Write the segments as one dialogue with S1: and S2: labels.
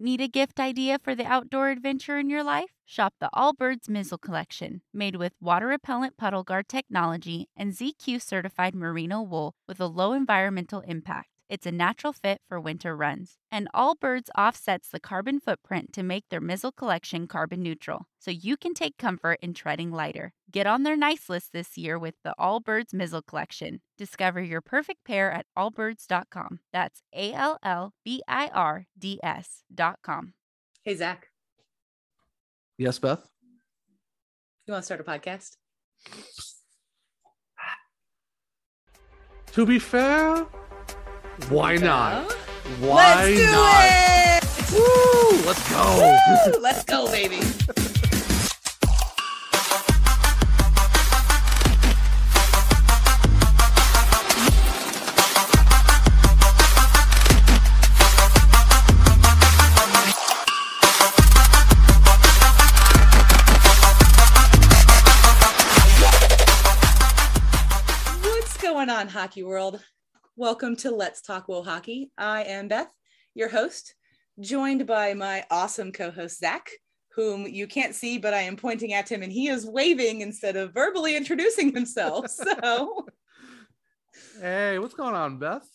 S1: Need a gift idea for the outdoor adventure in your life? Shop the Allbirds Missile Collection, made with water repellent puddle guard technology and ZQ certified merino wool with a low environmental impact. It's a natural fit for winter runs. And Allbirds offsets the carbon footprint to make their Mizzle collection carbon neutral, so you can take comfort in treading lighter. Get on their nice list this year with the Allbirds Mizzle collection. Discover your perfect pair at allbirds.com. That's A L L B I R D S.com.
S2: Hey, Zach,
S3: Yes, Beth.
S2: you want to start a podcast?
S3: To be fair, why not? Why
S2: Let's do
S3: not?
S2: it!
S3: Woo! Let's go.
S2: Woo! Let's go, baby. What's going on, Hockey World? Welcome to Let's Talk Wool Hockey. I am Beth, your host, joined by my awesome co host, Zach, whom you can't see, but I am pointing at him and he is waving instead of verbally introducing himself. So,
S3: hey, what's going on, Beth?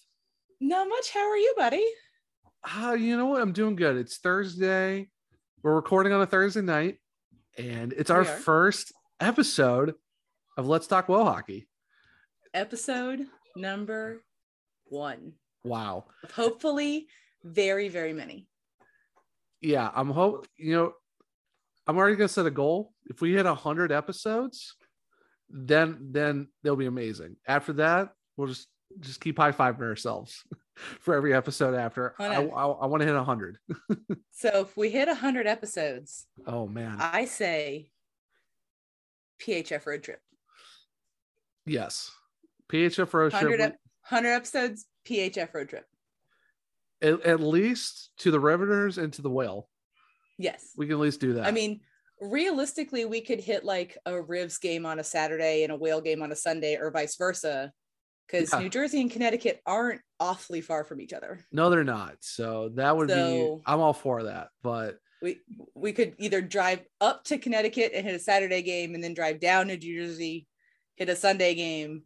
S2: not much. How are you, buddy?
S3: Uh, you know what? I'm doing good. It's Thursday. We're recording on a Thursday night, and it's our
S2: We are.
S3: first episode of Let's Talk Woe Hockey.
S2: Episode number one
S3: Wow.
S2: of hopefully very, very many.
S3: Yeah, I'm hope you know. I'm already gonna set a goal. If we hit hundred episodes, then then they'll be amazing. After that, we'll just just keep high fiving ourselves for every episode. After I,
S2: Hold
S3: want to hit hundred.
S2: So, if we hit 100 episodes,
S3: Oh man,
S2: I say PHF road trip.
S3: yes. PHF road
S2: 100,
S3: trip.
S2: ep- 100 episodes, PHF road trip.
S3: we- At, at least to the Riveters and to the Whale,
S2: Yes.
S3: we can at least do that.
S2: I mean, realistically, we could hit like a Rivs game on a Saturday and a Whale game on a Sunday, or vice versa, because
S3: Yeah.
S2: New Jersey and Connecticut aren't awfully far from each other.
S3: no, they're not. So that would
S2: So-
S3: be. I'm all for that, but
S2: We we could either drive up to Connecticut and hit a Saturday game, and then drive down to New Jersey, hit a Sunday game,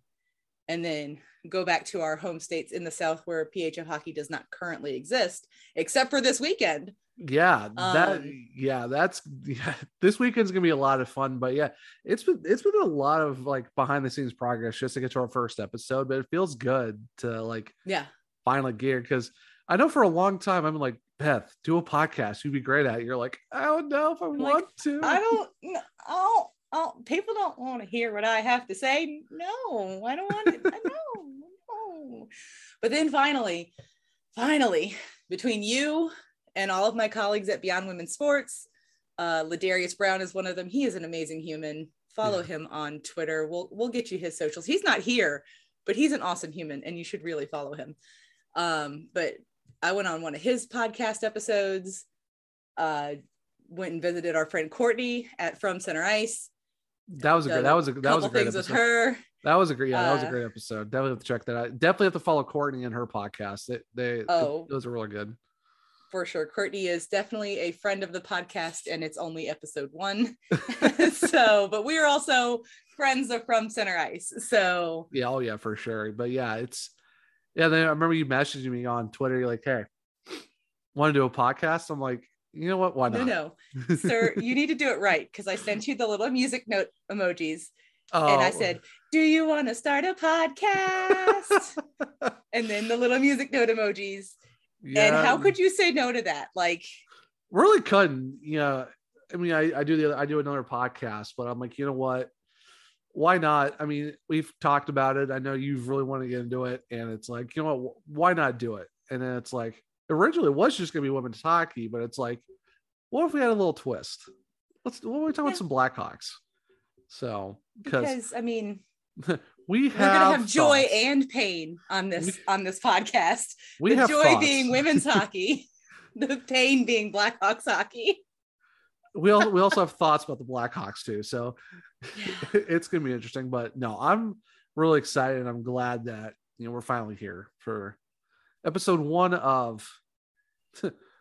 S2: and then go back to our home states in the South where PHF hockey does not currently exist, except for this weekend.
S3: yeah that
S2: Um,
S3: yeah that's yeah, this weekend's gonna be a lot of fun but yeah it's been it's been a lot of like behind the scenes progress just to get to our first episode but it feels good to like
S2: Yeah.
S3: finally gear because i know for a long time i'm like beth do a podcast you'd be great at it. you're like i don't know if i
S2: like,
S3: want to
S2: I don't. kn- I don't. I don't people don't want to hear what I have to say. No, I don't want to. I know. No. But then finally, finally, between you and all of my colleagues at Beyond Women's Sports, uh, Ladarius Brown is one of them. He is an amazing human. Follow
S3: Yeah.
S2: him on Twitter. We'll we'll get you his socials. He's not here, but he's an awesome human, and you should really follow him. Um, but I went on one of his podcast episodes. Uh, went and visited our friend Courtney at From Center Ice.
S3: that was a great
S2: done
S3: that was a that
S2: Couple
S3: was a great
S2: things with
S3: episode
S2: her.
S3: that was a great yeah that was a
S2: Uh,
S3: great episode definitely have to check that out definitely have to follow courtney and her podcast they they
S2: Oh.
S3: those are really good
S2: For sure. Courtney is definitely a friend of the podcast, and it's only episode one. so, but we are also friends of From Center Ice. So,
S3: Yeah, oh yeah, for sure. But yeah, it's yeah. Then I remember you messaging me on Twitter. You're like, "Hey, want to do a podcast?" I'm like, "You know what? Why
S2: no,
S3: not?"
S2: no, sir, you need to do it right because I sent you the little music note emojis
S3: Oh,
S2: and I said, Do you want to start a podcast? and then the little music note emojis. And
S3: "Yeah,
S2: how could you say no to that? Like,
S3: really couldn't? Yeah, I mean, I, I do the other, I do another podcast, but I'm like, you know what? Why not? I mean, we've talked about it. I know you really want to get into it, and it's like, you know what? Why not do it? And then it's like, originally it was just gonna be women's hockey, but it's like, what if we had a little twist? Let's. What we talk
S2: Yeah.
S3: about some Blackhawks? So because
S2: because I mean,
S3: we
S2: we're gonna
S3: have
S2: have joy
S3: thoughts.
S2: and pain on this on this podcast.
S3: we
S2: the
S3: have
S2: joy
S3: thoughts.
S2: being women's hockey, the pain being Blackhawks hockey.
S3: we also we also have thoughts about the Blackhawks too. So it's gonna be interesting. But no, I'm really excited. and I'm glad that you know we're finally here for episode one of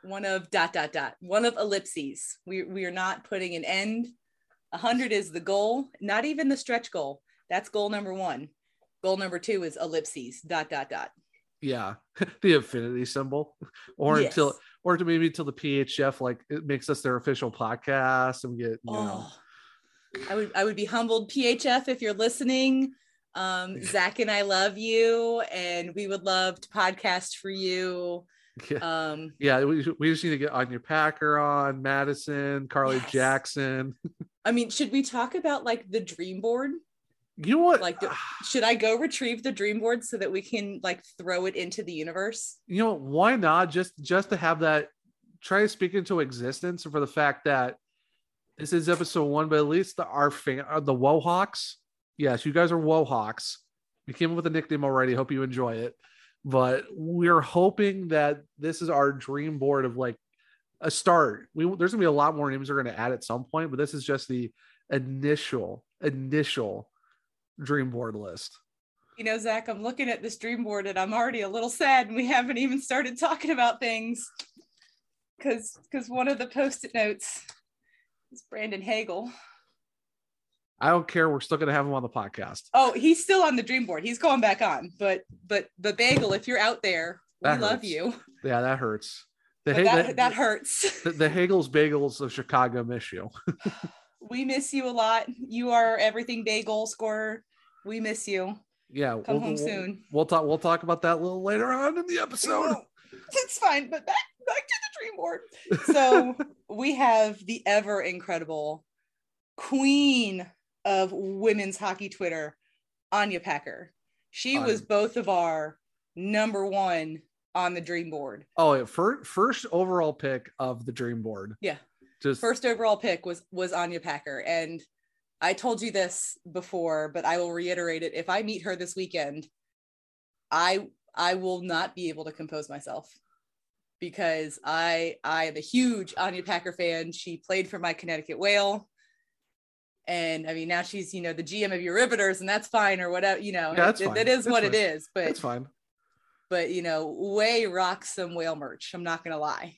S2: one of dot dot dot one of ellipses we, we are not putting an end 100 is the goal not even the stretch goal that's goal number one goal number two is ellipses dot dot dot
S3: yeah the infinity symbol or
S2: Yes.
S3: until or to maybe until the phf like it makes us their official podcast and we get you know,
S2: oh i would i would be humbled phf if you're listening um zach and i love you and we would love to podcast for you
S3: yeah,
S2: um
S3: yeah we, we just need to get anya packer on madison carly
S2: Yes.
S3: jackson
S2: i mean should we talk about like the dream board
S3: you know what
S2: Like the- should i go retrieve the dream board so that we can like throw it into the universe
S3: you know why not just just to have that try to speak into existence for the fact that this is episode one but at least the our fan uh, the wohawks yes you guys are wohawks we came up with a nickname already hope you enjoy it but we're hoping that this is our dream board of like a start we there's gonna be a lot more names we're gonna add at some point but this is just the initial initial dream board list
S2: you know zach i'm looking at this dream board and i'm already a little sad and we haven't even started talking about things because because one of the post-it notes is brandon hagel
S3: i don't care we're still gonna have him on the podcast
S2: oh he's still on the dream board he's going back on but but but bagel if you're out there we
S3: That
S2: love
S3: hurts.
S2: you
S3: yeah that hurts The
S2: but
S3: hate-
S2: that,
S3: the-
S2: that hurts
S3: the, the Hagel's Bagels of Chicago miss you.
S2: we miss you a lot you are everything bagel scorer we miss you
S3: Yeah,
S2: come
S3: we'll,
S2: home
S3: we'll-
S2: soon
S3: We'll talk. We'll talk about that a little later on in the episode.
S2: Well, it's fine but back back to the dream board so we have the ever incredible queen of women's hockey twitter anya packer she was
S3: Anya.
S2: both of our number one on the dream board
S3: Oh, yeah, fir- first overall pick of the Dream Board.
S2: Yeah.
S3: just
S2: first overall pick was was anya packer and i told you this before but i will reiterate it if i meet her this weekend i i will not be able to compose myself because i i am a huge anya packer fan she played for my connecticut whale and i mean now she's you know the gm of your riveters and that's fine or whatever you know
S3: Yeah, that's
S2: it,
S3: fine.
S2: it is
S3: That's
S2: what it
S3: fine.
S2: is but
S3: it's fine.
S2: but you know way rocks some whale merch i'm not gonna lie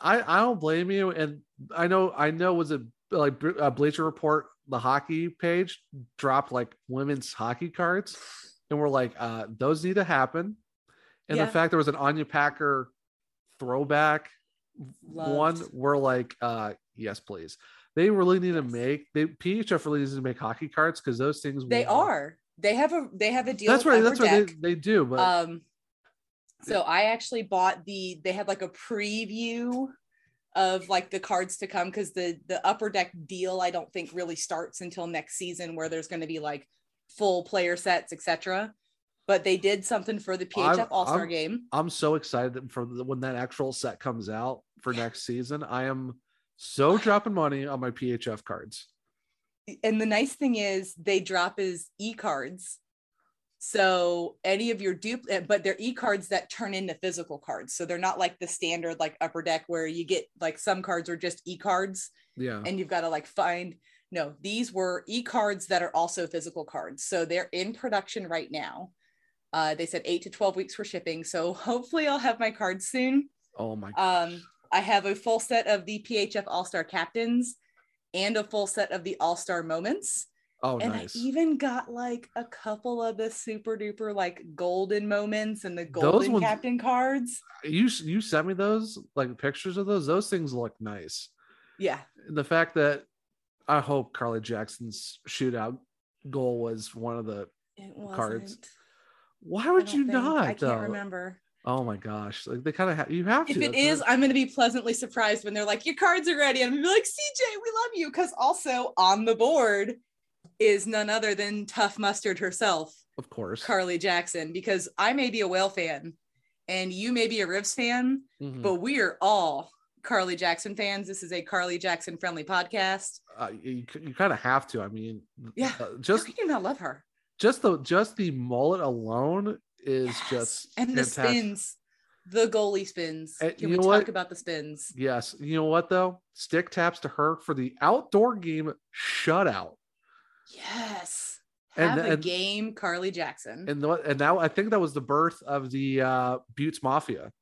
S3: I I don't blame you, and I know I know was it like Bre- uh, Bleacher Report the hockey page dropped like women's hockey cards, and we're like, uh, those need to happen. And
S2: Yeah.
S3: the fact there was an Anya Packer throwback one
S2: Loved.
S3: were like uh yes please they really need to
S2: Yes.
S3: make they phf really needs to make hockey cards because those things
S2: they
S3: will-
S2: are they have a they have a deal
S3: that's
S2: with
S3: right
S2: Upper
S3: that's right
S2: Deck.
S3: they, they do but
S2: um so i actually bought the they had like a preview of like the cards to come because the the upper deck deal i don't think really starts until next season where there's going to be like full player sets etc but they did something for the
S3: I'm-
S2: phf all-star
S3: I'm-
S2: game
S3: i'm so excited that for the, when that actual set comes out for next season i am so dropping money on my phf cards
S2: and the nice thing is they drop as e-cards so any of your dupe eh, but they're e-cards that turn into physical cards so they're not like the standard like upper deck where you get like some cards are just e-cards
S3: yeah
S2: and you've got to like find no these were e-cards that are also physical cards so they're in production right now uh, they said 8 to 12 weeks for shipping so hopefully i'll have my cards soon
S3: oh my
S2: um, i have a full set of the phf all-star captains and a full set of the all-star moments
S3: oh
S2: and
S3: nice
S2: i even got like a couple of the super duper like golden moments and the
S3: Those
S2: golden
S3: ones-
S2: captain cards
S3: you s- you sent me those like pictures of those those things look nice
S2: yeah
S3: And the fact that i hope carly jackson's shootout goal was one of the
S2: it wasn't.
S3: Cards. why
S2: I
S3: would
S2: don't
S3: you
S2: think-
S3: not
S2: i can't
S3: though?
S2: remember
S3: Oh my gosh! Like they kind of ha- you have
S2: if
S3: to. uh,
S2: it
S3: that's
S2: is, I'm going to be pleasantly surprised when they're like, your cards are ready. And I'm going to be like, CJ, we love you. Because also on the board is none other than Tough Mustard herself,
S3: of course.
S2: Carly Jackson, because I may be a Whale fan and you may be a Rivs fan,
S3: Mhm.
S2: but we are all Carly Jackson fans. This is a Carly Jackson friendly podcast.
S3: Uh, you you kind of have to. I mean,
S2: Yeah.
S3: uh,
S2: Just
S3: just
S2: How can you not love her?
S3: just the just the mullet alone is
S2: Yes.
S3: just
S2: and the
S3: fantastic.
S2: spins, the goalie spins.
S3: Uh,
S2: Can
S3: you
S2: we
S3: know
S2: talk
S3: what?
S2: about the spins?
S3: Yes, you know what though? Stick taps to her for the outdoor game shutout,
S2: Yes.
S3: And-
S2: Have a
S3: and-
S2: game, Carly Jackson.
S3: and the, and now I think that was the birth of the uh, Buttes Mafia.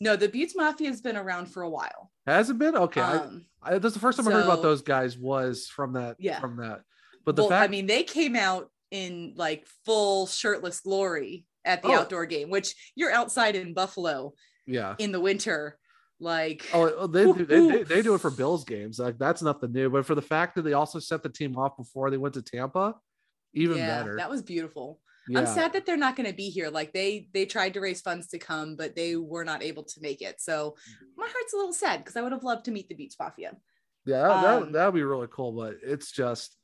S2: No, the Buttes Mafia has been around for a while.
S3: Has it been? Okay. I-
S2: Um,
S3: I, that's the first time I heard about
S2: So-
S3: those guys was from that.
S2: Yeah.
S3: From that. But the
S2: well,
S3: fact
S2: I mean, they came out in like full shirtless glory at the
S3: Oh.
S2: outdoor game, which you're outside in Buffalo
S3: yeah.
S2: in the winter, like
S3: Oh, they do, they, they, they do it for Bills games. Like that's nothing new. But for the fact that they also set the team off before they went to Tampa, even
S2: yeah,
S3: better.
S2: That was beautiful.
S3: yeah.
S2: I'm sad that they're not going to be here. Like they they tried to raise funds to come, but they were not able to make it. So my heart's a little sad because I would have loved to meet the Beach Mafia.
S3: Yeah, that,
S2: Um,
S3: that that'd be really cool, but it's just.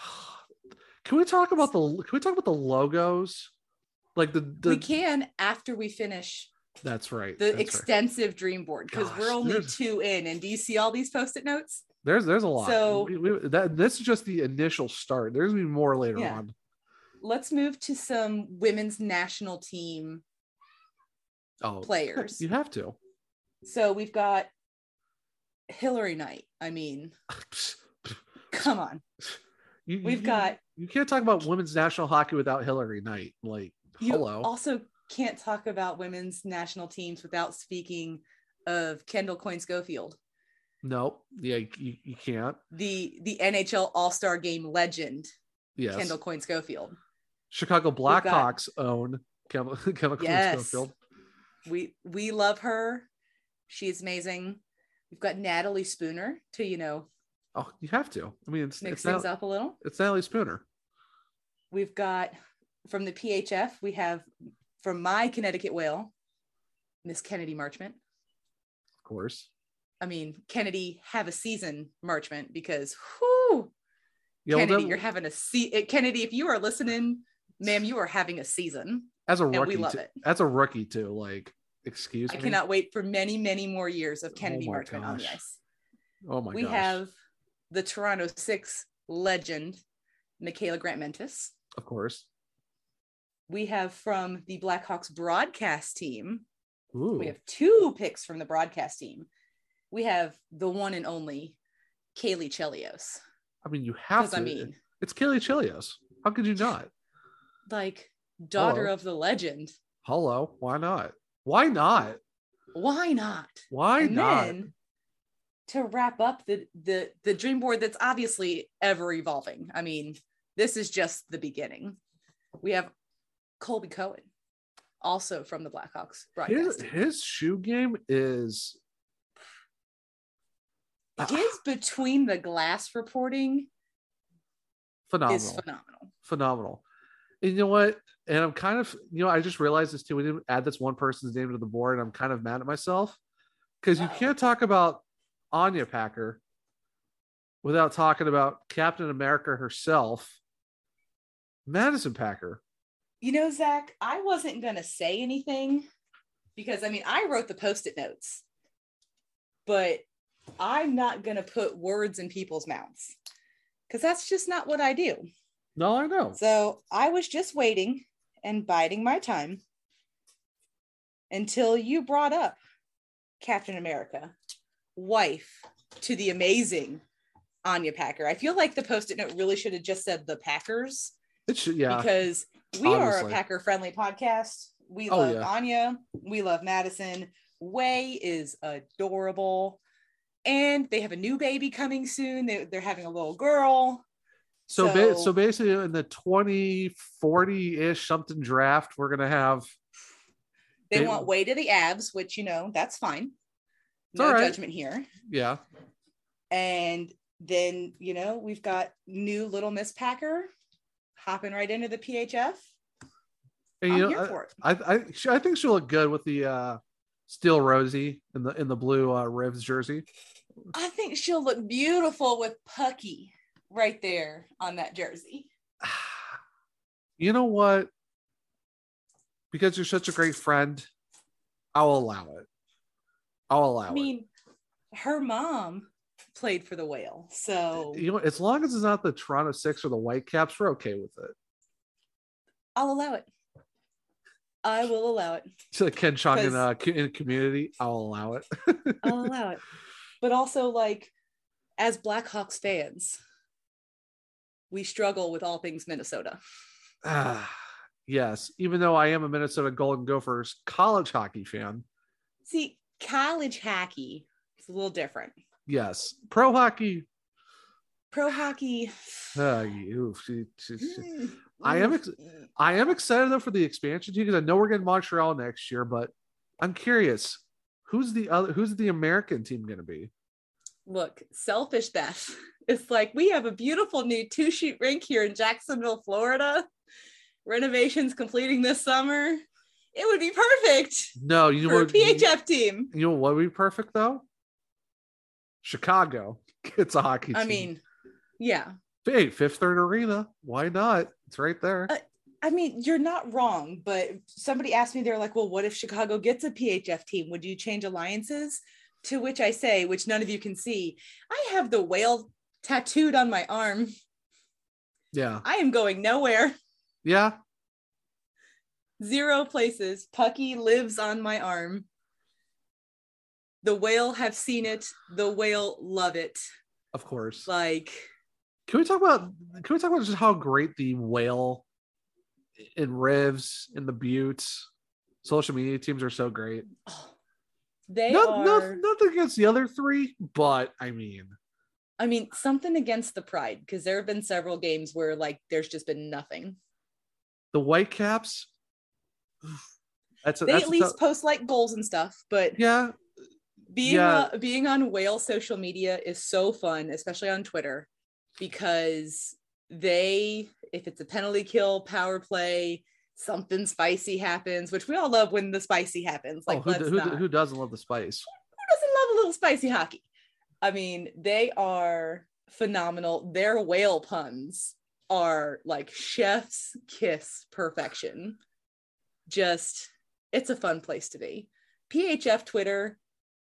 S3: Can we talk about the Can we talk about the logos? Like the, the
S2: we can after we finish
S3: that's right.
S2: the
S3: that's right.
S2: extensive dream board because
S3: Gosh,
S2: we're only
S3: there's-
S2: two in. And do you see all these post-it notes?
S3: There's there's a lot.
S2: So-
S3: we, we, that this is just the initial start. There's gonna be more later
S2: Yeah.
S3: on.
S2: Let's move to some women's national team
S3: Oh,
S2: players.
S3: you have to.
S2: So we've got Hillary Knight. I mean, come on.
S3: You-
S2: We've
S3: you-
S2: got
S3: You can't talk about women's national hockey without Hillary Knight. Like,
S2: you
S3: hello.
S2: also can't talk about women's national teams without speaking of Kendall Coyne Schofield,
S3: no, yeah, you, you can't.
S2: the the NHL All-Star Game legend,
S3: Yes,
S2: Kendall Coyne Schofield.
S3: Chicago
S2: got-
S3: Blackhawks own Kevin Kevin
S2: Yes.
S3: Schofield.
S2: We we love her. She's amazing. We've got Natalie Spooner to, you know,
S3: Oh, you have to. I mean, it's
S2: mix
S3: it's,
S2: things
S3: Nat-
S2: up a little.
S3: it's Natalie Spooner.
S2: We've got from the PHF, we have from my Connecticut Whale, Miss Kennedy Marchment.
S3: of course.
S2: I mean, Kennedy have a season Marchment because whoo,
S3: Yeah, well,
S2: Kennedy,
S3: then,
S2: you're having a se- eh, Kennedy, if you are listening, ma'am, you are having a season.
S3: as a
S2: we
S3: rookie,
S2: love
S3: too,
S2: it.
S3: as a rookie too. Like, excuse
S2: I
S3: me.
S2: cannot wait for many, many more years of
S3: Oh
S2: Kennedy
S3: my
S2: Marchment on the
S3: gosh.
S2: ice.
S3: oh my
S2: we
S3: gosh.
S2: have the Toronto Six legend, Michaela Grant Mentis.
S3: of course.
S2: We have from the Blackhawks broadcast team.
S3: Ooh.
S2: We have two picks from the broadcast team. We have the one and only Kaylee Chelios.
S3: I mean, you have
S2: Because
S3: to.
S2: I mean,
S3: it's Kelly Chelios. How could you not?
S2: like daughter
S3: Hello.
S2: of the legend.
S3: Hello. Why not? Why not?
S2: Why not?
S3: Why
S2: and
S3: not?
S2: then to wrap up the the the dream board that's obviously ever evolving. I mean, this is just the beginning. We have Colby Cohen, also from the Blackhawks
S3: his,
S2: broadcast.
S3: his shoe game is ah,
S2: His between the glass reporting is
S3: phenomenal.
S2: phenomenal.
S3: phenomenal. And you know what? And I'm kind of, you know, I just realized this too. We didn't add this one person's name to the board, and I'm kind of mad at myself because you
S2: Uh-oh.
S3: can't talk about Anya Packer without talking about Captain America herself, Madison Packer.
S2: You know, Zach, I wasn't gonna say anything because I mean I wrote the post-it notes, but I'm not gonna put words in people's mouths because that's just not what I do.
S3: No, I know.
S2: So I was just waiting and biding my time until you brought up Captain America, wife to the amazing Anya Packer. I feel like the post it note really should have just said the Packers
S3: It should, yeah.
S2: because we are a
S3: obviously.
S2: Packer friendly podcast. We
S3: Oh,
S2: love
S3: yeah.
S2: Anya, we love Madison. Way is adorable. And they have a new baby coming soon. They, they're having a little girl.
S3: So, ba-
S2: so-
S3: so basically, in the 2040 ish something draft, we're going to have
S2: They
S3: They-
S2: want way to the abs, which you know that's fine.
S3: It's
S2: no
S3: all right.
S2: judgment here.
S3: Yeah.
S2: And then you know we've got new little Miss Packer hopping right into the PHF.
S3: And,
S2: I'm
S3: you know, uh,
S2: here
S3: I-
S2: for it.
S3: I I, she, I think she'll look good with the uh steel rosy in the in the blue uh Rivs jersey.
S2: I think she'll look beautiful with Pucky right there on that jersey.
S3: You know what? Because you're such a great friend, I'll allow it. I'll allow
S2: I mean, her mom played for the Whale, so
S3: it. You know, as long as it's not the Toronto Six or the Whitecaps, we're okay with it.
S2: I'll allow it. I will allow it.
S3: To the Ken Chong in
S2: Because- Uh,
S3: uh, co- in community, I'll allow it.
S2: I'll allow it. But also, like, as Blackhawks fans, we struggle with all things Minnesota.
S3: Ah, yes, even though I am a Minnesota Golden Gophers college hockey fan,
S2: See, college hockey is a little different.
S3: Yes. Pro hockey.
S2: Pro hockey.
S3: Uh, oof, she- she- she-
S2: mm,
S3: I am
S2: mm,
S3: ex- I am excited though for the expansion too because I know we're getting Montreal next year, but I'm curious who's the other who's the American team going to be?
S2: Look, selfish Beth. It's like we have a beautiful new two sheet rink here in Jacksonville, Florida. Renovations completing this summer. It would be perfect
S3: No, you know
S2: for a
S3: what? You
S2: PHF team.
S3: know what would be perfect though? Chicago. It's a hockey team.
S2: I mean, yeah.
S3: hey, Fifth Third Arena. Why not? It's right there.
S2: Uh, I mean, you're not wrong, but somebody asked me, they're like, well, what if Chicago gets a PHF team? Would you change alliances? To which I say, which none of you can see, I have the whale tattooed on my arm.
S3: yeah.
S2: I am going nowhere.
S3: Yeah.
S2: Zero places. Pucky lives on my arm. The whale have seen it. The whale love it.
S3: Of course.
S2: Like,
S3: Can we talk about can we talk about just how great the whale and Rivs and the Buttes social media teams are so great.
S2: oh, they
S3: Not,
S2: are.
S3: not, nothing against the other three, but I mean,
S2: I mean, something against the pride because there have been several games where like there's just been nothing.
S3: the Whitecaps. That's a,
S2: they
S3: that's
S2: at
S3: a
S2: least
S3: tou-
S2: post like goals and stuff but
S3: yeah,
S2: being
S3: yeah.
S2: uh, being on whale social media is so fun especially on twitter because they if it's a penalty kill power play something spicy happens which we all love when the spicy happens like
S3: oh, who,
S2: let's
S3: d- who,
S2: not.
S3: d- who doesn't love the spice?
S2: who doesn't love a little spicy hockey? I mean, they are phenomenal. Their whale puns are like chef's kiss perfection. Just, it's a fun place to be. PHF Twitter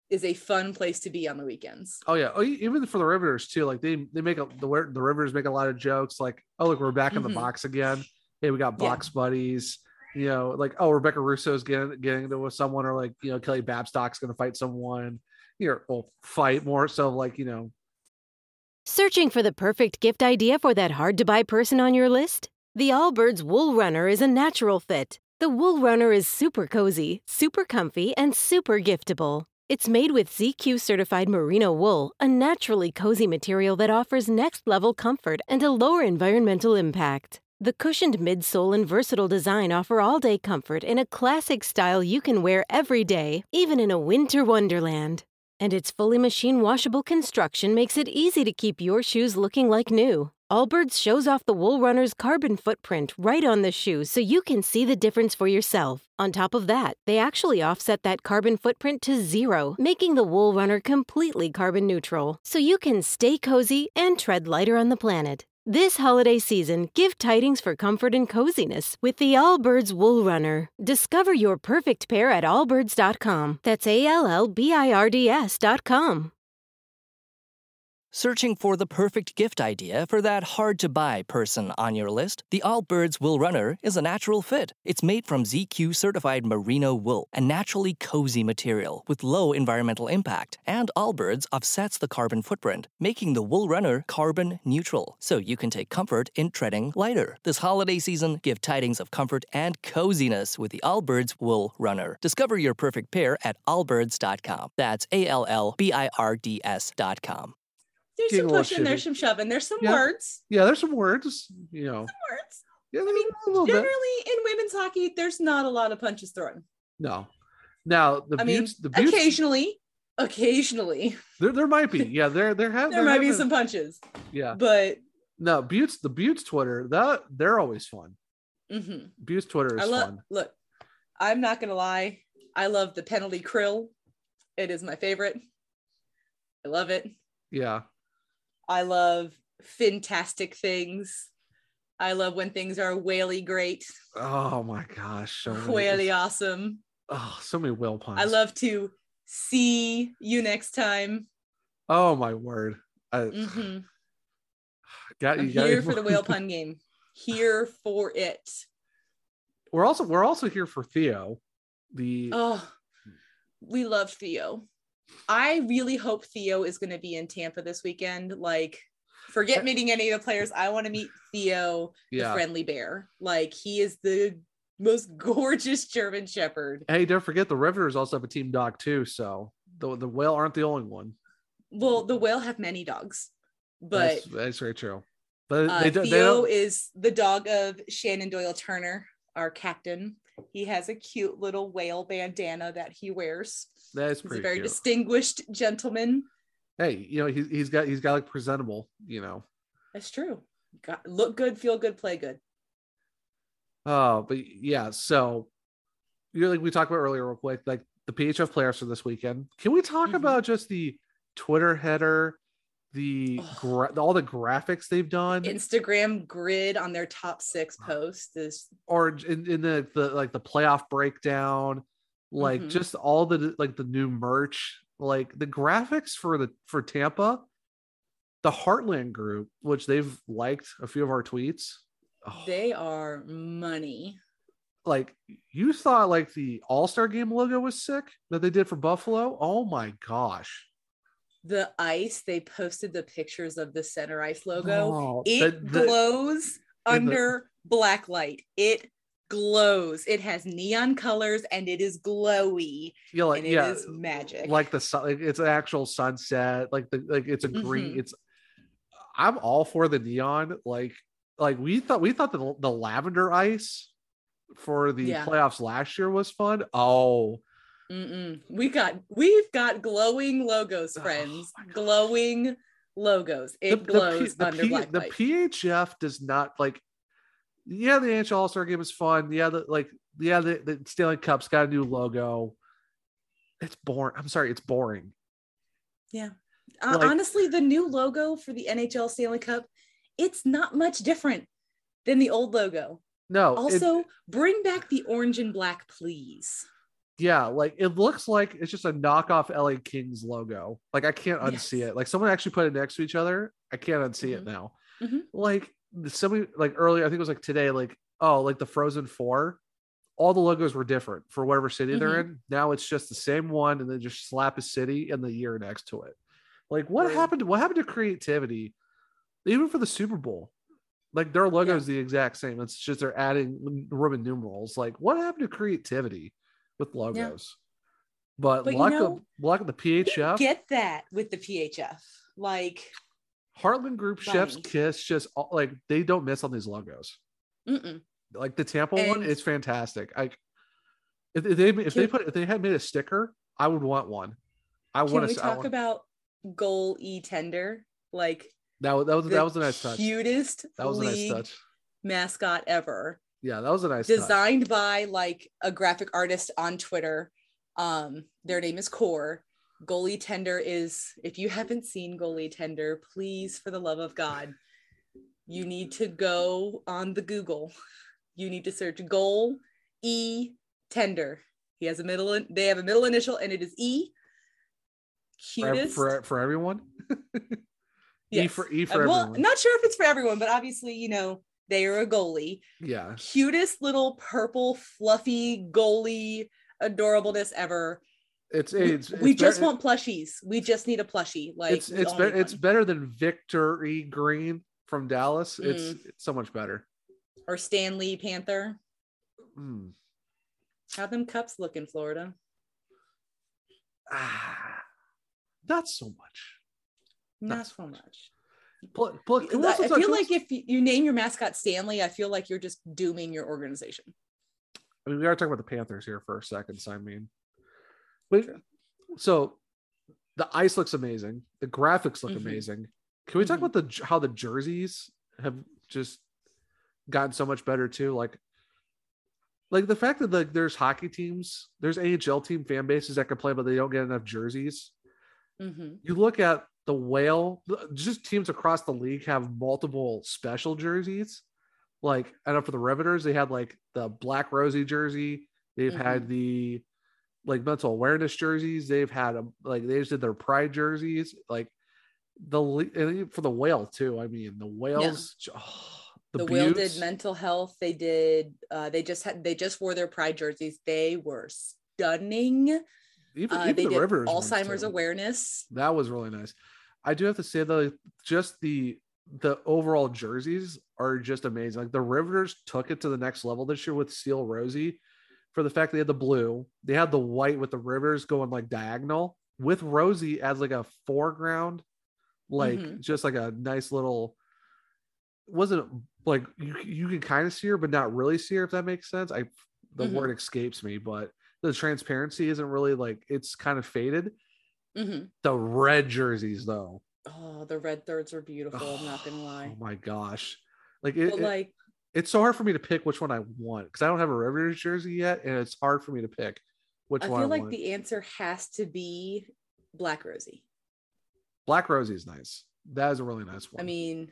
S2: is a fun place to be on the weekends.
S3: Oh yeah, oh, e- even for the Riveters too. Like they they make a, the Wi- the Riveters make a lot of jokes. Like oh look, we're back in
S2: Mhm.
S3: the box again. Hey, we got
S2: Yeah.
S3: box buddies. You know, like oh Rebecca Russo's getting getting into with someone, or like you know Kelly Babstock's going to fight someone. You know, well, fight more so like you know
S4: Searching for the perfect gift idea for that hard to buy person on your list? The Allbirds Wool Runner is a natural fit. The Wool Runner is super cozy, super comfy, and super giftable. It's made with ZQ certified merino wool, a naturally cozy material that offers next level comfort and a lower environmental impact. The cushioned midsole and versatile design offer all day comfort in a classic style you can wear every day, even in a winter wonderland. And its fully machine washable construction makes it easy to keep your shoes looking like new. Allbirds shows off the Wool Runner's carbon footprint right on the shoe so you can see the difference for yourself. On top of that, they actually offset that carbon footprint to zero, making the Wool Runner completely carbon neutral so you can stay cozy and tread lighter on the planet. This holiday season, give tidings for comfort and coziness with the Allbirds Wool Runner. Discover your perfect pair at allbirds.com. That's A L L B I R D S.com.
S5: Searching for the perfect gift idea for that hard to buy person on your list? The Allbirds Wool Runner is a natural fit. It's made from ZQ certified merino wool, a naturally cozy material with low environmental impact, and Allbirds offsets the carbon footprint, making the Wool Runner carbon neutral, so you can take comfort in treading lighter. This holiday season, give tidings of comfort and coziness with the Allbirds Wool Runner. Discover your perfect pair at allbirds.com. That's A L L B I R D S.com.
S2: There's
S3: Getting
S2: some
S3: a little
S2: pushing, there's
S3: shitty.
S2: some shoving, there's some
S3: Yeah.
S2: words.
S3: yeah. There's some words. You know,
S2: Words.
S3: yeah,
S2: mean,
S3: a little bit.
S2: Generally, in women's hockey, there's not a lot of punches thrown.
S3: No. Now the
S2: I mean,
S3: buttes, the buttes,
S2: occasionally, occasionally,
S3: there, there might be. Yeah, there there have
S2: there might
S3: have
S2: be
S3: been-
S2: some punches,
S3: Yeah.
S2: but
S3: No, buttes the buttes Twitter, that they're always fun.
S2: mhm.
S3: Buttes Twitter is
S2: I love
S3: fun.
S2: look. I'm not gonna lie. I love the penalty krill. It is my favorite. I love it.
S3: Yeah.
S2: I love fantastic things. I love when things are whaley great,
S3: Oh my gosh. So many,
S2: whaley awesome.
S3: oh, so many whale puns.
S2: I love to see you next time.
S3: Oh my word. I
S2: Mhm.
S3: got you.
S2: I'm
S3: got
S2: here
S3: me.
S2: for the whale pun game. Here for it.
S3: We're also we're also here for Theo. The
S2: Oh, we love Theo. I really hope Theo is going to be in Tampa this weekend. Like, forget meeting any of the players. I want to meet Theo, the
S3: yeah.
S2: friendly bear. Like, he is the most gorgeous German Shepherd.
S3: Hey, don't forget the Riveters also have a team dog too. So the the whale aren't the only one.
S2: Well, the whale have many dogs, but
S3: that's, that's very true. But
S2: uh,
S3: they, don't, they
S2: Theo
S3: don't.
S2: is the dog of Shannon Doyle Turner, our captain. He has a cute little whale bandana that he wears.
S3: That is
S2: He's a
S3: pretty
S2: very
S3: cute.
S2: distinguished gentleman.
S3: hey, you know he's he's got he's got like presentable. You know.
S2: That's true. Got, look good, feel good, play good.
S3: Oh, but yeah. So you know, like we talked about earlier, real quick, like the PHF players for this weekend. Can we talk
S2: Mhm.
S3: about just the Twitter header, the
S2: Ugh.
S3: gra- all the graphics they've done?
S2: Instagram grid on their top six post is
S3: or in, in the, the like the playoff breakdown like
S2: Mhm.
S3: just all the like the new merch like the graphics for the for tampa the heartland group which they've liked a few of our tweets oh,
S2: they are money.
S3: like you thought like the all-star game logo was sick that they did for buffalo oh my gosh
S2: The ice, they posted the pictures of the center ice logo.
S3: Oh,
S2: it
S3: the- the-
S2: glows
S3: the-
S2: under black light. It glows. It has neon colors and it is glowy
S3: yeah, like,
S2: and it is
S3: yeah,
S2: magic.
S3: like the sun like, it's an actual sunset like the like it's a green
S2: Mhm.
S3: it's i'm all for the neon like like we thought we thought the, the lavender ice for the
S2: Yeah.
S3: playoffs last year was fun oh
S2: Mm-mm. we got we've got glowing logos, friends.
S3: Oh my gosh.
S2: glowing logos.
S3: the-
S2: It
S3: the P-
S2: glows
S3: the,
S2: under
S3: P-
S2: black
S3: the
S2: light.
S3: phf does not like yeah the nhl all-star game is fun yeah the like yeah the, the stanley cup's got a new logo it's boring i'm sorry it's boring
S2: Uh,
S3: like-
S2: honestly, the new logo for the NHL Stanley Cup, it's not much different than the old logo.
S3: no it-
S2: Also, bring back the orange and black, please.
S3: yeah, like it looks like it's just a knockoff LA Kings logo. Like I can't unsee
S2: Yes.
S3: it. Like someone actually put it next to each other. I can't unsee it
S2: Mhm.
S3: now.
S2: Mhm.
S3: Like somebody like earlier, I think it was like today, like oh, like the Frozen Four, all the logos were different for whatever city they're in. Now it's just the same one, and then just slap a city and the year next to it. Like what
S2: Word.
S3: happened? What happened to creativity? Even for the Super Bowl, like their logo
S2: Yeah.
S3: is the exact same. It's just they're adding Roman numerals. Like what happened to creativity with logos? But,
S2: But you
S3: luck of
S2: know,
S3: luck of the
S2: We
S3: PHF
S2: Get that with the PHF. Like,
S3: Heartland Group Chef's
S2: Bunny.
S3: Kiss just all, like they don't miss on these logos.
S2: mm-mm.
S3: Like the Tampa one,
S2: And-
S3: it's fantastic. Like if, if they if they
S2: Can-
S3: put if they had made a sticker, I would want one. I
S2: can
S3: want
S2: we
S3: to
S2: talk about goal e tender? Like,
S3: that. Was, that was that
S2: the
S3: was a nice touch.
S2: Cutest
S3: That was a nice
S2: league
S3: touch.
S2: mascot ever.
S3: Yeah, that was a nice touch.
S2: designed by like a graphic artist on Twitter. Um, their name is Core. Goalie Tender is, if you haven't seen Goalie Tender, please, for the love of God, you need to go on the Google. You need to search Goal E Tender. He has a middle, in- they have a middle initial, and it is E.
S3: For, ev-
S2: Cutest.
S3: for for everyone. E for E for
S2: Uh, well,
S3: everyone.
S2: not sure if it's for everyone, but obviously, you know, they are a goalie
S3: Yeah,
S2: cutest little purple fluffy goalie adorableness ever.
S3: it's
S2: We-
S3: it's,
S2: we
S3: it's
S2: just
S3: better-
S2: want plushies. We just need a plushie. Like oh
S3: it's
S2: we
S3: it's
S2: all
S3: better
S2: need
S3: it's
S2: one.
S3: better than Victory Green from Dallas. It's,
S2: Mm.
S3: it's so much better.
S2: or Stanley Panther.
S3: Mm.
S2: How them cups look in Florida?
S3: Ah, not so much.
S2: Not,
S3: Not so
S2: so
S3: much.
S2: much.
S3: Pl- pl- can we
S2: I
S3: also
S2: I
S3: talk-
S2: feel
S3: can we
S2: like if you you name your mascot Stanley, I feel like you're just dooming your organization.
S3: I mean, we are talking about the Panthers here for a second. So I mean, Wait,
S2: True.
S3: so the ice looks amazing. The graphics look
S2: Mhm.
S3: amazing. Can we talk
S2: Mhm.
S3: about the j- how the jerseys have just gotten so much better too? Like, like the fact that like there's hockey teams, there's AHL team fan bases that complain, but they don't get enough jerseys.
S2: Mm-hmm.
S3: You look at the whale, just teams across the league have multiple special jerseys. Like I know for the Riveters, they had like the black rosy jersey. They've
S2: Mm-hmm.
S3: had the like mental awareness jerseys. They've had a, like they just did their pride jerseys. Like the le- and even for the whale too. I mean the whales. oh, the
S2: The, Will
S3: Buttes.
S2: did mental health. They did. Uh, they just had. They just wore their pride jerseys. They were stunning.
S3: even,
S2: Uh,
S3: even
S2: they
S3: the
S2: did
S3: Riveters ones,
S2: Alzheimer's
S3: too.
S2: awareness.
S3: That was really nice. I do have to say though, just the the overall jerseys are just amazing. Like the Riveters took it to the next level this year with Seal Rosie for the fact they had the blue, they had the white with the Riveters going like diagonal with Rosie as like a foreground, like
S2: Mhm.
S3: just like a nice little wasn't like you you can kind of see her, but not really see her if that makes sense. I the
S2: Mhm.
S3: word escapes me, but the transparency isn't really like it's kind of faded.
S2: Mhm.
S3: The red jerseys though.
S2: Oh, the red thirds are beautiful. I'm not gonna lie.
S3: Oh my gosh. Like it,
S2: but
S3: it-
S2: like
S3: it's so hard for me to pick which one I want because I don't have a Riveters jersey yet, and it's hard for me to pick which
S2: I
S3: one
S2: feel
S3: I
S2: like
S3: want.
S2: the answer has to be Black Rosie.
S3: Black Rosie is nice. That is a really nice one.
S2: I mean,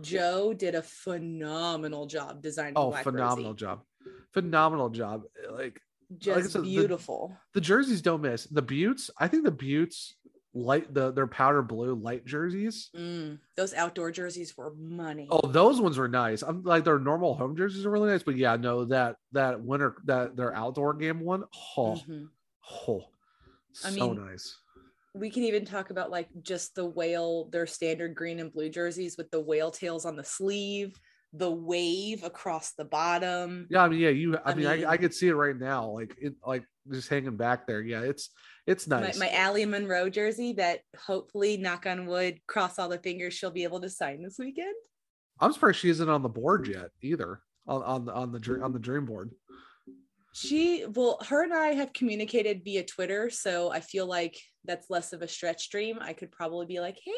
S2: Joe did a phenomenal job designing
S3: oh,
S2: Black
S3: phenomenal
S2: Rosie.
S3: job, phenomenal job. Like I
S2: Just
S3: said, the-
S2: beautiful.
S3: the jerseys don't miss. The Buttes, I think the Buttes light the their powder blue light jerseys.
S2: Mm, those outdoor jerseys were money.
S3: Oh, those ones were nice. I'm like their normal home jerseys are really nice, but yeah, no, that that winter that their outdoor game one, oh,
S2: Mhm.
S3: oh
S2: I
S3: so
S2: mean,
S3: nice.
S2: We can even talk about like just the whale, their standard green and blue jerseys with the whale tails on the sleeve, the wave across the bottom.
S3: Yeah, I mean, yeah, you. I,
S2: I
S3: mean,
S2: mean-
S3: I, I could see it right now, like it, like just hanging back there. Yeah, it's it's nice.
S2: My, my Allie Monroe jersey that hopefully, knock on wood, cross all the fingers, she'll be able to sign this weekend.
S3: I'm surprised she isn't on the board yet either. On on the on the dr- on the dream board.
S2: She, well, her and I have communicated via Twitter. So I feel like that's less of a stretch dream. I could probably be like, hey.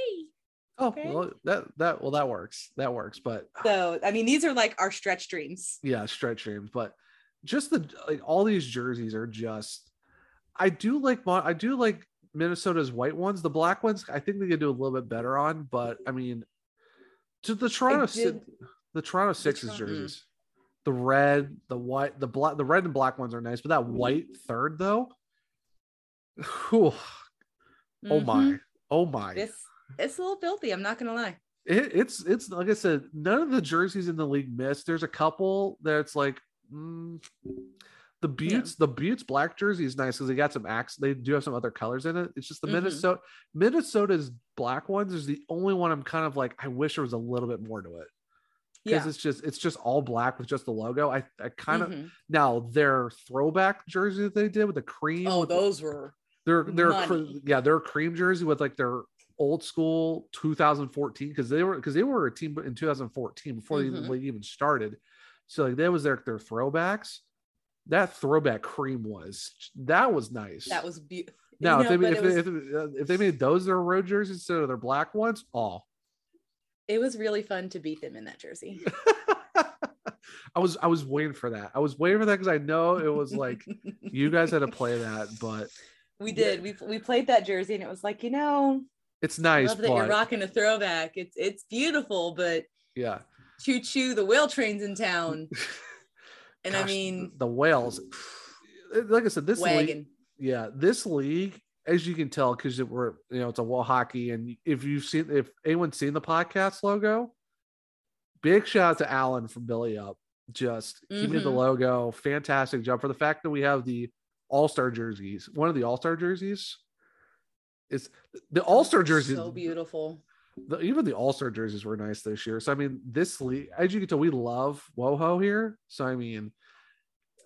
S3: Oh
S2: Okay.
S3: well, that that well that works. That works. But
S2: So, I mean, these are like our stretch dreams.
S3: yeah, stretch dreams. But just the like all these jerseys are just. I do like Mon- I do like Minnesota's white ones. The black ones, I think they could do a little bit better on. But I mean, to the Toronto Si-
S2: did-
S3: the Toronto Sixes
S2: Toron- mm.
S3: jerseys. The red, the white, the black, the red and black ones are nice, but that white third though, whew, oh my, oh my,
S2: Mm-hmm. This, it's a little filthy. I'm not going to lie.
S3: it, it's it's like I said, none of the jerseys in the league miss. There's a couple that's like mm, the Buttes, the Buttes black jersey is nice because they got some acts. They do have some other colors in it. It's just the
S2: Mhm.
S3: Minnesota Minnesota's black ones is the only one I'm kind of like I wish there was a little bit more to it because
S2: Yeah.
S3: it's just it's just all black with just the logo. I I kind of
S2: Mhm.
S3: now their throwback jersey that they did with the cream.
S2: Oh,
S3: with the-
S2: those were.
S3: their their cre-
S2: money.
S3: yeah their cream jersey with like their old school 2014 because they were because they were a team in 2014 before the
S2: Mhm.
S3: league even started. So like that was their their throwbacks. That throwback cream was that was nice.
S2: That was beautiful.
S3: now
S2: you know,
S3: if, they,
S2: but
S3: if,
S2: it was-
S3: they, if, uh, if they made those their road jerseys instead of their black ones, oh
S2: It was really fun to beat them in that jersey.
S3: I was I was waiting for that. I was waiting for that because I know it was like you guys had to play that, but
S2: we did. We we played that jersey, and it was like you know,
S3: it's
S2: I
S3: nice.
S2: love that you're
S3: But
S2: rocking a throwback. It's it's beautiful, but
S3: yeah,
S2: choo choo, the whale train's in town, and I
S3: Gosh,
S2: mean
S3: the whales. Like I said, this league,
S2: wagon.
S3: yeah, this league, as you can tell, because it were you know it's a wall hockey, and if you've seen if anyone's seen the podcast logo, big shout out to Alan from Billy Up. Just he made the
S2: Mhm.
S3: logo, fantastic job. For the fact that we have the All Star jerseys, one of the All Star jerseys. It's the All Star jerseys.
S2: so beautiful.
S3: the, even the All Star jerseys were nice this year. So I mean, this league, as you can tell, we love WoHo here. So I mean,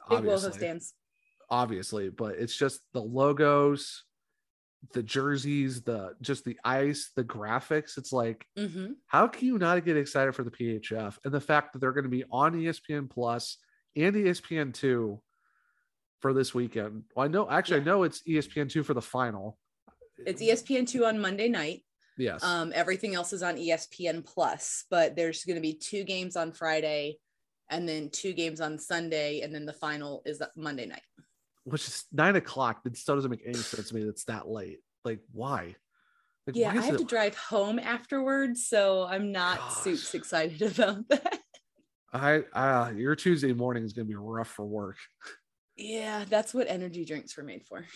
S2: Big Woho
S3: obviously,
S2: stands.
S3: obviously, but it's just the logos, the jerseys, the just the ice, the graphics. It's like,
S2: Mm-hmm.
S3: how can you not get excited for the PHF and the fact that they're going to be on E ESPN Plus and E ESPN Two for this weekend? Well, I know, actually, I
S2: Yeah.
S3: know it's E ESPN Two for the final.
S2: It's E ESPN two on Monday night.
S3: Yes.
S2: Um, everything else is on ESPN Plus, but there's going to be two games on Friday, and then two games on Sunday, and then the final is Monday night.
S3: which is nine o'clock. It still doesn't make any sense to me that's that late. Like, why? Like,
S2: yeah,
S3: why
S2: I
S3: is
S2: have
S3: it?
S2: to drive home afterwards, so I'm not
S3: Gosh.
S2: super excited about that.
S3: I, uh, your Tuesday morning is going to be rough for work.
S2: yeah, that's what energy drinks were made for.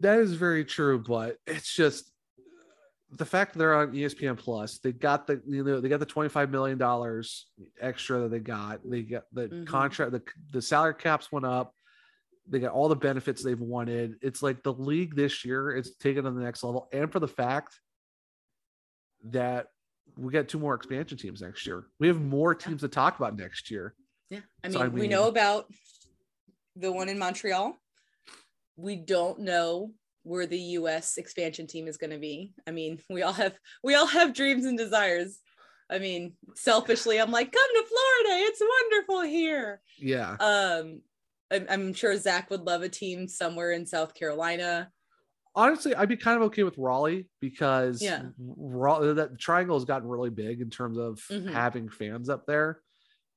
S3: That is very true, but it's just the fact that they're on E ESPN Plus. They got the you know they got the twenty five million dollars extra that they got. They got the
S2: Mhm.
S3: contract. The the salary caps went up. They got all the benefits they've wanted. It's like the league this year. It's taken to the next level, and for the fact that we got two more expansion teams next year. We have more
S2: Yeah.
S3: teams to talk about next year.
S2: Yeah. I mean,
S3: So, I
S2: we
S3: mean-
S2: know about the one in Montreal. We don't know where the US expansion team is going to be. I mean, we all have we all have dreams and desires. I mean, selfishly, I'm like, come to Florida. It's wonderful here.
S3: Yeah.
S2: Um, I'm, I'm sure Zach would love a team somewhere in South Carolina.
S3: Honestly, I'd be kind of okay with Raleigh because
S2: Yeah.
S3: Raleigh, that triangle has gotten really big in terms of
S2: Mhm.
S3: having fans up there.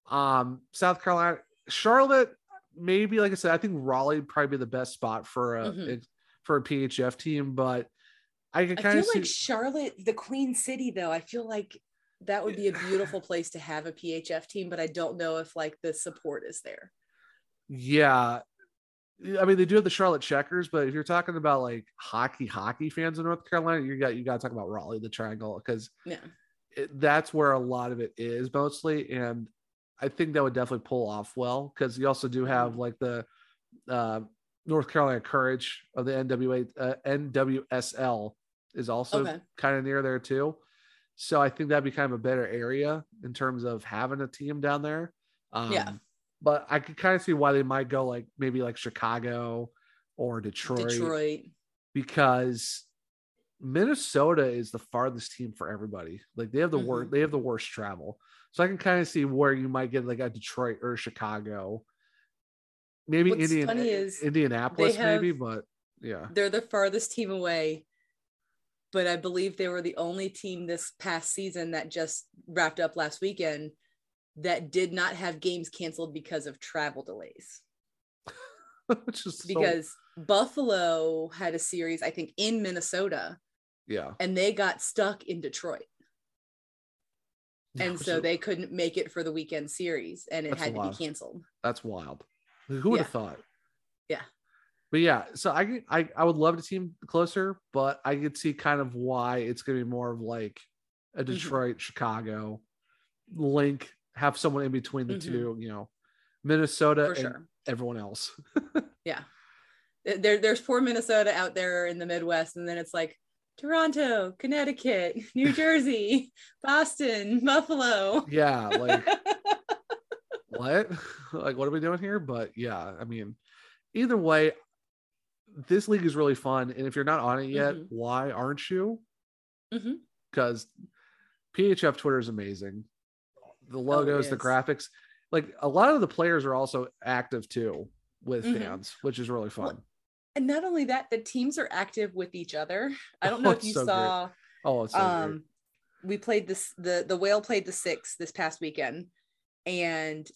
S3: Um, South Carolina, Charlotte, maybe like I said, I think Raleigh would probably be the best spot for a
S2: Mhm.
S3: for a PHF team, but I could
S2: I
S3: kind
S2: feel
S3: of see
S2: like Charlotte, the Queen City, though. I feel like that would be a beautiful place to have a PHF team, but I don't know if like the support is there.
S3: Yeah. I mean, they do have the Charlotte Checkers, but if you're talking about like hockey, hockey fans in North Carolina, you got you got to talk about Raleigh, the Triangle, because
S2: Yeah.
S3: that's where a lot of it is mostly, and I think that would definitely pull off well because you also do
S2: Mm-hmm.
S3: have like the uh, North Carolina Courage of the NWA uh, NWSL is also
S2: Okay.
S3: kind of near there too, so I think that'd be kind of a better area in terms of having a team down there. Um,
S2: Yeah.
S3: but I could kind of see why they might go like maybe like Chicago or Detroit,
S2: Detroit.
S3: because Minnesota is the farthest team for everybody. Like they have the
S2: Mm-hmm.
S3: worst, they have the worst travel. So I can kind of see where you might get like a Detroit or Chicago, maybe
S2: What's
S3: Indian,
S2: funny is
S3: Indianapolis,
S2: they have-
S3: maybe, but yeah,
S2: They're the farthest team away, but I believe they were the only team this past season that just wrapped up last weekend that did not have games canceled because of travel delays.
S3: which is so-
S2: Because Buffalo had a series, I think, in Minnesota,
S3: yeah,
S2: and they got stuck in Detroit. and
S3: Which
S2: so
S3: is-
S2: they couldn't make it for the weekend series and it
S3: That's
S2: had to be
S3: wild.
S2: canceled
S3: That's wild. Who would have
S2: Yeah.
S3: thought?
S2: Yeah.
S3: But yeah, so I, could- I I would love to team closer, but I could see kind of why it's gonna be more of like a
S2: Mm-hmm.
S3: Detroit, Chicago link, have someone in between the
S2: Mhm.
S3: two, you know, Minnesota
S2: for
S3: and
S2: sure
S3: everyone else.
S2: Th- there, there's poor minnesota out there in the midwest and then it's like toronto connecticut new jersey boston buffalo
S3: Yeah, like what? like what are we doing here? But yeah, I mean, either way, this league is really fun. And if you're not on it yet,
S2: Mhm.
S3: why aren't you?
S2: Mhm.
S3: because PHF Twitter is amazing. The logos, the
S2: Oh, is.
S3: graphics, like a lot of the players are also active too with
S2: Mhm.
S3: fans, which is really fun.
S2: and not only that the teams are active with each other i don't
S3: Oh,
S2: know if
S3: it's
S2: you
S3: so great.
S2: saw
S3: Oh, it's so
S2: um
S3: great.
S2: we played this the the whale played the six this past weekend and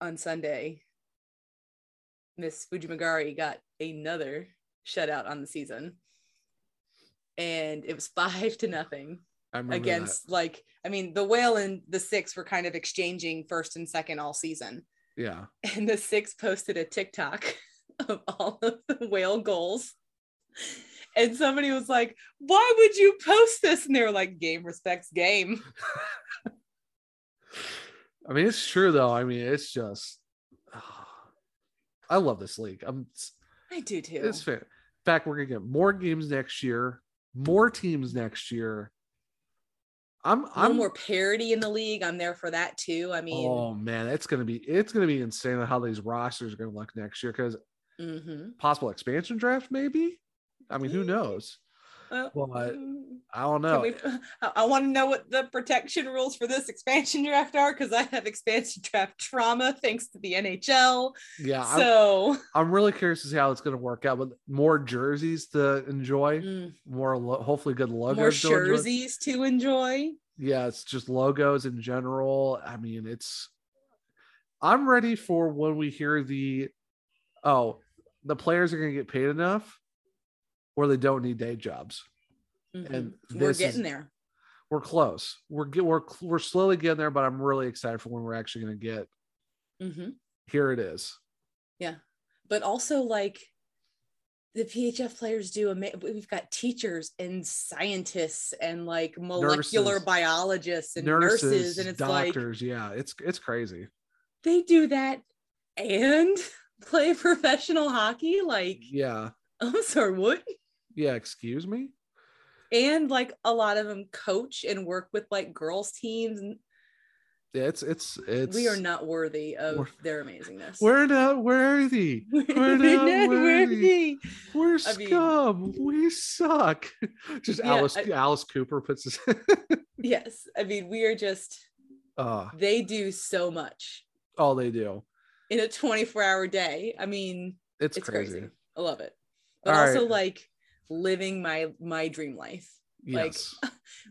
S2: on sunday miss fujimagari got another shutout on the season and it was five to nothing
S3: I remember that.
S2: against like i mean the whale and the six were kind of exchanging first and second all season
S3: yeah,
S2: and the six posted a TikTok of all of the whale goals. And somebody was like, Why would you post this? And they were like, Game respects game.
S3: I mean it's true though. I mean it's just, I love this league. I'm
S2: I do too.
S3: it's fair. In fact, we're gonna get more games next year, more teams next year. I'm
S2: A
S3: I'm
S2: little more parity in the league. I'm there for that too. I mean,
S3: oh man, it's gonna be it's gonna be insane how these rosters are gonna look next year because
S2: mhm.
S3: possible expansion draft, maybe. I mean, who
S2: Mm.
S3: knows?
S2: Well,
S3: Well, I-
S2: mm,
S3: I
S2: can
S3: don't know.
S2: we, I, want to know what the protection rules for this expansion draft are because I have expansion draft trauma thanks to the NHL.
S3: yeah,
S2: so,
S3: I'm, I'm really curious to see how it's going to work out with more jerseys to enjoy,
S2: mm,
S3: more lo- hopefully good logos.
S2: more
S3: to enjoy.
S2: jerseys to enjoy.
S3: Yeah, it's just logos in general. I mean, it's. I'm ready for when we hear the, oh, the players are going to get paid enough, or they don't need day jobs.
S2: Mhm.
S3: And
S2: we're
S3: this is-
S2: getting there.
S3: We're close. We're get, we're we're slowly getting there, but I'm really excited for when we're actually going to get.
S2: hmm
S3: Here it is.
S2: But also, like the PHF players do, ama- we've got teachers and scientists and like molecular
S3: Nurses.
S2: biologists and nurses, and it's like
S3: doctors. yeah, it's it's crazy.
S2: they do that and play professional hockey. Like,
S3: Yeah,
S2: I'm sorry, what?
S3: yeah. Excuse me.
S2: and like a lot of them coach and work with like girls teams and
S3: Yeah, it's it's it's
S2: we are not worthy of
S3: We're-
S2: their amazingness
S3: we're not worthy. We're not worthy. We're
S2: I mean-
S3: scum. we suck. Just
S2: Yeah,
S3: Alice
S2: I-
S3: Alice Cooper puts this.
S2: yes i mean we are just
S3: uh,
S2: they do so much
S3: all they do.
S2: in a 24 hour day i mean
S3: It's,
S2: it's
S3: crazy.
S2: crazy. i love it but
S3: All
S2: also
S3: right.
S2: like living my my dream life like,
S3: Yes.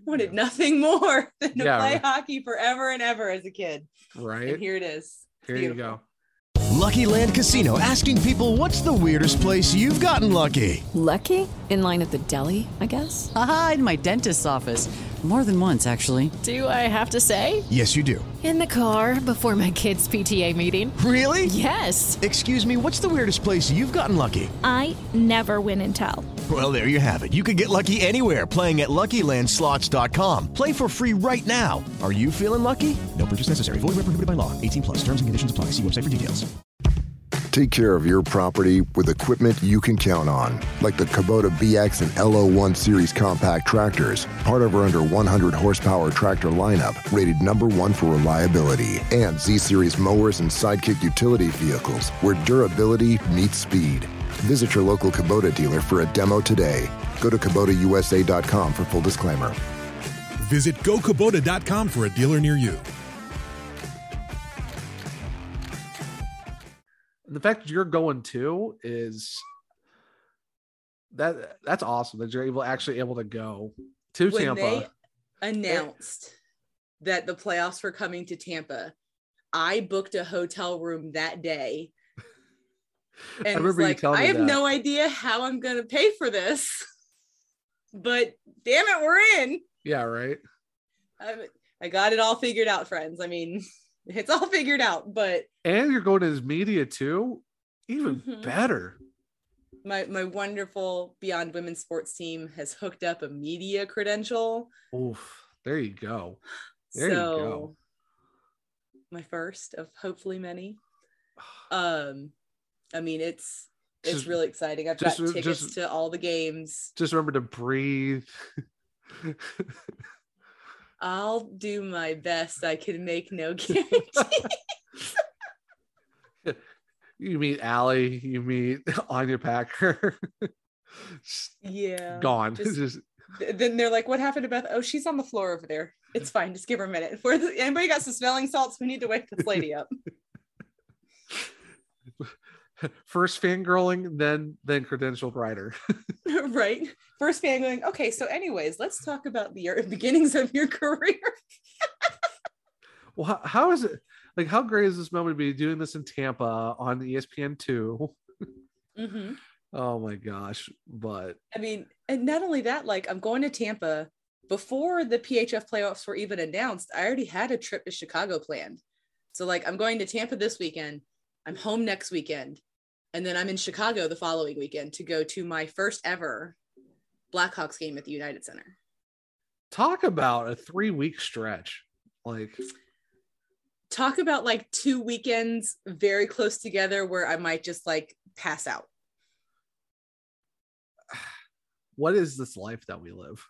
S2: wanted nothing more than to
S3: Yeah,
S2: play
S3: right.
S2: hockey forever and ever as a kid
S3: right.
S2: and
S3: Here,
S2: here it is
S3: you
S2: beautiful.
S3: go.
S6: Lucky Land Casino asking people what's the weirdest place you've gotten lucky?
S7: Lucky? In line at the deli, I guess?
S8: Aha, in my dentist's office. More than once, actually.
S7: Do I have to say?
S6: Yes, you do.
S9: In the car before my kids' PTA meeting.
S6: Really?
S7: Yes.
S6: Excuse me, what's the weirdest place you've gotten lucky?
S10: I never win and tell.
S6: Well, there you have it. You can get lucky anywhere playing at LuckyLandSlots.com. Play for free right now. Are you feeling lucky? No purchase necessary. Void where prohibited by law. 18 plus. Terms and conditions apply. See website for details.
S11: Take care of your property with equipment you can count on, like the Kubota BX and LO1 series compact tractors, part of our under 100 horsepower tractor lineup, rated number one for reliability, and Z series mowers and sidekick utility vehicles, where durability meets speed. Visit your local Kubota dealer for a demo today. Go to KubotaUSA.com for full disclaimer.
S12: Visit gokubota.com for a dealer near you.
S3: And the fact that you're going to is that that's awesome that you're able actually able to go to
S2: when
S3: Tampa.
S2: they announced that the playoffs were coming to Tampa, I booked a hotel room that day. And I
S3: remember you
S2: like,
S3: telling
S2: I
S3: me
S2: have
S3: that."
S2: no idea how I'm going to pay for this, but damn it, we're in.
S3: yeah, right.
S2: I, I got it all figured out, friends. I mean, it's all figured out, but
S3: And you're going to his media too. Even
S2: Mhm.
S3: better.
S2: my, my wonderful Beyond Women's Sports team has hooked up a media credential.
S3: Oof. There you go. There you
S2: so,
S3: go.
S2: my first of hopefully many. Um, I mean, it's it's
S3: Just-
S2: really exciting. I've
S3: just-
S2: got tickets
S3: just-
S2: to all the games.
S3: Just remember to breathe.
S2: I'll do my best. I can make no guarantee.
S3: you meet Allie, you meet Anya Packer. Just
S2: yeah.
S3: gone.
S2: just-
S3: Just-
S2: Th- Then they're like, "What happened to Beth? Oh, she's on the floor over there. It's fine. Just give her a minute. Where the, anybody got some smelling salts? We need to wake this lady up."
S3: first fangirling, then then credential writer.
S2: right. First fan going. Okay. So, anyways, let's talk about the your- beginnings of your career.
S3: Well, how, how is it like how great is this moment to be doing this in Tampa on E ESPN two?
S2: Mm-hmm.
S3: Oh my gosh. But
S2: I mean, and not only that, like I'm going to Tampa before the PHF playoffs were even announced. I already had a trip to Chicago planned. So like I'm going to Tampa this weekend. I'm home next weekend. And then I'm in Chicago the following weekend to go to my first ever Blackhawks game at the United Center.
S3: talk about a three week stretch. Like
S2: Talk about like two weekends very close together where I might just like pass out.
S3: what is this life that we live?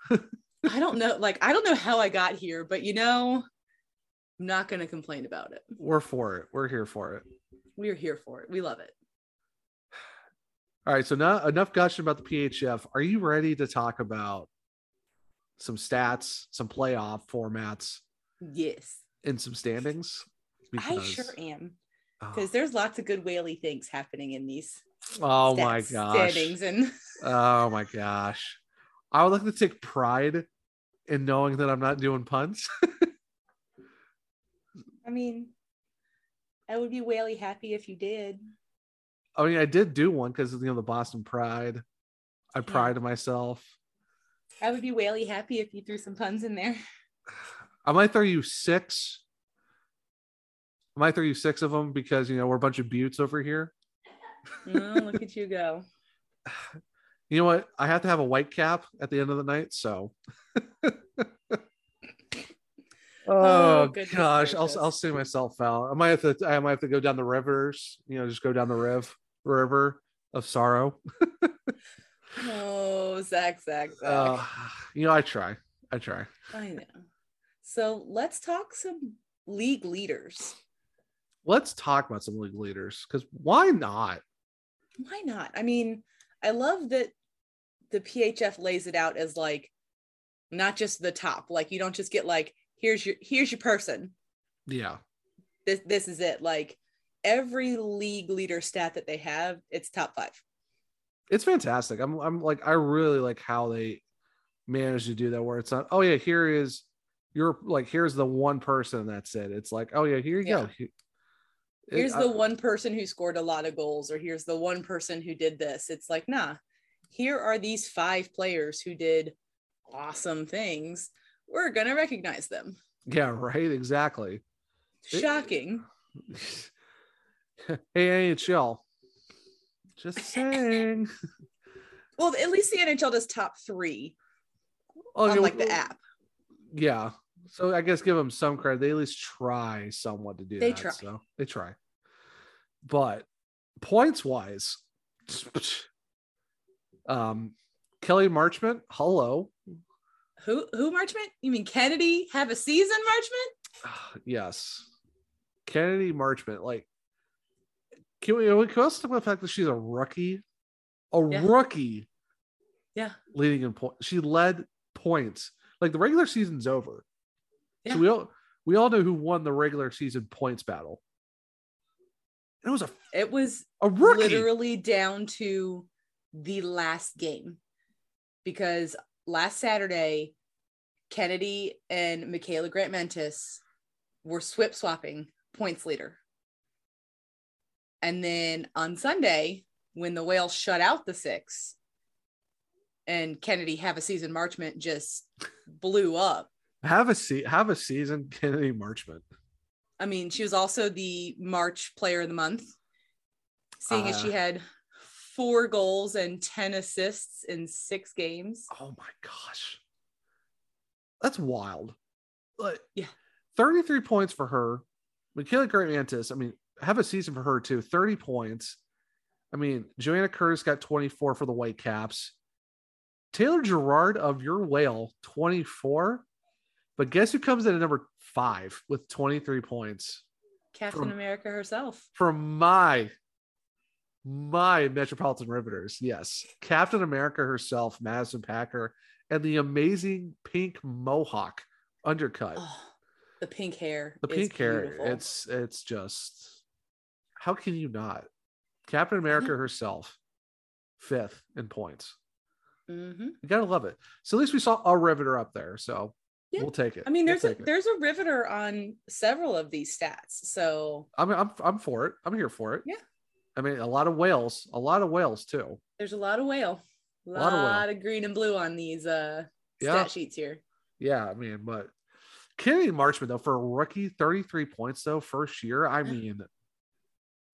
S2: I don't know like I don't know how I got here, but you know, I'm not going to complain about it.
S3: We're for it. We're here for it.
S2: We're here for it. We love it.
S3: All right. So now enough gushing about the PHF. Are you ready to talk about some stats, some playoff formats,
S2: Yes.
S3: and some standings?
S2: I sure am
S3: oh,
S2: because there's lots of good whaley things happening in these
S3: oh my
S2: stats,
S3: gosh.
S2: standings and
S3: Oh my gosh. I would like to take pride in knowing that I'm not doing puns.
S2: I mean I would be whaley happy if you did.
S3: I mean, I did do one because you know the Boston Pride. I pride myself.
S2: I would be whaley happy if you threw some puns in there.
S3: I might throw you six. I might throw you six of them because you know we're a bunch of buttes over here.
S2: Oh, look at you go.
S3: You know what? I have to have a white cap at the end of the night, so.
S2: Oh,
S3: oh
S2: goodness
S3: gosh, I'll
S2: gracious.
S3: I'll see myself out. I might have to I might have to go down the rivers. You know, just go down the riv river of sorrow.
S2: Oh, Zach, Zach, Zach.
S3: Uh, you know, I try. I try.
S2: I know. So let's talk some league leaders.
S3: Let's talk about some league leaders because why not?
S2: Why not? I mean, I love that the PHF lays it out as like not just the top. Like you don't just get like here's your here's your person.
S3: Yeah.
S2: This this is it. Like every league leader stat that they have, it's top five.
S3: It's fantastic. I'm I'm like I really like how they manage to do that where it's not, oh yeah, here is your like here's the one person that's it. It's like, oh yeah, here you
S2: Yeah.
S3: go. He- uh, it-
S2: Here's
S3: I-
S2: the one person who scored a lot of goals, or here's the one person who did this. It's like, nah, here are these five players who did awesome things. We're gonna recognize them.
S3: yeah, right, exactly. It-
S2: Shocking.
S3: hey NHL. Just saying.
S2: Well, at least the NHL does top three
S3: Oh,
S2: on
S3: you-
S2: like the app.
S3: Yeah. So I guess give them some credit. They at least try somewhat to do
S2: They
S3: that.
S2: try.
S3: So they try. But points wise, um, Kelly Marchment, hello.
S2: Who who Marchment? You mean Kennedy have a season, Marchment?
S3: Yes. Kennedy Marchment, like, can we, can we also talk about the fact that she's a rookie? A
S2: Yeah.
S3: rookie
S2: Yeah.
S3: leading in points. She led points. Like the regular season's over.
S2: Yeah.
S3: So we all we all know who won the regular season points battle. It was a,
S2: It was
S3: a rookie.
S2: literally down to the last game because last Saturday, Kennedy and Michaela Grant Mentis were swip swapping points leader. And then on Sunday, when the Whales shut out the six and Kennedy have a season Marchment just blew up.
S3: Have a seat. Have a season, Kennedy Marchman.
S2: I mean, she was also the March player of the month, seeing as she
S3: Uh.
S2: had four goals and 10 assists in six games.
S3: Oh my gosh, that's wild. Like,
S2: Yeah.
S3: thirty-three points for her. Michaela Grant Mantis. I mean, have a season for her too. Thirty points. I mean, Joanna Curtis got twenty-four for the Whitecaps. Taylor Gerard of your whale twenty-four. But guess who comes in at number five with twenty-three points?
S2: Captain
S3: From-
S2: America herself.
S3: for my my metropolitan riveters yes captain america herself madison packer and the amazing pink mohawk undercut
S2: Oh, the pink hair.
S3: the
S2: is
S3: pink hair
S2: beautiful.
S3: it's it's just how can you not captain america herself fifth in points
S2: Mhm.
S3: you gotta love it so at least we saw a riveter up there so
S2: Yeah.
S3: we'll take it
S2: I mean,
S3: We'll
S2: there's a
S3: take it.
S2: there's a riveter on several of these stats. So
S3: I'm, I'm i'm for it i'm here for it
S2: Yeah.
S3: i mean a lot of whales a lot of whales too
S2: there's a lot of whale. A
S3: Lot
S2: lot,
S3: of whale.
S2: of green and blue on these uh
S3: Yeah.
S2: stat sheets here.
S3: Yeah, I mean, but Kennedy Marchman though for a rookie, thirty three points though first year. I
S2: Yeah.
S3: mean,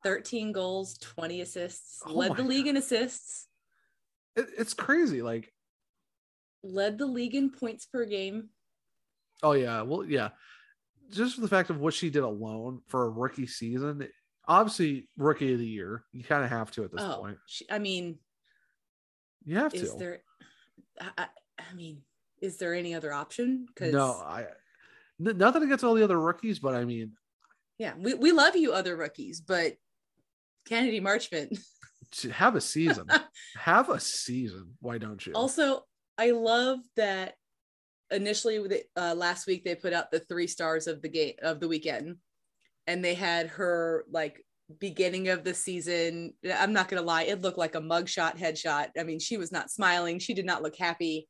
S2: 13 goals, 20 assists,
S3: Oh
S2: led
S3: my
S2: the league in assists.
S3: it, it's crazy. Like,
S2: led the league in points per game.
S3: oh yeah, well yeah, just for the fact of what she did alone for a rookie season. Obviously, rookie of the year. You kind of have to at this
S2: oh,
S3: point.
S2: she- I mean,
S3: You have
S2: is
S3: to.
S2: there? I, I, I mean, is there any other option? Because
S3: no, I n- nothing against all the other rookies, but I mean,
S2: yeah, we, we love you, other rookies, but Kennedy Marchment.
S3: to have a season, have a season. Why don't you?
S2: Also, I love that initially with it, uh, last week they put out the three stars of the game of the weekend, and they had her like beginning of the season. I'm not gonna lie, it looked like a mugshot headshot. I mean, she was not smiling. She did not look happy.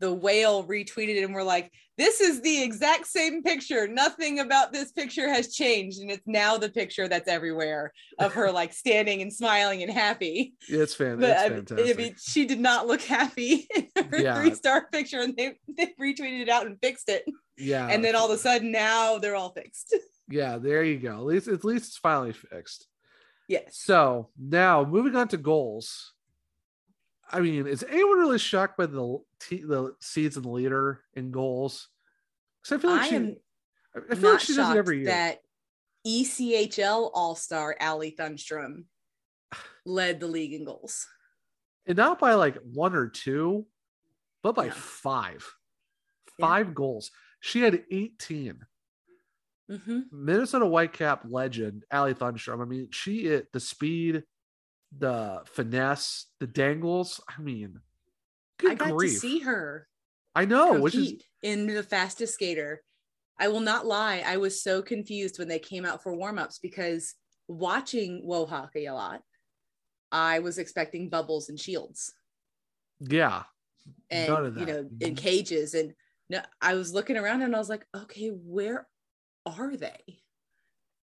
S2: The whale retweeted it and we're like, this is the exact same picture. Nothing about this picture has changed. And it's now the picture that's everywhere of her like standing and smiling and happy
S3: it's fan-
S2: but
S3: it's
S2: I mean,
S3: fantastic.
S2: I mean, she did not look happy in her
S3: Yeah.
S2: three star picture, and they, they retweeted it out and fixed it.
S3: yeah,
S2: and then all of a sudden, now they're all fixed.
S3: yeah, there you go. At least, at least it's finally fixed.
S2: yes.
S3: So now moving on to goals. I mean, is anyone really shocked by the t- the season leader in goals? Because I feel like
S2: I
S3: she,
S2: am
S3: I- I feel
S2: not
S3: like she does
S2: shocked
S3: it every year.
S2: that E ECHL All Star Allie Thunstrom led the league in goals.
S3: and not by like one or two, but by five, five goals. She had 18.
S2: Mm-hmm.
S3: Minnesota Whitecap legend Allie Thunstrom. I mean, she it the speed, the finesse, the dangles. I mean, good
S2: I got
S3: grief.
S2: to see her
S3: I know, which is
S2: compete in the fastest skater. I will not lie, I was so confused when they came out for warm-ups because watching Woe hockey a lot, I was expecting bubbles and shields
S3: yeah.
S2: and
S3: None of
S2: you
S3: that. Mm-hmm.
S2: know in cages and no, I was looking around and I was like, okay, where are they?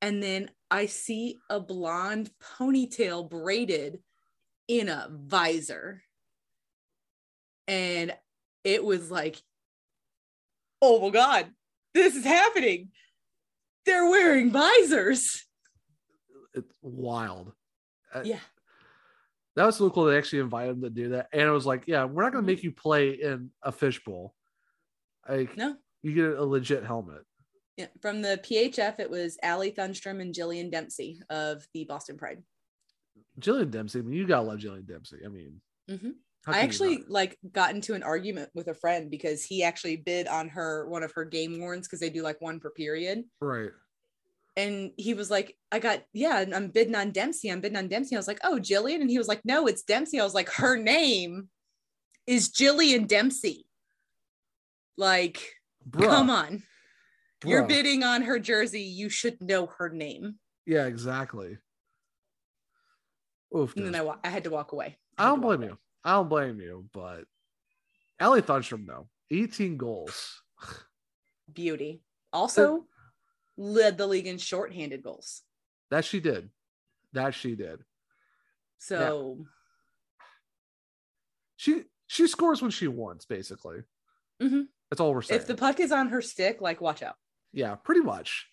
S2: And then I see a blonde ponytail braided in a visor. And it was like, oh my God, this is happening. They're wearing visors.
S3: It's wild. Uh,
S2: Yeah.
S3: That was so cool. They actually invited them to do that, and it was like, yeah, we're not
S2: Mm-hmm.
S3: going to make you play in a fishbowl. Like,
S2: No.
S3: you get a legit helmet.
S2: Yeah. From the PHF, it was Allie Thunstrom and Jillian Dempsey of the Boston Pride.
S3: Jillian Dempsey. I mean, you gotta love Jillian Dempsey. I mean,
S2: hmm
S3: how
S2: I
S3: can you not?
S2: actually like got into an argument with a friend because he actually bid on her one of her game warrants because they do like one per period.
S3: right.
S2: And he was like, I got, yeah, and I'm bidding on Dempsey. I'm bidding on Dempsey. I was like, oh, Jillian. And he was like, no, it's Dempsey. I was like, her name is Jillian Dempsey. Like,
S3: Bruh,
S2: come on. You're
S3: bruh.
S2: bidding on her jersey. You should know her name.
S3: Yeah, exactly. Oof.
S2: And then
S3: dude.
S2: I, wa- I had to walk away.
S3: I don't blame you. I don't blame you, but Allie Thunstrom though, 18 goals.
S2: Beauty. Also led the league in shorthanded goals.
S3: That she did. That she did.
S2: So.
S3: She she scores when she wants, basically.
S2: Mhm.
S3: That's all we're saying.
S2: If the puck is on her stick, like watch out.
S3: yeah, pretty much.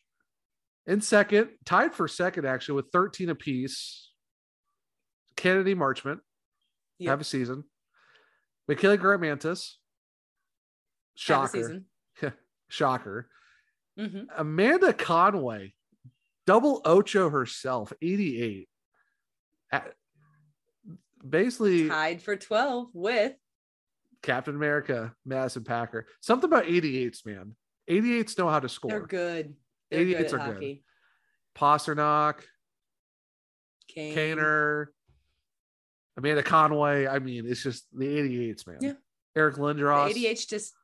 S3: In second, tied for second, actually, with 13 apiece. Kennedy Marchment
S2: Yep.
S3: have a season. Michaela Grant Mantis.
S2: Have a
S3: Shocker. Shocker.
S2: Mhm.
S3: Amanda Conway, double Ocho herself, 88. At- basically,
S2: Tied for 12 with
S3: Captain America, Madison Packer. Something about 88s, man. 88s know how to
S2: they're
S3: score.
S2: good. They're good
S3: 88s
S2: at
S3: are good.
S2: hockey.
S3: Pasternak,
S2: Kane.
S3: Kaner, Amanda Conway. I mean, it's just the 88s, man.
S2: Yeah.
S3: Eric
S2: The
S3: Lindros,
S2: 88's just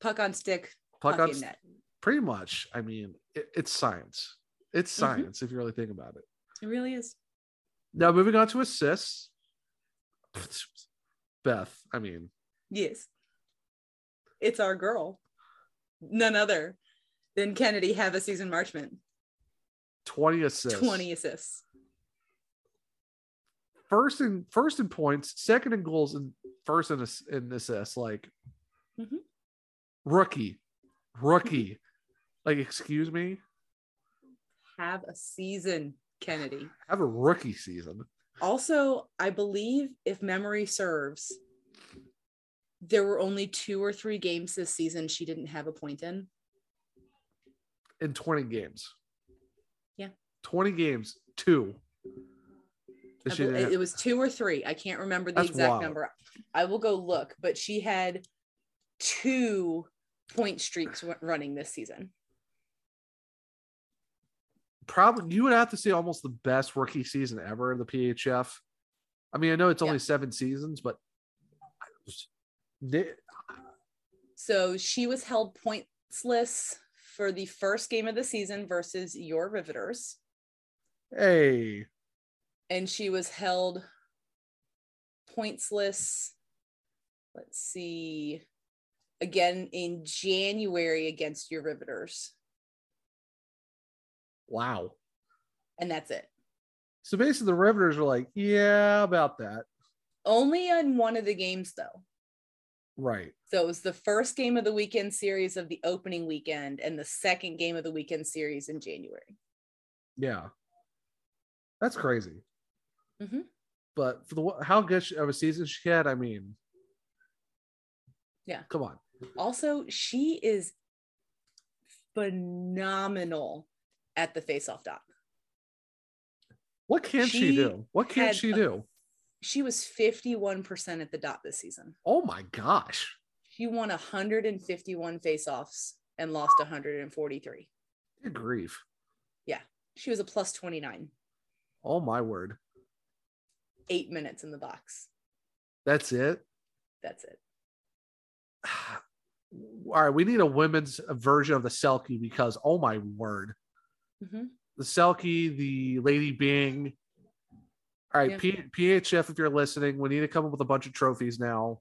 S2: puck on stick,
S3: Puck
S2: puck,
S3: on
S2: in
S3: s-
S2: net.
S3: pretty much. I mean, it, it's science. It's
S2: Mhm.
S3: science if you really think about it.
S2: It really is.
S3: Now, moving on to assists. Beth, I mean,
S2: Yes. It's our girl. None other than Kennedy have a season Marchman.
S3: 20 assists.
S2: 20 assists.
S3: First in first in points, second in goals, and first in ass- in assists. Like
S2: Mhm.
S3: rookie,
S2: Mm-hmm.
S3: rookie. like, excuse me,
S2: Have a season, Kennedy.
S3: have a rookie season.
S2: Also, I believe if memory serves, there were only two or three games this season she didn't have a point in.
S3: in 20 games.
S2: Yeah.
S3: 20 games, two. That
S2: I
S3: she
S2: bel-
S3: didn't-
S2: it it was two or three. I can't remember the
S3: That's
S2: exact
S3: wild.
S2: number. I will go look, but she had two point streaks w- running this season.
S3: probably you would have to say almost the best rookie season ever in the PHF. I mean, I know it's only
S2: Yeah.
S3: seven seasons, but I was- they-
S2: So she was held pointless for the first game of the season versus your Riveters,
S3: hey,
S2: and she was held pointless. Let's see, again in January against your Riveters,
S3: wow.
S2: and that's it.
S3: So basically, the Riveters were like, yeah, about that.
S2: Only on one of the games though.
S3: Right.
S2: So it was the first game of the weekend series of the opening weekend and the second game of the weekend series in January.
S3: Yeah. That's crazy.
S2: Mhm.
S3: But for the wa- how good of a season she had, I mean,
S2: Yeah.
S3: come on.
S2: Also, she is phenomenal at the face-off dot.
S3: What can she,
S2: She
S3: do? What can
S2: had
S3: she
S2: a
S3: do?
S2: she was 51% at the dot this season.
S3: Oh my gosh.
S2: She won 151 faceoffs and lost 143.
S3: Good grief.
S2: Yeah. She was a plus 29.
S3: Oh my word.
S2: Eight minutes in the box.
S3: That's it.
S2: That's it.
S3: All right. We need a women's version of the Selkie because, oh my word. Mm-hmm. The Selkie, the Lady Bing. All right. Yeah. P- PHF, if you're listening, we need to come up with a bunch of trophies now.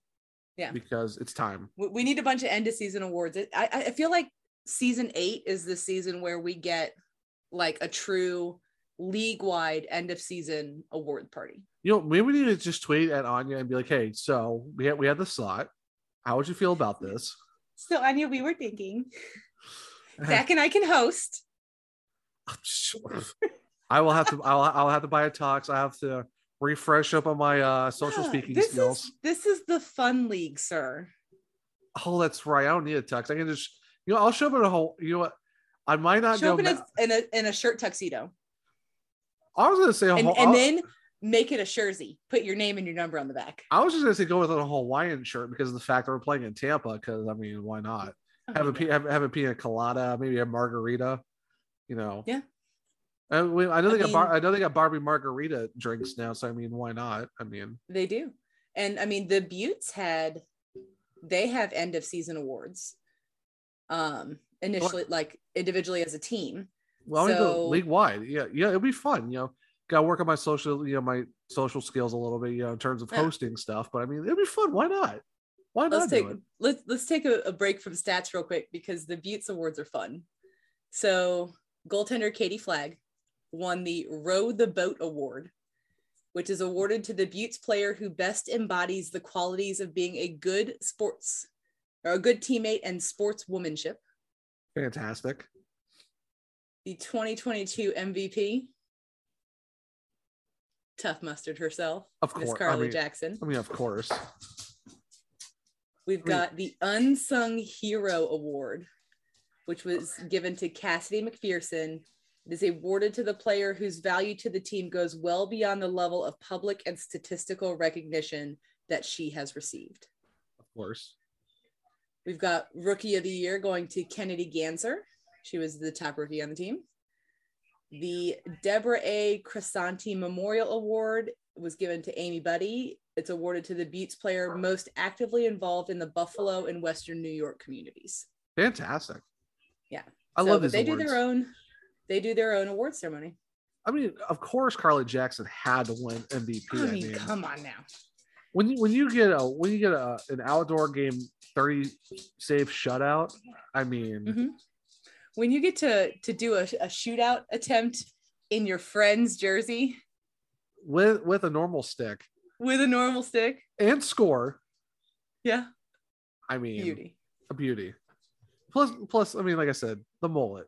S2: Yeah.
S3: Because it's time.
S2: We need a bunch of end of season awards. I, I feel like season eight is the season where we get like a true league wide end of season award party.
S3: You know, maybe we need to just tweet at Anya and be like, hey, so we had we had the slot. How would you feel about this?
S2: So Anya, we were thinking Zach and I can host.
S3: I'm sure. I will have to I'll, I'll have to buy a talks. I have to refresh up on my uh social yeah, speaking
S2: this
S3: skills.
S2: Is, this is the fun league, sir.
S3: Oh, that's right. I don't need a tux. I can just you know, I'll show up in a whole you know what I might not
S2: show up in, ma- a, in, a, in a shirt tuxedo.
S3: I was gonna say,
S2: and, whole, and was, then make it a jersey. Put your name and your number on the back.
S3: I was just gonna say go with a Hawaiian shirt because of the fact that we're playing in Tampa. Because I mean, why not oh, have a yeah. have, have a pina colada, maybe a margarita. You know.
S2: Yeah.
S3: I, mean, I know I they mean, got bar- I know they got Barbie margarita drinks now. So I mean, why not? I mean,
S2: they do, and I mean the Buttes had they have end of season awards. Um, initially, what? like individually as a team,
S3: well, so, league wide. Yeah, yeah, it'll be fun. You know, got to work on my social, you know, my social skills a little bit, you know, in terms of yeah. hosting stuff. But I mean, it'll be fun. Why not? Why
S2: let's
S3: not?
S2: Take, let's let's take a, a, break from stats real quick because the Buttes Awards are fun. So goaltender Katie Flagg won the Row the Boat Award, which is awarded to the Buttes player who best embodies the qualities of being a good sports or a good teammate and sportswomanship.
S3: Fantastic
S2: the 2022 MVP. Tough mustard herself,
S3: of course,
S2: Miss Carly
S3: I mean,
S2: Jackson.
S3: I mean, of course.
S2: We've I got mean, the Unsung Hero Award, which was given to Cassidy McPherson. It is awarded to the player whose value to the team goes well beyond the level of public and statistical recognition that she has received.
S3: Of course.
S2: We've got Rookie of the Year going to Kennedy Ganser. She was the top rookie on the team. The Deborah A. Cressanti Memorial Award was given to Amy Buddy. It's awarded to the Beats player most actively involved in the Buffalo and Western New York communities.
S3: Fantastic.
S2: Yeah.
S3: I so, love these
S2: they
S3: awards.
S2: do their own they do their own award ceremony.
S3: I mean, of course Carly Jackson had to win MVP.
S2: I mean, I mean. come on now.
S3: When you, when you get a when you get a, an outdoor game 30 save shutout, I mean mm-hmm
S2: when you get to to do a, a, shootout attempt in your friend's jersey
S3: with with a normal stick
S2: with a normal stick
S3: and score
S2: yeah
S3: i mean
S2: beauty
S3: a beauty plus plus i mean like i said the mullet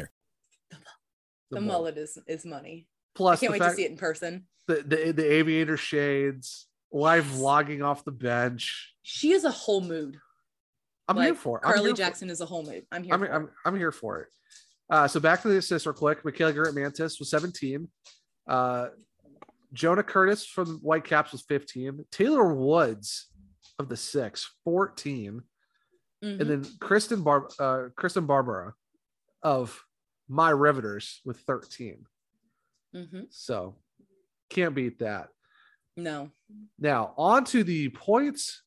S2: The, the, mullet is is money.
S3: Plus,
S2: I can't wait to see it in person.
S3: The, the the aviator shades, live vlogging off the bench.
S2: She is a whole mood.
S3: I'm like, here for it.
S2: Carly
S3: for
S2: Jackson
S3: it.
S2: is a whole mood. I'm here.
S3: I'm,
S2: for
S3: I'm,
S2: it.
S3: I'm here for it. Uh, so back to the assist real quick. Michaela Garrett Mantis was 17. Uh, Jonah Curtis from White Caps was 15. Taylor Woods of the six, 14. Mm-hmm. And then Kristen Bar uh, Kristen Barbara of my Riveters with 13. Mm-hmm. So can't beat that.
S2: No.
S3: Now, on to the points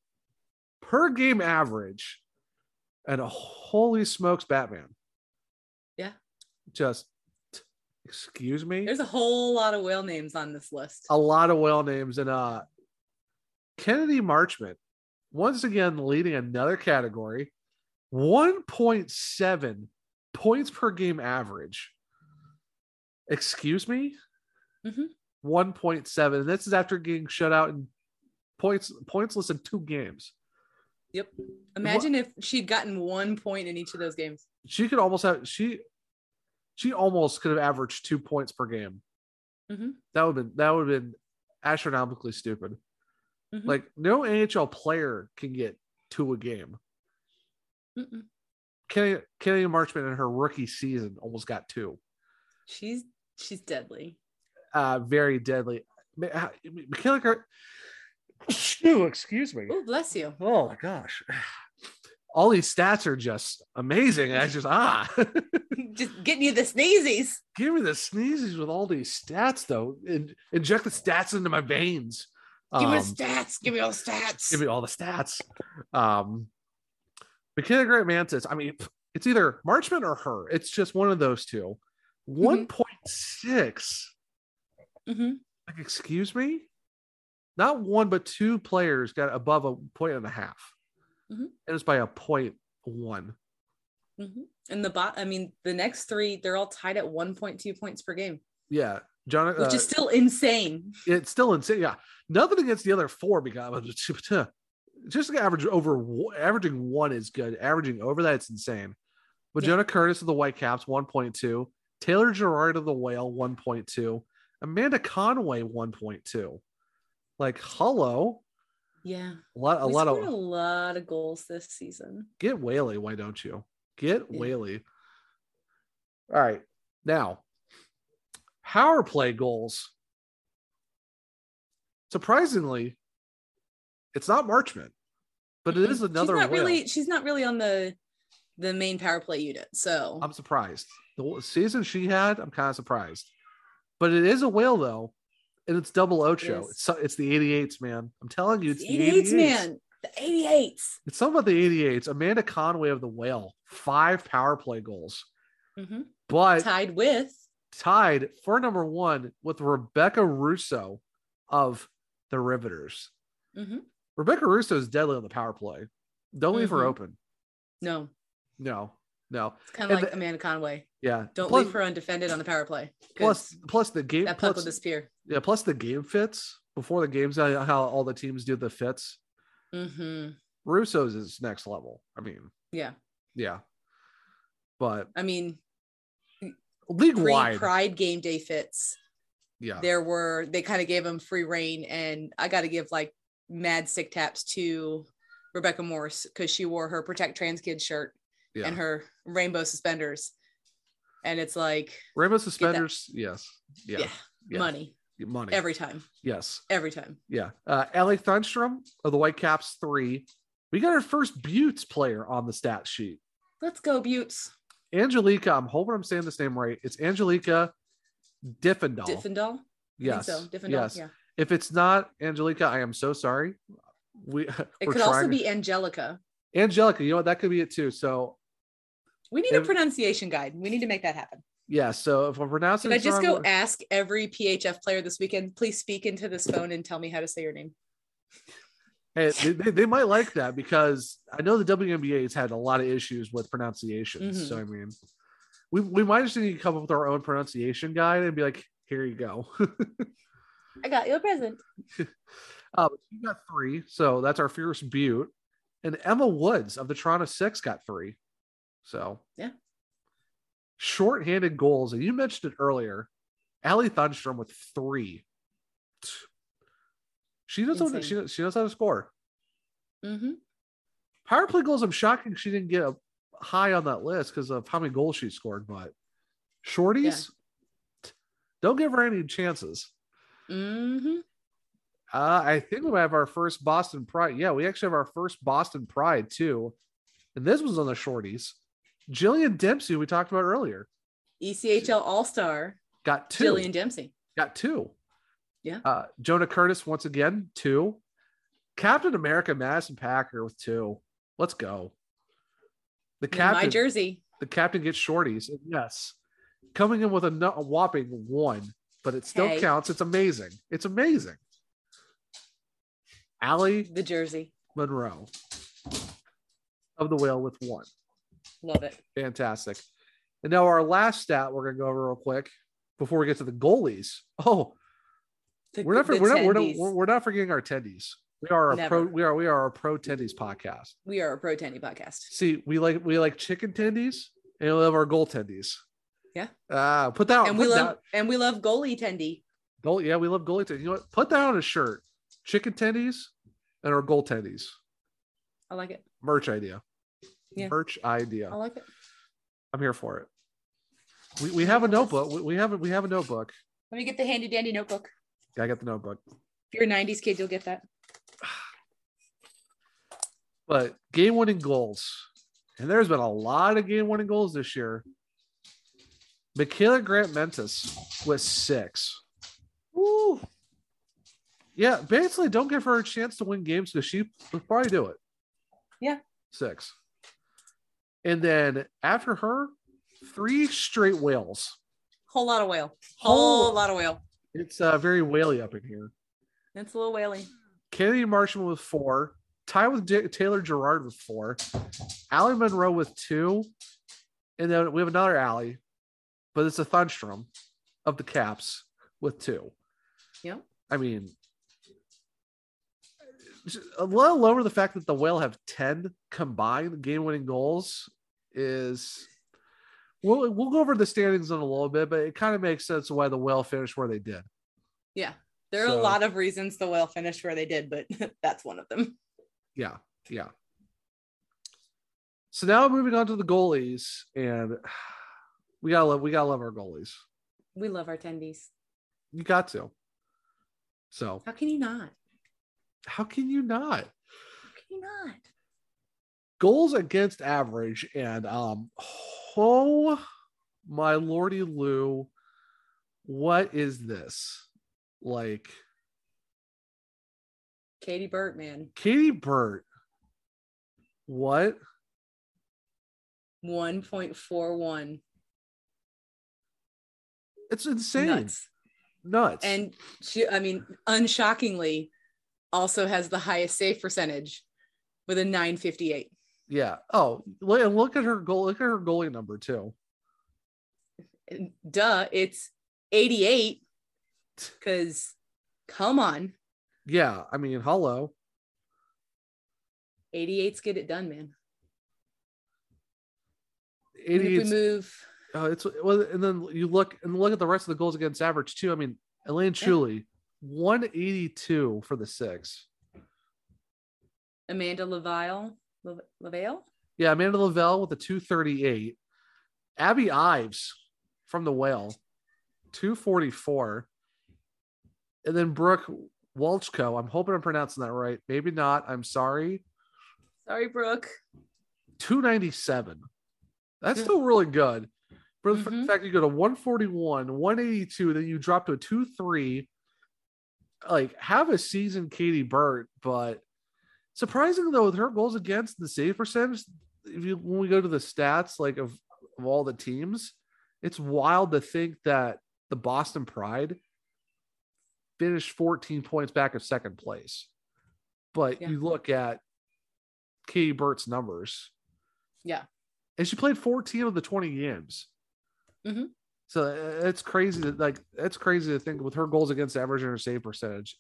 S3: per game average. And holy smokes, Batman.
S2: Yeah.
S3: Just, excuse me?
S2: There's a whole lot of whale names on this list.
S3: A lot of whale names. And uh, Kennedy Marchman, once again, leading another category 1.7 points per game average. Excuse me?
S2: Mm-hmm.
S3: 1.7 and this is after getting shut out in points pointsless in two games
S2: yep imagine what, if she'd gotten one point in each of those games
S3: she could almost have she she almost could have averaged two points per game
S2: mm-hmm.
S3: that would have been that would have been astronomically stupid mm-hmm. like no nhl player can get two a game
S2: Mm-mm.
S3: Kenny, Kenny Marchman in her rookie season almost got two.
S2: She's she's deadly
S3: uh, very deadly. Michaela Gar- excuse me.
S2: Oh, bless you.
S3: Oh my gosh. All these stats are just amazing. I just ah
S2: just getting you the sneezes.
S3: Give me the sneezes with all these stats though. In- inject the stats into my veins.
S2: Give me um, the stats. Give me all the stats.
S3: Give me all the stats. Um Michaela Grant Mantis. I mean, it's either Marchman or her. It's just one of those 2 1.6 mm-hmm.
S2: Mm-hmm.
S3: Like, excuse me? Not one, but two players got above a point and a half.
S2: Mm-hmm.
S3: It was by a point one.
S2: Mm-hmm. And the bot, I mean, the next three, they're all tied at 1.2 points per game.
S3: Yeah. John,
S2: which uh, is still insane.
S3: It's still insane. Yeah. Nothing against the other four because just average over averaging one is good. Averaging over that, it's insane. But yeah. Jonah Curtis of the Whitecaps, 1.2. Taylor Gerard of the Whale, 1.2. Amanda Conway 1.2. Like hello.
S2: Yeah.
S3: A lot a
S2: we
S3: lot of
S2: a lot of goals this season.
S3: Get Whaley, why don't you? Get yeah. Whaley. All right. Now, power play goals. Surprisingly, it's not Marchman, but it is another
S2: she's not
S3: whale.
S2: really she's not really on the the main power play unit. So
S3: I'm surprised. The season she had, I'm kind of surprised but it is a whale though, and it's double Ocho. It it's it's the 88s, man. I'm telling you, it's, it's the 88s, 88s,
S2: man. The 88s.
S3: It's something about the 88s. Amanda Conway of the Whale, five power play goals,
S2: mm-hmm.
S3: but
S2: tied with
S3: tied for number one with Rebecca Russo of the Riveters.
S2: Mm-hmm.
S3: Rebecca Russo is deadly on the power play. Don't mm-hmm. leave her open.
S2: No.
S3: No. No,
S2: it's kind of like the, Amanda Conway.
S3: Yeah,
S2: don't plus, leave her undefended on the power play.
S3: Plus, plus the game
S2: that
S3: plus,
S2: puck will disappear.
S3: Yeah, plus the game fits before the games. uh, How all the teams do the fits.
S2: Mm-hmm.
S3: Russo's is next level. I mean,
S2: yeah,
S3: yeah, but
S2: I mean,
S3: league wide
S2: Pride game day fits.
S3: Yeah,
S2: there were they kind of gave them free reign, and I got to give like mad stick taps to Rebecca Morse because she wore her protect trans kids shirt yeah. and her rainbow suspenders. And it's like
S3: rainbow suspenders. Yes. Yeah.
S2: yeah. yeah. Money.
S3: Money.
S2: Every time.
S3: Yes.
S2: Every time.
S3: Yeah. Uh, Ellie Thunstrom of the Whitecaps three. We got our first Buttes player on the stat sheet.
S2: Let's go Buttes.
S3: Angelica. I'm hoping I'm saying this name right. It's Angelica Diffendahl.
S2: Diffendahl.
S3: Yes.
S2: So. Diffendahl. Yes. Yeah.
S3: If it's not Angelica, I am so sorry. We.
S2: It could also be Angelica.
S3: Angelica. You know what? That could be it too. So
S2: we need a pronunciation guide. We need to make that happen.
S3: Yeah. So if I'm pronouncing,
S2: could I just go ask every PHF player this weekend? Please speak into this phone and tell me how to say your name.
S3: Hey, they, they might like that because I know the WNBA has had a lot of issues with pronunciations. Mm-hmm. So I mean, we we might just need to come up with our own pronunciation guide and be like, here you go.
S2: I got you a present.
S3: Uh, you got three, so that's our fierce butte, and Emma Woods of the Toronto Six got three. So
S2: yeah,
S3: shorthanded goals, and you mentioned it earlier. Allie Thunstrom with three. She knows how, she she knows how to score.
S2: Mm-hmm.
S3: Power play goals. I'm shocking she didn't get a high on that list because of how many goals she scored. But shorties, yeah. don't give her any chances.
S2: Mm-hmm.
S3: Uh, I think we have our first Boston Pride. Yeah, we actually have our first Boston Pride too, and this was on the shorties. Jillian Dempsey, we talked
S2: E
S3: about earlier.
S2: ECHL All Star.
S3: Got two.
S2: Jillian Dempsey.
S3: Got two.
S2: Yeah.
S3: Uh, Jonah Curtis once again two. Captain America Madison Packer with two. Let's go. The
S2: In my
S3: captain.
S2: jersey.
S3: the captain gets shorties. And yes, coming in with a, no- a whopping one, but it still
S2: Hey.
S3: counts. It's amazing. It's amazing. Allie
S2: The jersey.
S3: Monroe of the whale with one.
S2: Love it.
S3: Fantastic. And now our last stat we're gonna go over real quick before we get to the goalies. Oh,
S2: The-
S3: we're not,
S2: the
S3: we're, not, we're, not
S2: tendies.
S3: we're, we're not forgetting our tendies. We are a
S2: Never.
S3: pro. We are we are a pro tendies podcast.
S2: We are a pro tendy podcast.
S3: See, we like we like chicken tendies and we love our goal tendies.
S2: Yeah.
S3: Ah, put that.
S2: and
S3: put
S2: we love
S3: that-
S2: and we love goalie tendy.
S3: goal. Yeah, we love goalie tendies. You know what? Put that on a shirt. Chicken tendies and our goal tendies.
S2: I like it.
S3: Merch idea.
S2: Yeah. Oh.
S3: Merch idea.
S2: I like it.
S3: I'm here for it. We, we have a notebook. We, we have a, we have a notebook.
S2: Let me get the handy dandy notebook.
S3: I got the notebook.
S2: If you're a 90s kid, you'll get that.
S3: But game winning goals, and there's been a lot of game winning goals this year. Michaela Grant Mentis with six. Woo. Yeah, basically, don't give her a chance to win games because she would probably do it.
S2: Yeah.
S3: Six. And then after her, three straight whales.
S2: Whole lot of whale. Whole
S3: Oh.
S2: lot of whale.
S3: It's uh, very whaley up in here.
S2: That's a little whaley.
S3: Kennedy Marshall with four, tied with J- Taylor Gerard with four, Allie Monroe with two, and then we have another Allie, but it's a Thunstrom of the Caps with two.
S2: Yeah.
S3: I mean, a little lower the fact that the Whale have 10 combined game winning goals is. We'll, we'll go over the standings in a little bit, but it kind of makes sense why the Whale finished where they did.
S2: Yeah. There are
S3: So-
S2: a lot of reasons the whale finished where they did, but that's one of them.
S3: yeah, yeah. So now moving on to the goalies, and we gotta love we gotta love our goalies.
S2: We love our tendies.
S3: You got to. So
S2: How can you not?
S3: how can you not?
S2: How can you not?
S3: Goals against average, and um, oh my lordy Lou, what is this? Like
S2: Katie Burt, man.
S3: Katie Burt, what?
S2: 1.41.
S3: It's insane.
S2: Nuts.
S3: Nuts.
S2: And she, I mean, unshockingly, also has the highest save percentage with a 958.
S3: yeah. Oh, look, look at her goal. Look at her goalie number too.
S2: Duh, it's 88. Because come on,
S3: Yeah, I mean, hello.
S2: 88s get it done, man. And if we
S3: 88
S2: move,
S3: uh, it's well, and then you look and look at the rest of the goals against average too. I mean, Elaine Chuli, 182 for the six.
S2: Amanda Laville, Lav- Laville,
S3: Yeah, Amanda Lavelle with a 238. Abby Ives from the Whale, 244. And then Brooke Walchko. I'm hoping I'm pronouncing that right. Maybe not. I'm sorry.
S2: Sorry, Brooke.
S3: 297. That's
S2: Yeah.
S3: still really good. But the
S2: Mhm.
S3: fact you go to 141, 182, then you drop to a 2 3. Like, have a season, Katie Burt. But surprising though, with her goals against the save percentage, if you when we go to the stats, like of, of all the teams, it's wild to think that the Boston Pride finished 14 points back of second place. But
S2: Yeah.
S3: you look at Katie Burt's numbers,
S2: Yeah.
S3: and she played 14 of the 20 games.
S2: Mhm.
S3: So uh, it's crazy that like that's crazy to think with her goals against average and her save percentage.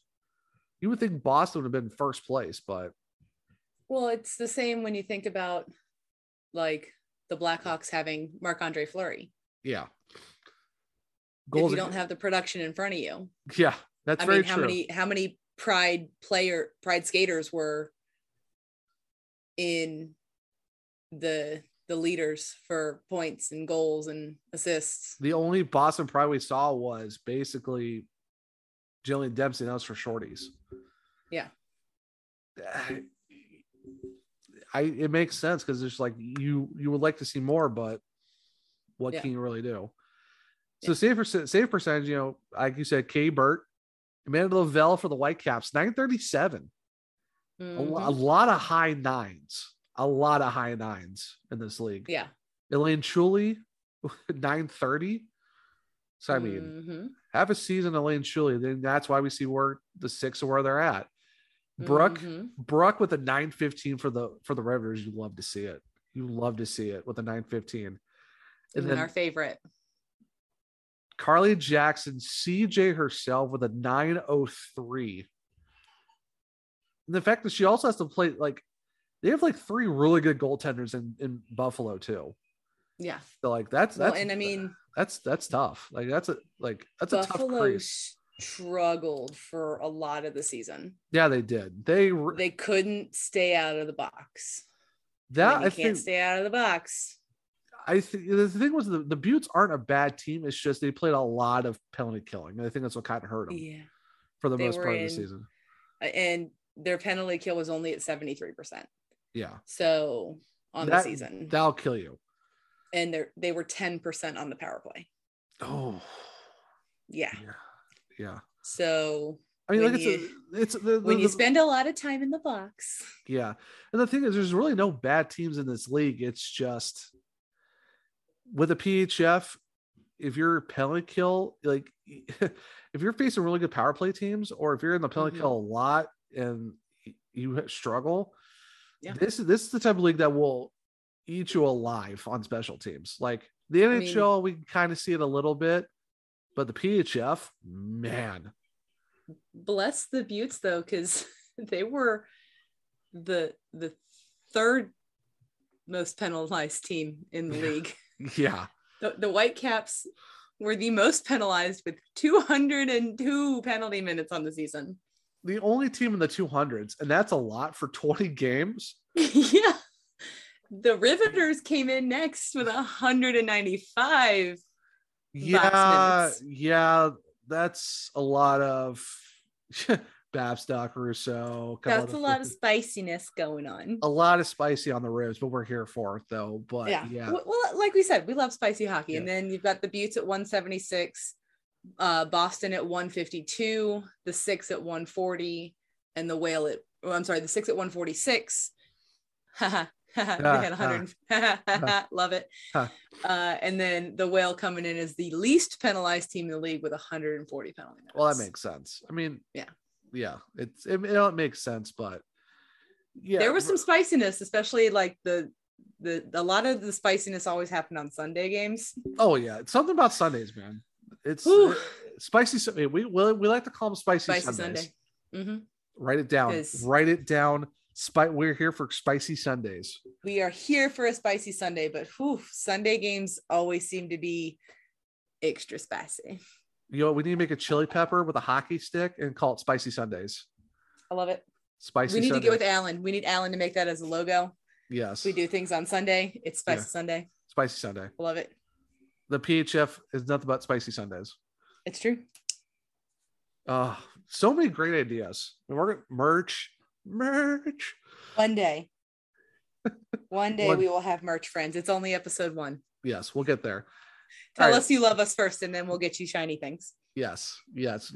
S3: You would think Boston would have been first place, but
S2: Well, it's the same when you think about like the Blackhawks having Marc Andre Fleury.
S3: yeah.
S2: If you
S3: ag-
S2: don't have the production in front of you,
S3: yeah, that's
S2: I
S3: very
S2: mean, how
S3: true.
S2: many how many Pride player Pride skaters were in the the leaders for points and goals and assists?
S3: the only Boston Pride we saw was basically Jillian Dempsey. and That was for shorties.
S2: Yeah.
S3: I, I it makes sense because it's like you you would like to see more, but what
S2: Yeah.
S3: can you really do? So save percent save percentage, you know, like you said, K Burt Amanda Lavelle for the Whitecaps, 937. Mm-hmm. A, lo- a, lot of high nines. A lot of high nines in this league.
S2: Yeah.
S3: Elaine Chuli, 930. So I mean,
S2: Mm.
S3: mm-hmm. have a season Elaine Chuli. Then that's why we see where the six are where they're at. Brooke, mm-hmm. Brooke with a 915 for the for the Rivers. You love to see it. You love to see it with a 915. And,
S2: and then Mm, our favorite.
S3: Carly Jackson, CJ herself with a 903. And the fact that she also has to play like they have like three really good goaltenders in, in Buffalo too.
S2: Yeah.
S3: So like that's
S2: well,
S3: that's
S2: and I mean
S3: that's that's tough. Like that's a like that's
S2: Buffalo a
S3: tough crease.
S2: struggled for a lot of the season.
S3: Yeah, they did. They re-
S2: they couldn't stay out of the box.
S3: That
S2: I can't think, stay out of the box.
S3: I think the thing was the, the Buttes aren't a bad team. It's just they played a lot of penalty killing. And I think that's what kind of hurt them.
S2: Yeah.
S3: For the they most part in, of the season.
S2: And their penalty kill was only at 73%.
S3: Yeah.
S2: So on
S3: that,
S2: the season.
S3: That'll kill you
S2: and they they were 10% on the power play.
S3: Oh.
S2: Yeah.
S3: Yeah. yeah.
S2: So
S3: I mean, like you, it's a, it's
S2: the, when the, you spend a lot of time in the box.
S3: Yeah, and the thing is, there's really no bad teams in this league. It's just with a PHF, if you're penalty kill, like if you're facing really good power play teams, or if you're in the penalty mm-hmm. kill a lot and you struggle, yeah. this this is the type of league that will eat you alive on special teams. Like the NHL, I mean, we kind of see it a little bit, but the PHF, man.
S2: Bless the Buttes though, because they were the the third most penalized team in the league.
S3: yeah.
S2: The, the Whitecaps were the most penalized with 202 penalty minutes on the season.
S3: The only team in the 200s, and that's a lot for 20 games.
S2: yeah the Riveters came in next with 195.
S3: Yeah, yeah, that's a lot of Babstock Rousseau.
S2: That's a lot of spiciness going on.
S3: A lot of spicy on the ribs, but we're here for it though. But yeah, yeah.
S2: well, like we said, we love spicy hockey, yeah. and then you've got the Buttes at 176, uh, Boston at 152, the Six at 140, and the Whale at oh, I'm sorry, the Six at 146. uh, uh, love it. Uh, and then the whale coming in as the least penalized team in the league with 140 penalty minutes.
S3: Well, that makes sense. I mean,
S2: yeah,
S3: yeah, it's it, it makes sense, but
S2: yeah, there was some spiciness, especially like the the a lot of the spiciness always happened on Sunday games.
S3: Oh yeah, it's something about Sundays, man. It's it, spicy. We, we we like to call them spicy, spicy Sundays.
S2: Sunday. Mm-hmm.
S3: Write it down. Write it down. Spi- we're here for spicy Sundays.
S2: We are here for a spicy Sunday, but whew, Sunday games always seem to be extra spicy.
S3: You know, we need to make a chili pepper with a hockey stick and call it spicy Sundays.
S2: I love it.
S3: Spicy.
S2: We need
S3: Sundays.
S2: to get with Alan. We need Alan to make that as a logo.
S3: Yes.
S2: We do things on Sunday. It's spicy yeah. Sunday.
S3: Spicy Sunday.
S2: I love it.
S3: The PHF is nothing but spicy Sundays.
S2: It's true.
S3: Uh, so many great ideas. We're merch merch.
S2: One day. One day one. we will have merch, friends. It's only episode one.
S3: Yes, we'll get there.
S2: Tell All us right. you love us first, and then we'll get you shiny things.
S3: Yes, yes.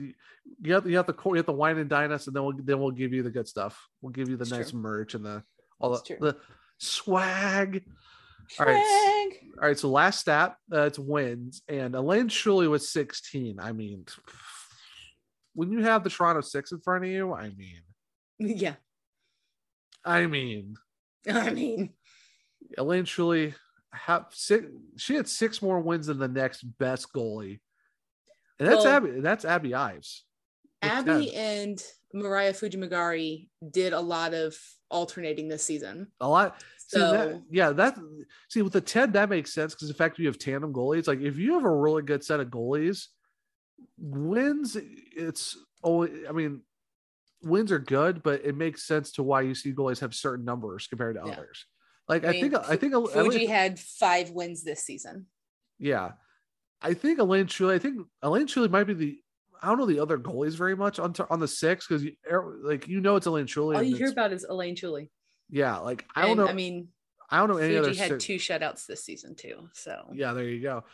S3: You have, you have the you have the wine and dine us, and then we'll then we'll give you the good stuff. We'll give you the it's nice true. merch and the all the, the, swag. swag. All right. All right. So last stat, uh, it's wins, and Elaine Shuley was 16. I mean, when you have the Toronto Six in front of you, I mean,
S2: yeah.
S3: I mean,
S2: I mean,
S3: Elaine Shuley have six, she had six more wins than the next best goalie, and that's well, Abby. That's Abby Ives.
S2: Abby 10. and Mariah Fujimagari did a lot of alternating this season.
S3: A lot. So see, that, yeah, that see with the ten that makes sense because the fact you have tandem goalies, like if you have a really good set of goalies, wins it's oh I mean wins are good, but it makes sense to why you see goalies have certain numbers compared to yeah. others. Like I, I mean, think I think
S2: Fuji Elaine, had five wins this season.
S3: Yeah, I think Elaine Chuli. I think Elaine Chuli might be the. I don't know the other goalies very much on on the six because like you know it's Elaine Chuli.
S2: All Oh, you hear about is Elaine Chuli.
S3: Yeah, like I don't and, know.
S2: I mean,
S3: I don't know any
S2: Fuji
S3: other.
S2: had six. two shutouts this season too. So
S3: yeah, there you go.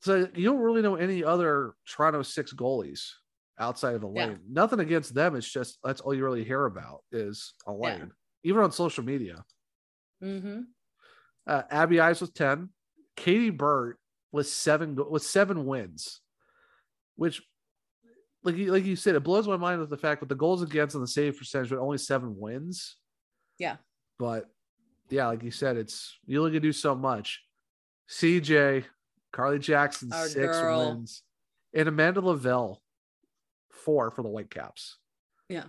S3: So you don't really know any other Toronto six goalies outside of Elaine. Yeah. Nothing against them. It's just that's all you really hear about is Elaine, yeah. even on social media.
S2: Mm-hmm.
S3: Uh, Abby Eyes was ten. Katie Burt was seven with seven wins, which, like you, like you said, it blows my mind with the fact that the goals against and the save percentage were only seven wins.
S2: Yeah.
S3: But yeah, like you said, it's you only can do so much. CJ, Carly Jackson,
S2: Our
S3: six
S2: girl.
S3: wins, and Amanda Lavelle, four for the Whitecaps.
S2: Yeah.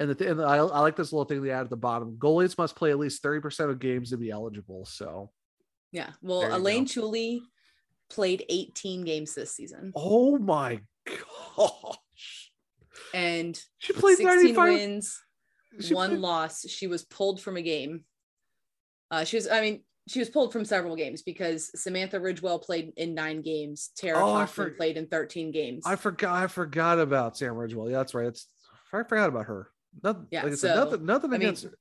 S3: And, the, and I, I like this little thing they add at the bottom. Goalies must play at least 30% of games to be eligible. So,
S2: yeah. Well, Elaine go. Chuli played 18 games this season.
S3: Oh my gosh.
S2: And
S3: she played
S2: 16
S3: 35.
S2: wins,
S3: She
S2: one
S3: played-
S2: loss. She was pulled from a game. Uh, she was, I mean, she was pulled from several games because Samantha Ridgewell played in nine games. Tara
S3: Oh, I
S2: Hoffman
S3: for-
S2: played in 13 games.
S3: I forgot. I forgot about Sam Ridgewell. Yeah, that's right. It's I forgot about her. Nothing.
S2: Yeah,
S3: like I said,
S2: so,
S3: nothing. Nothing
S2: I mean,
S3: against her.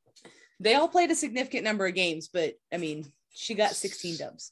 S2: they all played a significant number of games, but I mean, she got 16 dubs.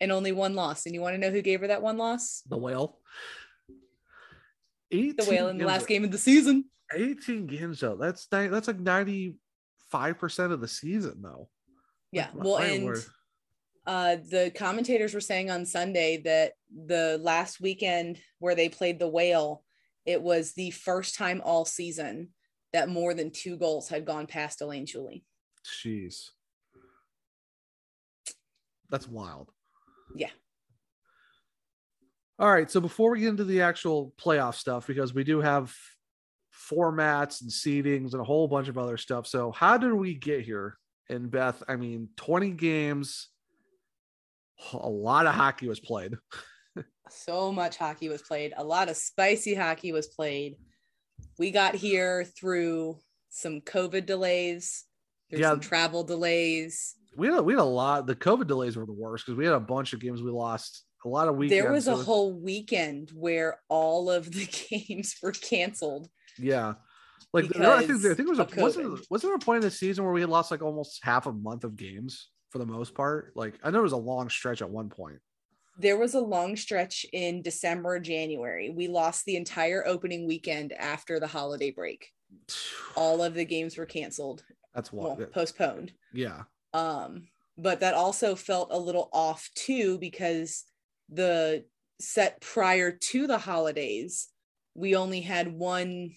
S2: and only one loss. And you want to know who gave her that one loss?
S3: The whale.
S2: The
S3: 18
S2: whale in the
S3: games-
S2: last game of the season.
S3: 18 games though. That's ni- that's like 95% of the season though.
S2: Yeah.
S3: My-
S2: Well,
S3: my
S2: and
S3: word.
S2: uh, the commentators were saying on Sunday that the last weekend where they played the whale, it was the first time all season that more than two goals had gone past Elaine Chuli.
S3: Jeez. That's wild.
S2: Yeah.
S3: All right. So before we get into the actual playoff stuff, because we do have formats and seedings and a whole bunch of other stuff. So how did we get here? And Beth, I mean, 20 games, a lot of hockey was played.
S2: So much hockey was played. A lot of spicy hockey was played. We got here through some COVID delays, through
S3: Yeah.
S2: some travel delays.
S3: We had a, we had a lot. The COVID delays were the worst because we had a bunch of games we lost. A lot of weekends.
S2: there was
S3: so
S2: a
S3: it
S2: whole weekend where all of the games were canceled.
S3: Yeah. Like there- I think
S2: because
S3: there, I think there was
S2: of
S3: a wasn't,
S2: COVID.
S3: was there a point in the season where we had lost like almost half a month of games for the most part? Like I know it was a long stretch at one point.
S2: There was a long stretch in December, January. We lost the entire opening weekend after the holiday break. All of the games were canceled,
S3: That's why.
S2: well, postponed.
S3: yeah.
S2: Um, but that also felt a little off too because the set prior to the holidays, we only had one.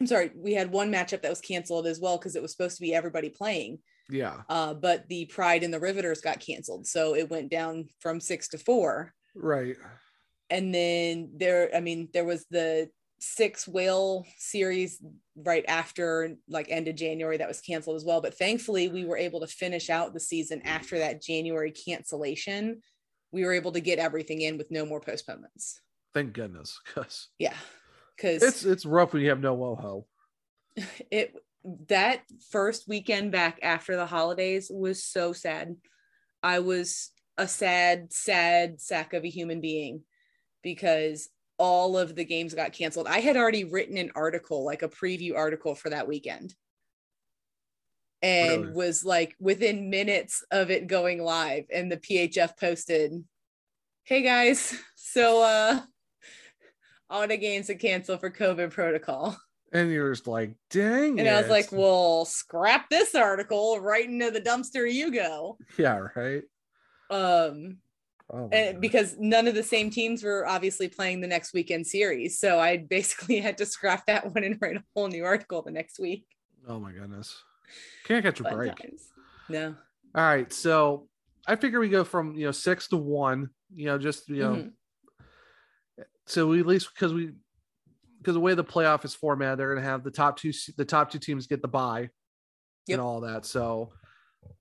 S2: I'm sorry, we had one matchup that was canceled as well because it was supposed to be everybody playing.
S3: Yeah.
S2: uh, but the Pride and the Riveters got canceled, so it went down from six to four.
S3: Right.
S2: And then there, I mean, there was the six whale series right after like end of January that was canceled as well. But thankfully, we were able to finish out the season after that January cancellation. We were able to get everything in with no more postponements.
S3: Thank goodness. Cause
S2: Yeah, because
S3: it's it's rough when you have no WoHo.
S2: it that first weekend back after the holidays was so sad. I was a sad, sad sack of a human being because all of the games got canceled. I had already written an article, like a preview article for that weekend. And
S3: Really?
S2: was like within minutes of it going live and the PHF posted, "Hey guys, so uh all the games are canceled for COVID protocol."
S3: And you're just like, dang.
S2: And I was
S3: it.
S2: like, well, scrap this article right into the dumpster you go.
S3: yeah, right.
S2: Um,
S3: Oh,
S2: uh, because none of the same teams were obviously playing the next weekend series. So I basically had to scrap that one and write a whole new article the next week.
S3: Oh my goodness. Can't catch a
S2: Fun
S3: break.
S2: times. No.
S3: All right. So I figure we go from, you know, six to one, you know, just, you know,
S2: Mhm. Mm-hmm.
S3: so we at least because we, because the way the playoff is formatted, they're going to have the top two, the top two teams get the bye
S2: Yep.
S3: and all that. So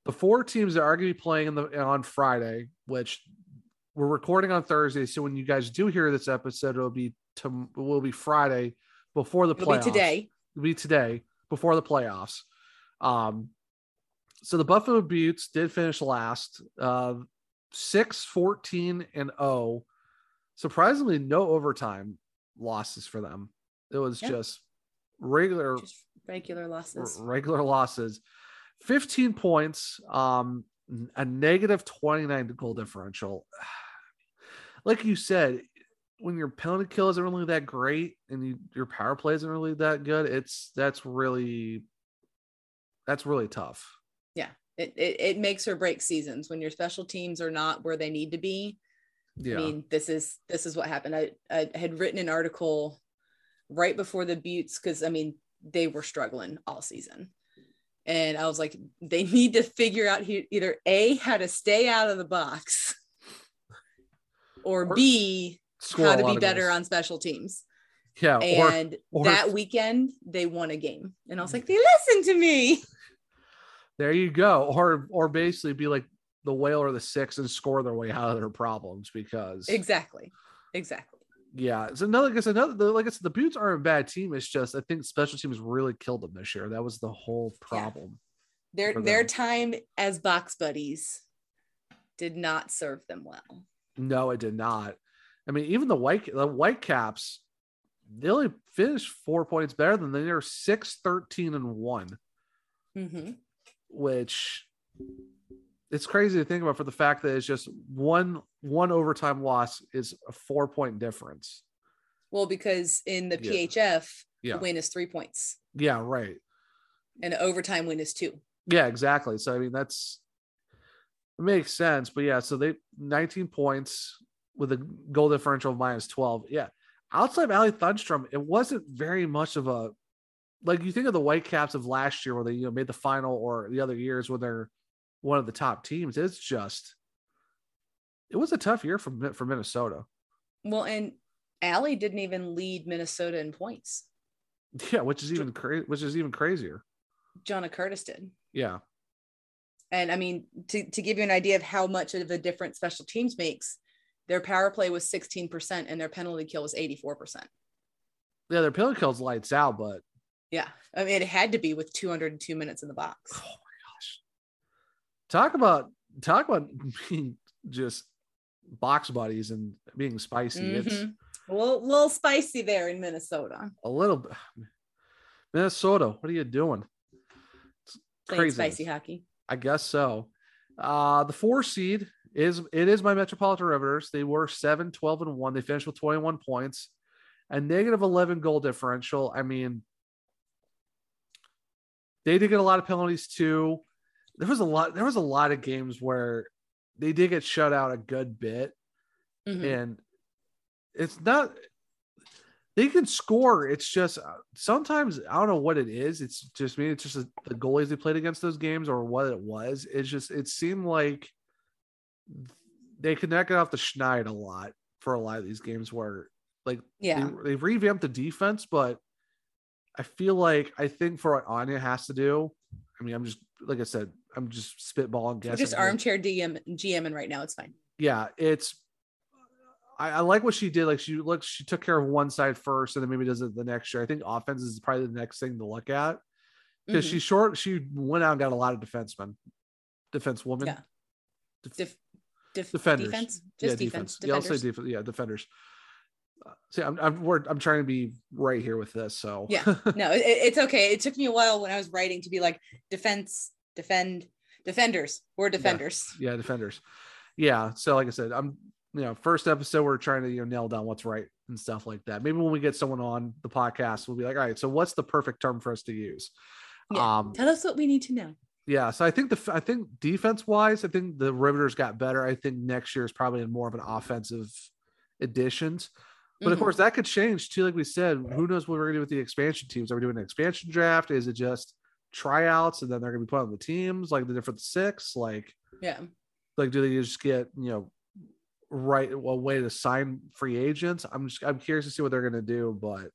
S3: the four teams that are going to be playing in the, on Friday, which we're recording on Thursday. So when you guys do hear this episode, it'll be, to, will be Friday before the
S2: It'll
S3: playoffs
S2: be today.
S3: will be today before the playoffs. Um, so the Buffalo Buttes did finish last, uh, 6 14 and 0. Surprisingly, no overtime losses for them. It was
S2: Yeah.
S3: just regular
S2: Just regular losses.
S3: r- regular losses. 15 points, um, n- a negative 29 goal differential. Like you said, when your penalty kill isn't really that great and you, your power play isn't really that good, it's that's really that's really tough.
S2: Yeah. It, it, it makes or breaks seasons when your special teams are not where they need to be.
S3: Yeah.
S2: I mean, this is this is what happened. I, I had written an article right before the Buttes because I mean they were struggling all season, and I was like, they need to figure out he- either a how to stay out of the box, or,
S3: Or
S2: b
S3: score
S2: how
S3: a
S2: to
S3: lot
S2: be
S3: of
S2: better
S3: goals.
S2: on special teams.
S3: Yeah.
S2: and
S3: or, Mm. or
S2: that weekend they won a game, and I was like, they listened to me.
S3: there you go. Or or basically be like the whale or the six and score their way out of their problems because
S2: Exactly, exactly.
S3: yeah, it's another it's another the- like I said, the Buttes aren't a bad team. It's just I think special teams really killed them this year. That was the whole problem.
S2: Their
S3: for
S2: their
S3: them.
S2: time as box buddies did not serve them well.
S3: No, it did not. I mean, even the white the white caps, they only finished four points better than them. They're six, 13, and one,
S2: Mm-hmm.
S3: which it's crazy to think about for the fact that it's just one one overtime loss is a four point difference.
S2: Well, because in the
S3: Yeah.
S2: PHF,
S3: Yeah.
S2: a win is three points
S3: Yeah, right.
S2: and an overtime win is two.
S3: Yeah, exactly. So I mean that's it makes sense. But yeah, so they 19 points with a goal differential of minus 12. Yeah. Outside of Ali Thunstrom, it wasn't very much of a like you think of the Whitecaps of last year where they you know made the final or the other years when they're one of the top teams. It's just it was a tough year for Mi- for Minnesota.
S2: Well, and Allie didn't even lead Minnesota in points.
S3: Yeah, which is even crazy. Which is even crazier.
S2: Jonna Curtis did.
S3: Yeah,
S2: And I mean, to, to give you an idea of how much of a difference special teams makes, their power play was 16% and their penalty kill was 84%.
S3: yeah. Their pillow kills lights out, but
S2: Yeah. I mean, it had to be with 202 minutes in the box.
S3: talk about talk about being just box buddies and being spicy it's
S2: Mhm. A little, little spicy there in Minnesota.
S3: a little bit minnesota what are you doing it's
S2: Playing
S3: craziness.
S2: spicy hockey.
S3: i guess so uh the four seed is it is my metropolitan riveters they were 7 12 and 1 they finished with 21 points a negative 11 goal differential i mean they did get a lot of penalties too there was a lot there was a lot of games where they did get shut out a good bit
S2: Mhm.
S3: and it's not they can score it's just uh, sometimes i don't know what it is it's just me it's just the the goalies they played against those games or what it was it's just it seemed like they could not get off the schneid a lot for a lot of these games where like
S2: Yeah.
S3: they, they revamped the defense but i feel like i think for what anya has to do i mean i'm just like i said i'm just spitballing
S2: We're
S3: guessing
S2: just
S3: here
S2: armchair DM, GM, and right now it's fine.
S3: yeah, it's. I, I like what she did. Like she looks, she took care of one side first, and then maybe does it the next year. I think offense is probably the next thing to look at because
S2: Mhm.
S3: she short. She went out and got a lot of defensemen, defense woman,
S2: Yeah. Def- def-
S3: defenders,
S2: Defense. Just defense.
S3: Yeah, I'll say
S2: Defenders.
S3: defense. Yeah, defenders. Uh, see, I'm I'm, we're, I'm trying to be right here with this. So
S2: yeah. No, it, it's okay. It took me a while when I was writing to be like defense, defend, defenders, or defenders.
S3: yeah, defenders. Yeah. So like I said, I'm you know, first episode we're trying to you know nail down what's right and stuff like that. Maybe when we get someone on the podcast, we'll be like, all right, so what's the perfect term for us to use?
S2: Yeah.
S3: Um
S2: Tell us what we need to know.
S3: yeah, so I think the I think defense wise, I think the Riveters got better. I think next year is probably more of an offensive additions. But of
S2: Mhm.
S3: course, that could change too. Like we said, who knows what we're gonna do with the expansion teams? Are we doing an expansion draft? Is it just tryouts and then they're gonna be put on the teams, like the different six? Like,
S2: Yeah.
S3: like do they just get you know right a way to sign free agents? I'm just I'm curious to see what they're gonna do, but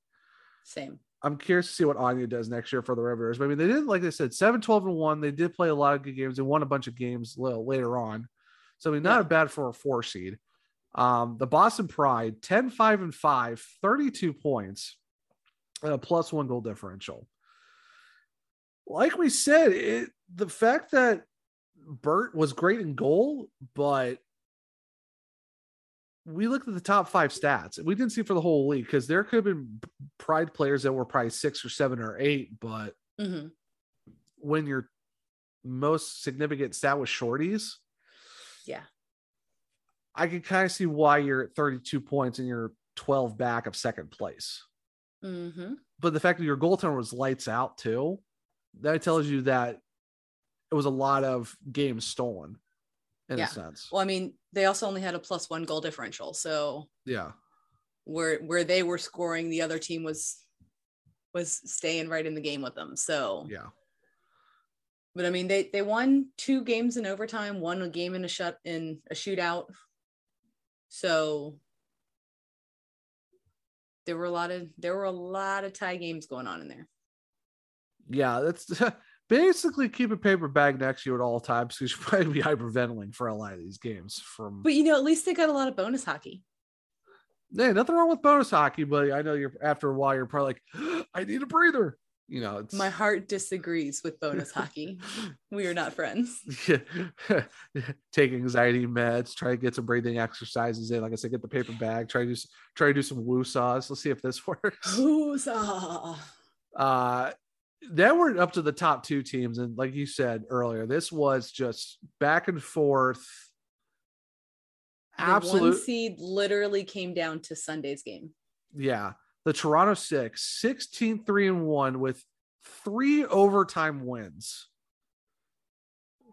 S2: Same.
S3: I'm curious to see what Anya does next year for the Riveters. But I mean, they did, like I said, 7 12 and 1. They did play a lot of good games. They won a bunch of games li- later on. So, I mean, not bad for a four seed. Um, the Boston Pride, 10 5 and 5, 32 points, uh, plus one goal differential. Like we said, it, the fact that Burt was great in goal, but we looked at the top five stats. We didn't see for the whole league because there could have been pride players that were probably six or seven or eight, but
S2: Mm-hmm.
S3: when your most significant stat was shorties,
S2: Yeah.
S3: I could kind of see why you're at 32 points and you're 12 back of second place.
S2: Mm-hmm.
S3: But the fact that your goaltender was lights out too, that tells you that it was a lot of games stolen in
S2: yeah.
S3: a sense.
S2: Well, I mean, they also only had a plus one goal differential. So
S3: Yeah.
S2: where where they were scoring, the other team was was staying right in the game with them. So
S3: Yeah.
S2: but I mean they they won two games in overtime, won a game in a shut in a shootout. So there were a lot of there were a lot of tie games going on in there.
S3: Yeah. That's basically keep a paper bag next to you at all times because you should probably be hyperventilating for a lot of these games from
S2: But you know, at least they got a lot of bonus hockey.
S3: Hey, nothing wrong with bonus hockey, but I know you're after a while you're probably like, I need a breather. You know, it's
S2: My heart disagrees with bonus hockey. We are not friends.
S3: take anxiety meds, try to get some breathing exercises in. Like I said, get the paper bag, try to do s- try to do some woo saws. Let's see if this works.
S2: Huzzah.
S3: Uh then we're up to the top two teams, and like you said earlier, this was just back and forth.
S2: The one
S3: Absolute
S2: seed literally came down to Sunday's game.
S3: Yeah. The Toronto Six, 16 3 and 1 with three overtime wins,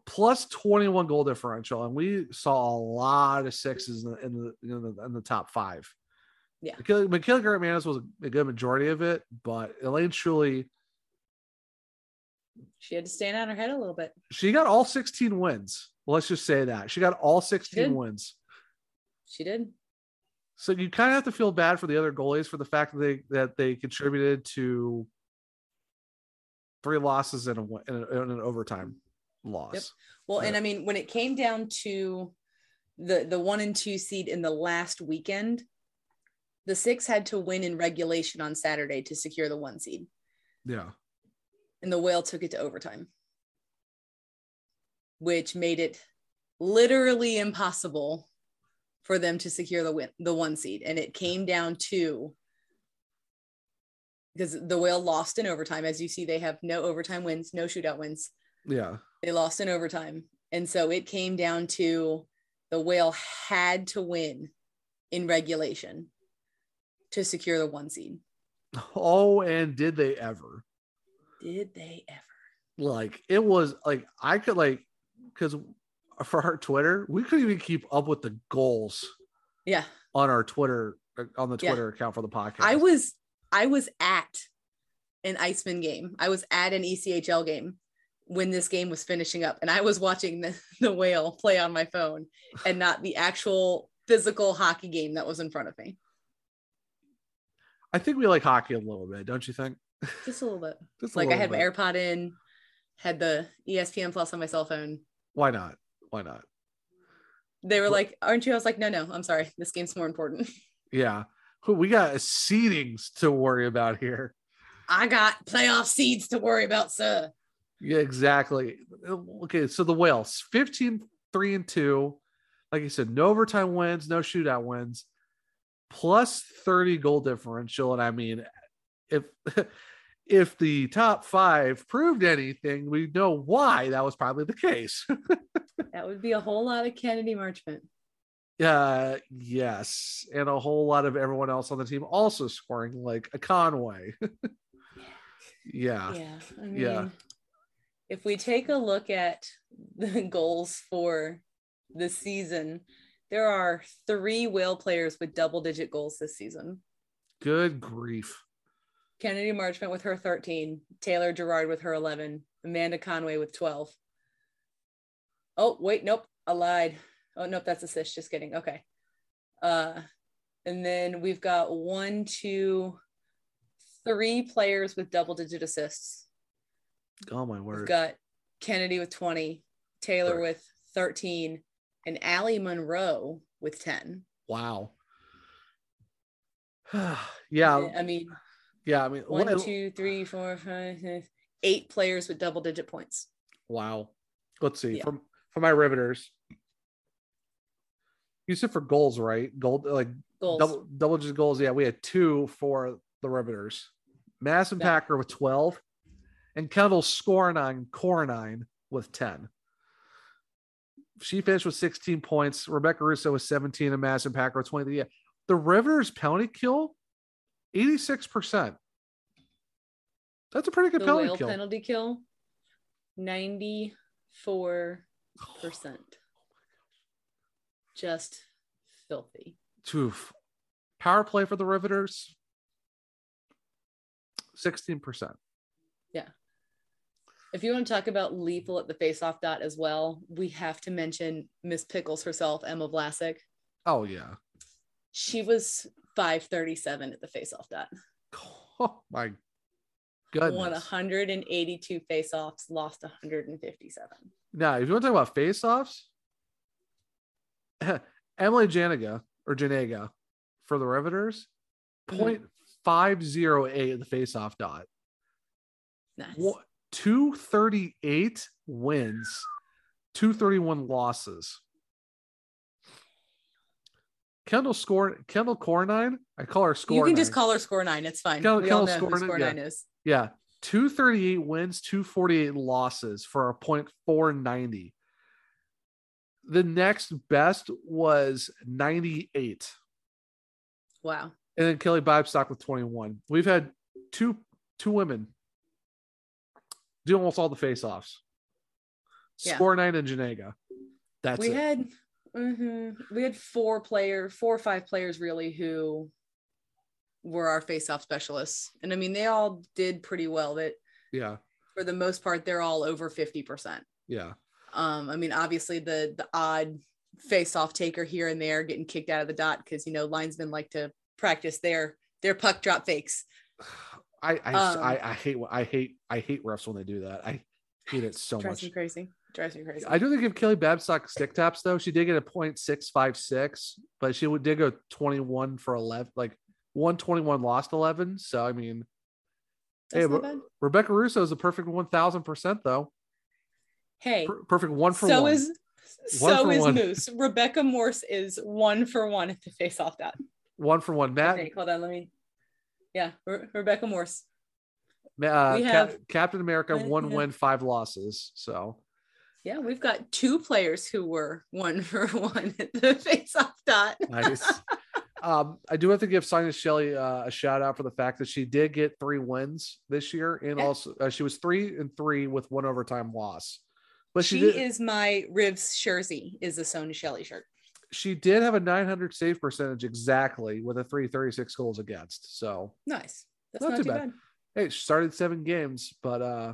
S3: plus 21 goal differential. And we saw a lot of sixes in the, in the, in the, in the top five.
S2: Yeah.
S3: McKill- McKill Grant Manis was a good majority of it, but Elaine Shuley,
S2: She had to stand on her head a little bit.
S3: she got all 16 wins. Let's just say that. She got all 16
S2: did.
S3: wins.
S2: She did.
S3: So you kind of have to feel bad for the other goalies for the fact that they that they contributed to three losses and a win- and a- and an overtime loss.
S2: Yep. Well, and
S3: Yeah.
S2: I mean, when it came down to the the one and two seed in the last weekend, the six had to win in regulation on Saturday to secure the one seed,
S3: Yeah.
S2: and the whale took it to overtime, which made it literally impossible for them to secure the win the one seed, and it came down to because the whale lost in overtime. As you see, they have no overtime wins, no shootout wins
S3: Yeah.
S2: they lost in overtime and so it came down to the whale had to win in regulation to secure the one seed
S3: Oh, and did they ever?
S2: did they ever
S3: Like it was like I could like because for our Twitter, we couldn't even keep up with the goals
S2: yeah
S3: on our Twitter uh, on the
S2: Yeah.
S3: Twitter account for the podcast.
S2: i was i was at an iceman game i was at an E echl game when this game was finishing up and i was watching the, the whale play on my phone and not the actual physical hockey game that was in front of me
S3: I think we like hockey a little bit, don't you think?
S2: just a little bit
S3: Just a
S2: like i
S3: little
S2: had my
S3: bit.
S2: airpod in had the E espn plus on my cell phone
S3: Why not? Why not?
S2: they were
S3: Wh-
S2: like, "Aren't you?" I was like, "No, no, I'm sorry. This game's more important.
S3: Yeah. We got seedings to worry about here.
S2: I got playoff seeds to worry about, sir."
S3: Yeah, exactly. Okay, so the Whales 15 3 and 2. Like you said, no overtime wins, no shootout wins, plus 30 goal differential. And I mean, if if the top five proved anything, we know why that was probably the case.
S2: That would be a whole lot of Kennedy Marchment.
S3: uh yes. And a whole lot of everyone else on the team also scoring like a Conway. yeah. Ah.
S2: Yeah, I mean,
S3: Yeah.
S2: if we take a look at the goals for the season, there are three whale players with double digit goals this season.
S3: Good grief.
S2: Kennedy Marchment with her 13, Taylor Gerard with her 11, Amanda Conway with 12. Oh, wait, nope, I lied. Oh, nope, that's a sis. Just kidding. Okay. Uh, and then we've got one, two, three players with double digit assists.
S3: Oh, my word.
S2: We've got Kennedy with 20, Taylor Sorry. with 13, and Allie Monroe with 10.
S3: Wow. yeah.
S2: I mean,
S3: yeah, I mean,
S2: one, what, two, three, four, five, six, eight players with double digit points.
S3: Wow. Let's see. Yeah. From for my riveters. You said for goals, right? Gold like goals. double double digit goals. Yeah, we had two for the riveters. Mass and yeah. Packer with 12 and Kendall Scorenine Coronine with 10. She finished with 16 points. Rebecca Russo with 17 and Mass and Packer with 20. Yeah. The Riveters penalty kill 86%. That's a pretty good
S2: the
S3: penalty
S2: whale
S3: kill.
S2: penalty kill 94%. Just filthy.
S3: Toof. Power play for the Riveters 16%.
S2: Yeah. If you want to talk about lethal at the faceoff dot as well, we have to mention Miss Pickles herself, Emma Vlasic.
S3: Oh yeah.
S2: She was 537 at the faceoff dot.
S3: Oh my goodness.
S2: Won 182 faceoffs, lost 157.
S3: Now, if you want to talk about faceoffs, Emily Janiga or Janaga for the Riveters, mm-hmm. 0.508 at the faceoff dot.
S2: Nice.
S3: What, 238 wins, 231 losses. Kendall score Kendall Cornine. I call her score.
S2: You can nine. just call her score nine. It's fine. Kendall, we Kendall score, score
S3: nine,
S2: yeah. is.
S3: Yeah. 238 wins, 248 losses for a point 490. The next best was 98.
S2: Wow.
S3: And then Kelly Bibestock with 21. We've had two two women do almost all the face offs. Yeah. Score nine and Janaga. That's
S2: we
S3: it.
S2: had Mm-hmm. We had four player, four or five players really who were our face-off specialists, and I mean they all did pretty well. That
S3: yeah,
S2: for the most part, they're all over fifty percent.
S3: Yeah.
S2: Um, I mean, obviously the the odd face-off taker here and there getting kicked out of the dot because you know linesmen like to practice their their puck drop fakes.
S3: I I, um, I I hate I hate I hate refs when they do that. I hate it so
S2: drives
S3: much.
S2: Me crazy. Drives me crazy.
S3: I do think if Kelly Babstock stick taps though, she did get a point six five six, but she did go twenty one for eleven, like one twenty one lost eleven. So I mean,
S2: That's
S3: hey, Re- Rebecca Russo is a perfect one thousand percent though.
S2: Hey,
S3: per- perfect one for
S2: so
S3: one.
S2: Is,
S3: one
S2: so
S3: for
S2: is
S3: one.
S2: Moose. Rebecca Morse is one for one at the face off dot.
S3: One for one, Matt.
S2: Okay, hold on, let me. Yeah, Re- Rebecca Morse.
S3: Uh,
S2: we
S3: Cap-
S2: have-
S3: Captain America,
S2: Yeah.
S3: one win, five losses. So
S2: Yeah, we've got two players who were one for one at the face-off dot.
S3: nice. Um, I do have to give Sonia Shelley uh, a shout out for the fact that she did get three wins this year, and
S2: Yeah.
S3: also uh, she was three and three with one overtime loss. But she,
S2: she
S3: did,
S2: is my Rivs jersey. Is a Sony Shelley shirt.
S3: she did have a 900 save percentage exactly with a 336 goals against. So
S2: Nice. That's not, too bad.
S3: hey, she started seven games, but uh,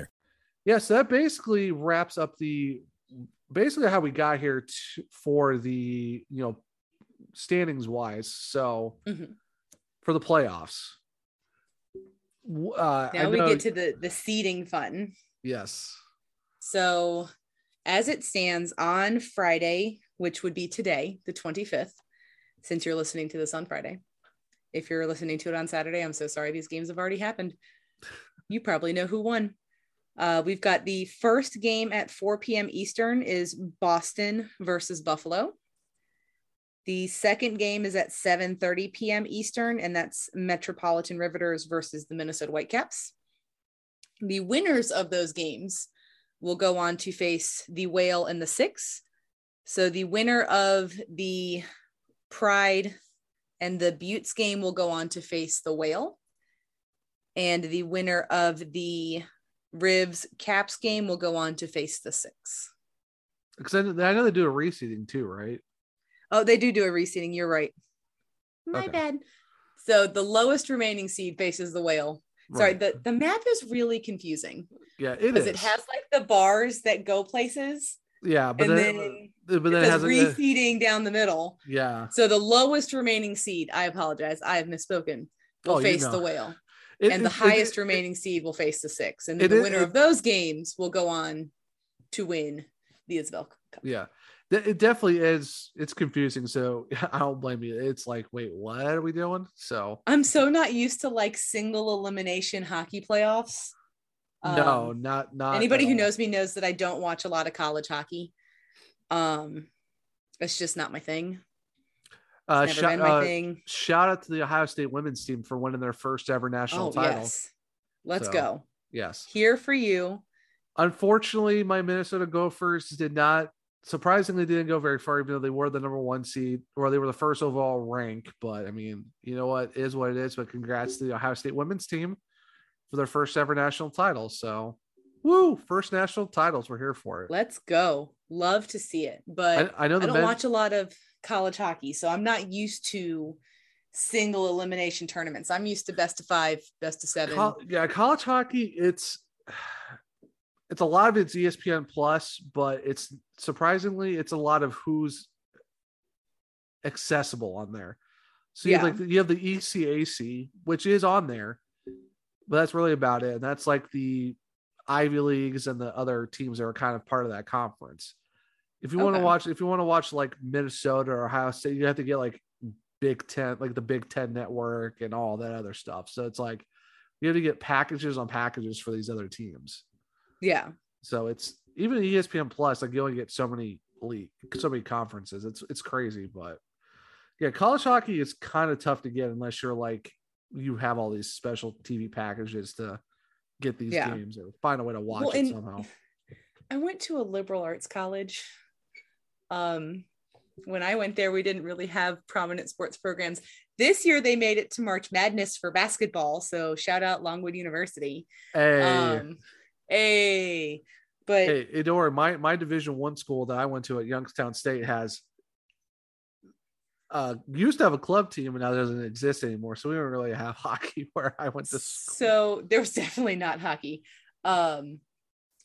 S3: yeah, so that basically wraps up the basically how we got here to, for the you know standings wise. So
S2: Mhm.
S3: for the playoffs, W- uh, I
S2: Now we
S3: know-
S2: get to the the seeding fun.
S3: yes,
S2: So, as it stands on Friday, which would be today, the 25th, since you're listening to this on Friday, if you're listening to it on Saturday, I'm so sorry. These games have already happened. You probably know who won. Uh, we've got the first game at 4 p.m. Eastern is Boston versus Buffalo. The second game is at 7:30 p.m. Eastern, and that's Metropolitan Riveters versus the Minnesota Whitecaps. The winners of those games will go on to face the Whale and the Six. So the winner of the Pride and the Buttes game will go on to face the Whale. And the winner of the Rivs Caps game will go on to face the Six.
S3: because I, know- I know they do a reseeding too, right?
S2: Oh, they do do a reseeding. You're right. My
S3: Okay.
S2: bad. So the lowest remaining seed faces the Whale. Sorry,
S3: Right.
S2: the, the map is really confusing
S3: Yeah, it
S2: because
S3: is.
S2: it has like the bars that go places.
S3: yeah, but
S2: and
S3: then,
S2: then
S3: but then
S2: it
S3: it
S2: says
S3: has a,
S2: reseeding down the middle.
S3: yeah.
S2: So the lowest remaining seed, I apologize, I have misspoken, will
S3: Oh, you
S2: face
S3: know.
S2: the whale.
S3: It-
S2: and the
S3: it- it-
S2: highest
S3: it-
S2: remaining seed will face the six. And
S3: It
S2: then the
S3: is-
S2: winner
S3: it-
S2: of those games will go on to win the Isabel Cup.
S3: yeah Th- it definitely is it's confusing so i don't blame you it's like wait what are we doing so
S2: I'm so not used to like single elimination hockey playoffs.
S3: no
S2: Um,
S3: not not at
S2: anybody who
S3: all.
S2: knows me knows that I don't watch a lot of college hockey. Um, it's just not my thing.
S3: uh,
S2: never
S3: shout,
S2: been my
S3: uh,
S2: thing.
S3: shout out to the ohio state women's team for winning their first ever national
S2: Oh
S3: title
S2: yes, let's
S3: So,
S2: go
S3: yes
S2: here for you.
S3: unfortunately my minnesota gophers did not surprisingly didn't go very far even though they were the number one seed or they were the first overall rank but i mean you know what it is what it is but congrats to the ohio state women's team for their first ever national title so woo first national titles we're here for it
S2: Let's go. Love to see it, but
S3: I- I know the
S2: don't
S3: men-
S2: watch a lot of college hockey, so I'm not used to single elimination tournaments. I'm used to best of five, best of seven.
S3: Col- yeah, college hockey. It's it's a lot of it's E ESPN Plus, but it's surprisingly it's a lot of who's accessible on there. So you
S2: Yeah.
S3: have like you have the E ECAC, which is on there, but that's really about it. And that's like the Ivy Leagues and the other teams that are kind of part of that conference. If you want to
S2: Okay.
S3: watch, if you want to watch like Minnesota or Ohio State, you have to get like Big Ten, like the Big Ten Network and all that other stuff. So it's like you have to get packages on packages for these other teams.
S2: yeah,
S3: So it's even E ESPN Plus, like you only get so many league, so many conferences. It's it's crazy, but yeah, college hockey is kind of tough to get unless you're like you have all these special TV packages to get these
S2: Yeah.
S3: games or find a way to watch
S2: Well,
S3: it
S2: and-
S3: somehow.
S2: I went to a liberal arts college. Um, when I went there, we didn't really have prominent sports programs. This year, they made it to March Madness for basketball. So shout out Longwood University.
S3: Hey,
S2: Um, hey, but
S3: hey, hey, don't worry. My my Division One school that I went to at Youngstown State has uh used to have a club team and now doesn't exist anymore. So we don't really have hockey where I went to. school.
S2: so there was definitely not hockey um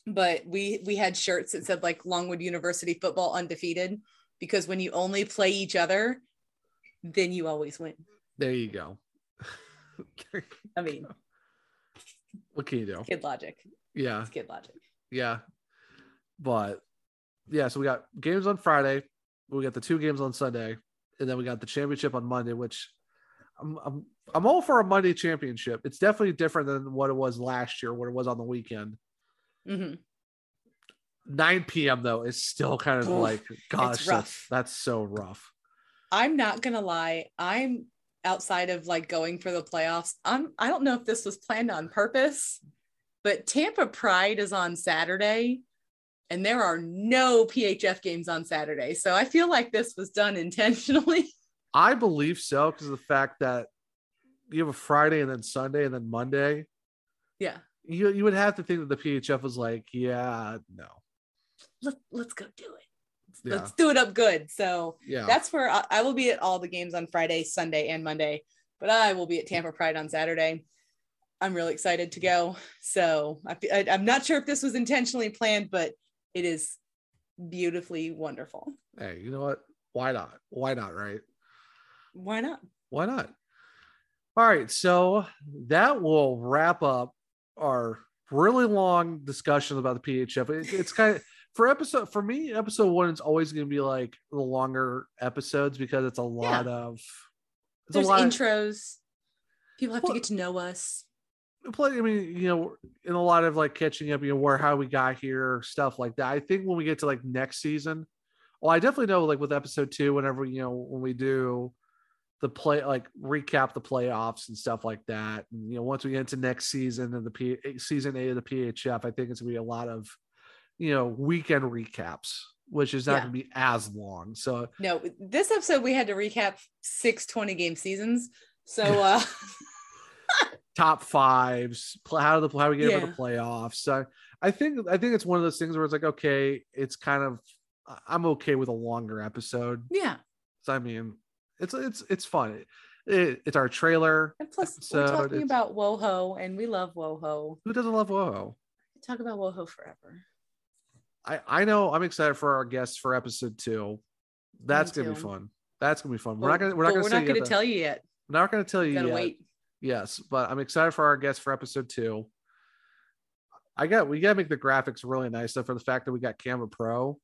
S2: but we we had shirts that said like longwood university football undefeated because when you only play each other then you always win
S3: There you go.
S2: i mean
S3: what can you do?
S2: kid logic
S3: Yeah,
S2: it's kid logic
S3: yeah. But yeah, so we got games on Friday, we got the two games on Sunday, and then we got the championship on Monday, which I'm I'm, I'm all for a Monday championship. It's definitely different than what it was last year, what it was on the weekend.
S2: hmm
S3: 9 p.m. though is still kind of
S2: Oof,
S3: like, gosh,
S2: rough.
S3: that's, that's so rough.
S2: i'm not gonna lie i'm outside of like going for the playoffs i'm i don't know if this was planned on purpose but tampa pride is on saturday and there are no phf games on saturday so i feel like this was done intentionally
S3: I believe so because of the fact that you have a Friday and then Sunday and then Monday.
S2: yeah
S3: You you would have to think that the PHF was like, yeah, no,
S2: let, let's go do it
S3: Yeah.
S2: let's do it up good so
S3: yeah,
S2: that's where I, I will be at all the games on friday sunday and monday but i will be at tampa pride on saturday I'm really excited to go. So I, I, I'm not sure if this was intentionally planned, but it is beautifully wonderful.
S3: Hey, you know what? Why not? Why not? Right?
S2: Why not?
S3: Why not? All right. So that will wrap up our really long discussion about the PHF. It, it's kind of for episode for me, episode one is always going to be like the longer episodes because it's a lot
S2: Yeah.
S3: of it's
S2: There's
S3: a lot of-
S2: intros. People have
S3: Well-
S2: to get to know us.
S3: play. I mean, you know, in a lot of like catching up, you know, where how we got here, stuff like that. I think when we get to like next season, well, I definitely know like with episode two, whenever you know when we do the play, like recap the playoffs and stuff like that. And, you know, once we get into next season and the P- season A of the PHF, I think it's gonna be a lot of you know weekend recaps, which is not
S2: Yeah.
S3: gonna be as long. So
S2: No, this episode we had to recap six 20 game seasons. So uh
S3: top fives, pl- how do the how we get into
S2: Yeah.
S3: the playoffs. So I think I think it's one of those things where it's like, okay, it's kind of I- I'm okay with a longer episode.
S2: yeah.
S3: So, I mean, it's it's it's fun. It, it's our trailer.
S2: And plus we're
S3: So
S2: talking
S3: it's-
S2: about WoHo and we love WoHo.
S3: Who doesn't love WoHo?
S2: We talk about WoHo forever.
S3: I I know I'm excited for our guests for episode two. That's gonna be
S2: too.
S3: fun. That's gonna be fun. We're not gonna we're not
S2: But
S3: gonna
S2: we're
S3: say
S2: not
S3: yet
S2: gonna
S3: that-
S2: tell you yet.
S3: We're not gonna tell you.
S2: Gotta
S3: yet.
S2: wait.
S3: Yes, but I'm excited for our guests for episode two. I got we gotta make the graphics really nice. So for the fact that we got Canva Pro,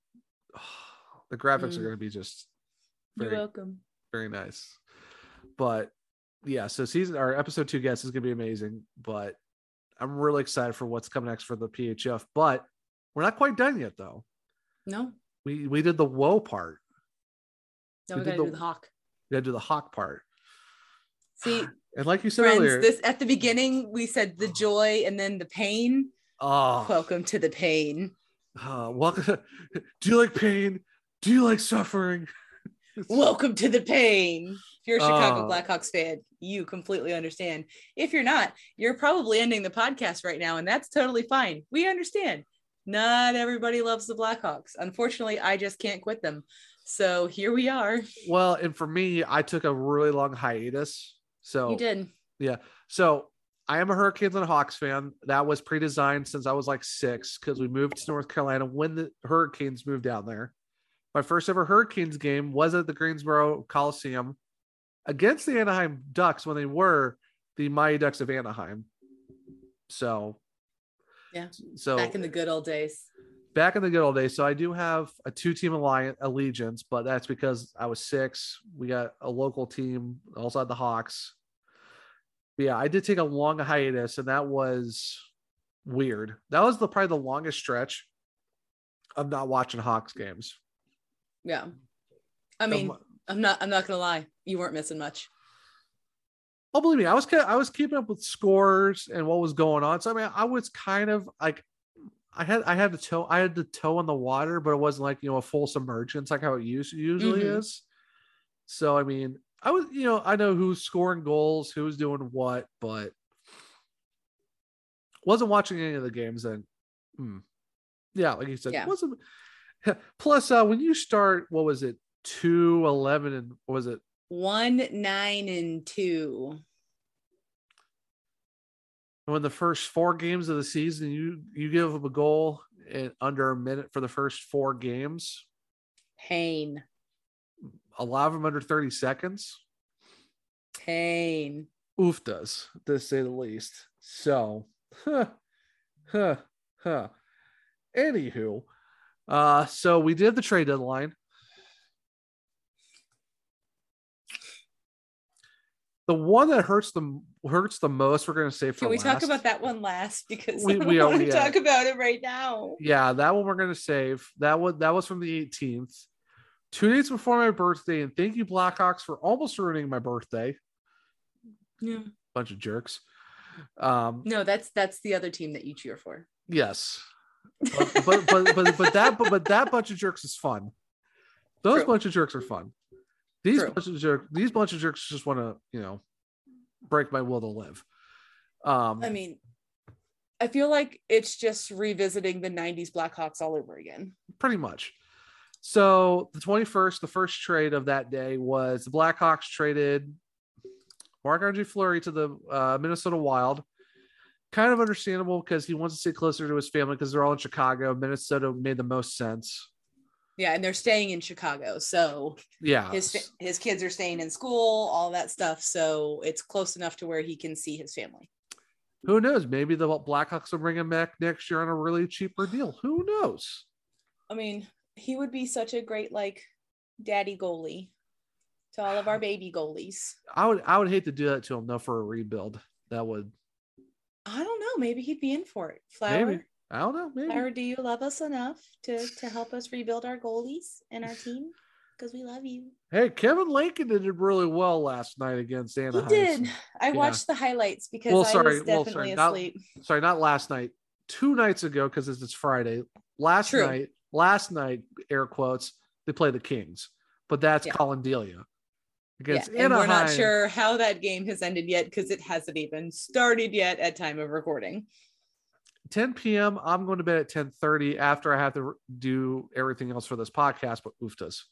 S3: the graphics are
S2: Mm.
S3: gonna be just
S2: You're
S3: very
S2: welcome.
S3: very nice. But yeah, so season our episode two guest is gonna be amazing. But I'm really excited for what's coming next for the PHF. But we're not quite done yet though.
S2: No,
S3: We we did the woe part.
S2: no,
S3: We
S2: we
S3: did
S2: gotta
S3: the-
S2: do the hawk.
S3: We had to do the hawk part.
S2: See,
S3: And like you said
S2: friends,
S3: earlier,
S2: this at the beginning we said the joy and then the pain.
S3: oh,
S2: Welcome to the pain.
S3: Uh, welcome. Do you like pain? Do you like suffering?
S2: Welcome to the pain. If you're a Chicago
S3: Oh.
S2: Blackhawks fan, you completely understand. If you're not, you're probably ending the podcast right now, and that's totally fine. We understand. Not everybody loves the Blackhawks. Unfortunately, I just can't quit them. So here we are.
S3: Well, and for me, I took a really long hiatus. So
S2: You did.
S3: Yeah. So I am a Hurricanes and Hawks fan. That was pre-designed since I was like six because we moved to North Carolina when the Hurricanes moved down there. My first ever Hurricanes game was at the Greensboro Coliseum against the Anaheim Ducks when they were the Mighty Ducks of Anaheim. So
S2: Yeah.
S3: so
S2: Back in the good old days.
S3: back in the good old days. So I do have a two team alliance allegiance, but that's because I was six. We got a local team also had the Hawks. But yeah, I did take a long hiatus, and that was weird. That was the probably the longest stretch of not watching Hawks games.
S2: Yeah. I mean, I'm not I'm not gonna lie, you weren't missing much.
S3: Oh, believe me, I was ki- I was keeping up with scores and what was going on. So I mean, I was kind of like, I had I had the toe I had the toe in the water, but it wasn't like you know a full submergence like how it us- usually
S2: Mhm.
S3: is. So I mean, I was you know I know who's scoring goals, who's doing what, but wasn't watching any of the games. And hmm. yeah, like you said,
S2: Yeah.
S3: wasn't. Plus, uh, when you start, what was it, two eleven and what was it
S2: One, nine, and two.
S3: when the first four games of the season you you give up a goal in under a minute for the first four games
S2: Pain.
S3: a lot of them under 30 seconds
S2: Pain.
S3: oof does to say the least so huh huh huh anywho uh so we did the trade deadline the one that hurts the hurts the most we're going to say for
S2: Can we talk
S3: last.
S2: about that one last? Because
S3: We-
S2: we, I
S3: we
S2: don't
S3: are-
S2: want to
S3: yeah.
S2: talk about it right now.
S3: Yeah, that one we're gonna save. That one that was from the 18th, two days before my birthday. And thank you, Blackhawks, for almost ruining my birthday.
S2: Yeah.
S3: Bunch of jerks. Um,
S2: No, that's that's the other team that you cheer for.
S3: yes, but but but but, but that but, but that bunch of jerks is fun. Those
S2: True.
S3: bunch of jerks are fun. These
S2: True.
S3: bunch of jerks. These bunch of jerks just want to you know break my will to live. Um,
S2: I mean, I feel like it's just revisiting the '90s Blackhawks all over again.
S3: pretty much. So the 21st, the first trade of that day was the Blackhawks traded Mark Andre Fleury to the uh, Minnesota Wild kind of understandable because he wants to stay closer to his family because they're all in Chicago. Minnesota made the most sense.
S2: Yeah, and they're staying in Chicago, so
S3: Yeah.
S2: his his kids are staying in school, all that stuff. So it's close enough to where he can see his family.
S3: Who knows? Maybe the Blackhawks will bring him back next year on a really cheaper deal. Who knows?
S2: I mean, he would be such a great like daddy goalie to all of our baby goalies.
S3: I would I would hate to do that to him though for a rebuild. That would
S2: I don't know. Maybe he'd be in for it. Flower,
S3: maybe I don't know. Maybe
S2: Flower, do you love us enough to to help us rebuild our goalies and our team? Because we love you.
S3: Hey, Kevin Lincoln did really well last night against
S2: He
S3: Anaheim.
S2: did. I
S3: Yeah.
S2: watched the highlights because
S3: Well,
S2: I
S3: sorry.
S2: was
S3: Well,
S2: definitely
S3: sorry. Not,
S2: asleep.
S3: sorry, not last night. Two nights ago, because it's it's Friday. Last
S2: True.
S3: night, last night, air quotes, they play the Kings, but that's
S2: Yeah.
S3: Colin Delia
S2: Yeah,
S3: against
S2: and we're
S3: Anaheim.
S2: not sure how that game has ended yet because it hasn't even started yet at time of recording.
S3: 10 p.m. I'm going to bed at 10:30 after I have to do everything else for this podcast, but oof does.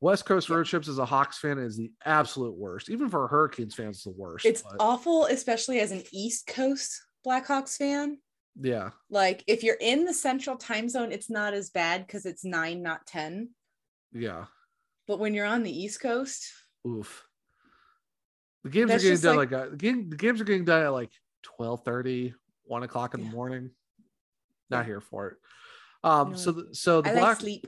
S3: West Coast road trips as a Hawks fan is the absolute worst. Even for Hurricanes fans, it's the worst.
S2: It's
S3: but
S2: awful, especially as an East Coast Blackhawks fan.
S3: yeah,
S2: Like if you're in the central time zone, it's not as bad because it's nine, not ten.
S3: yeah,
S2: But when you're on the East Coast,
S3: oof. The games
S2: That's
S3: are getting
S2: just
S3: done
S2: like-
S3: like, uh, the, game, the games are getting done at like 12:30, one o'clock in the morning. Not here for it. Um,
S2: No.
S3: so the, so the
S2: I
S3: Black
S2: like sleep.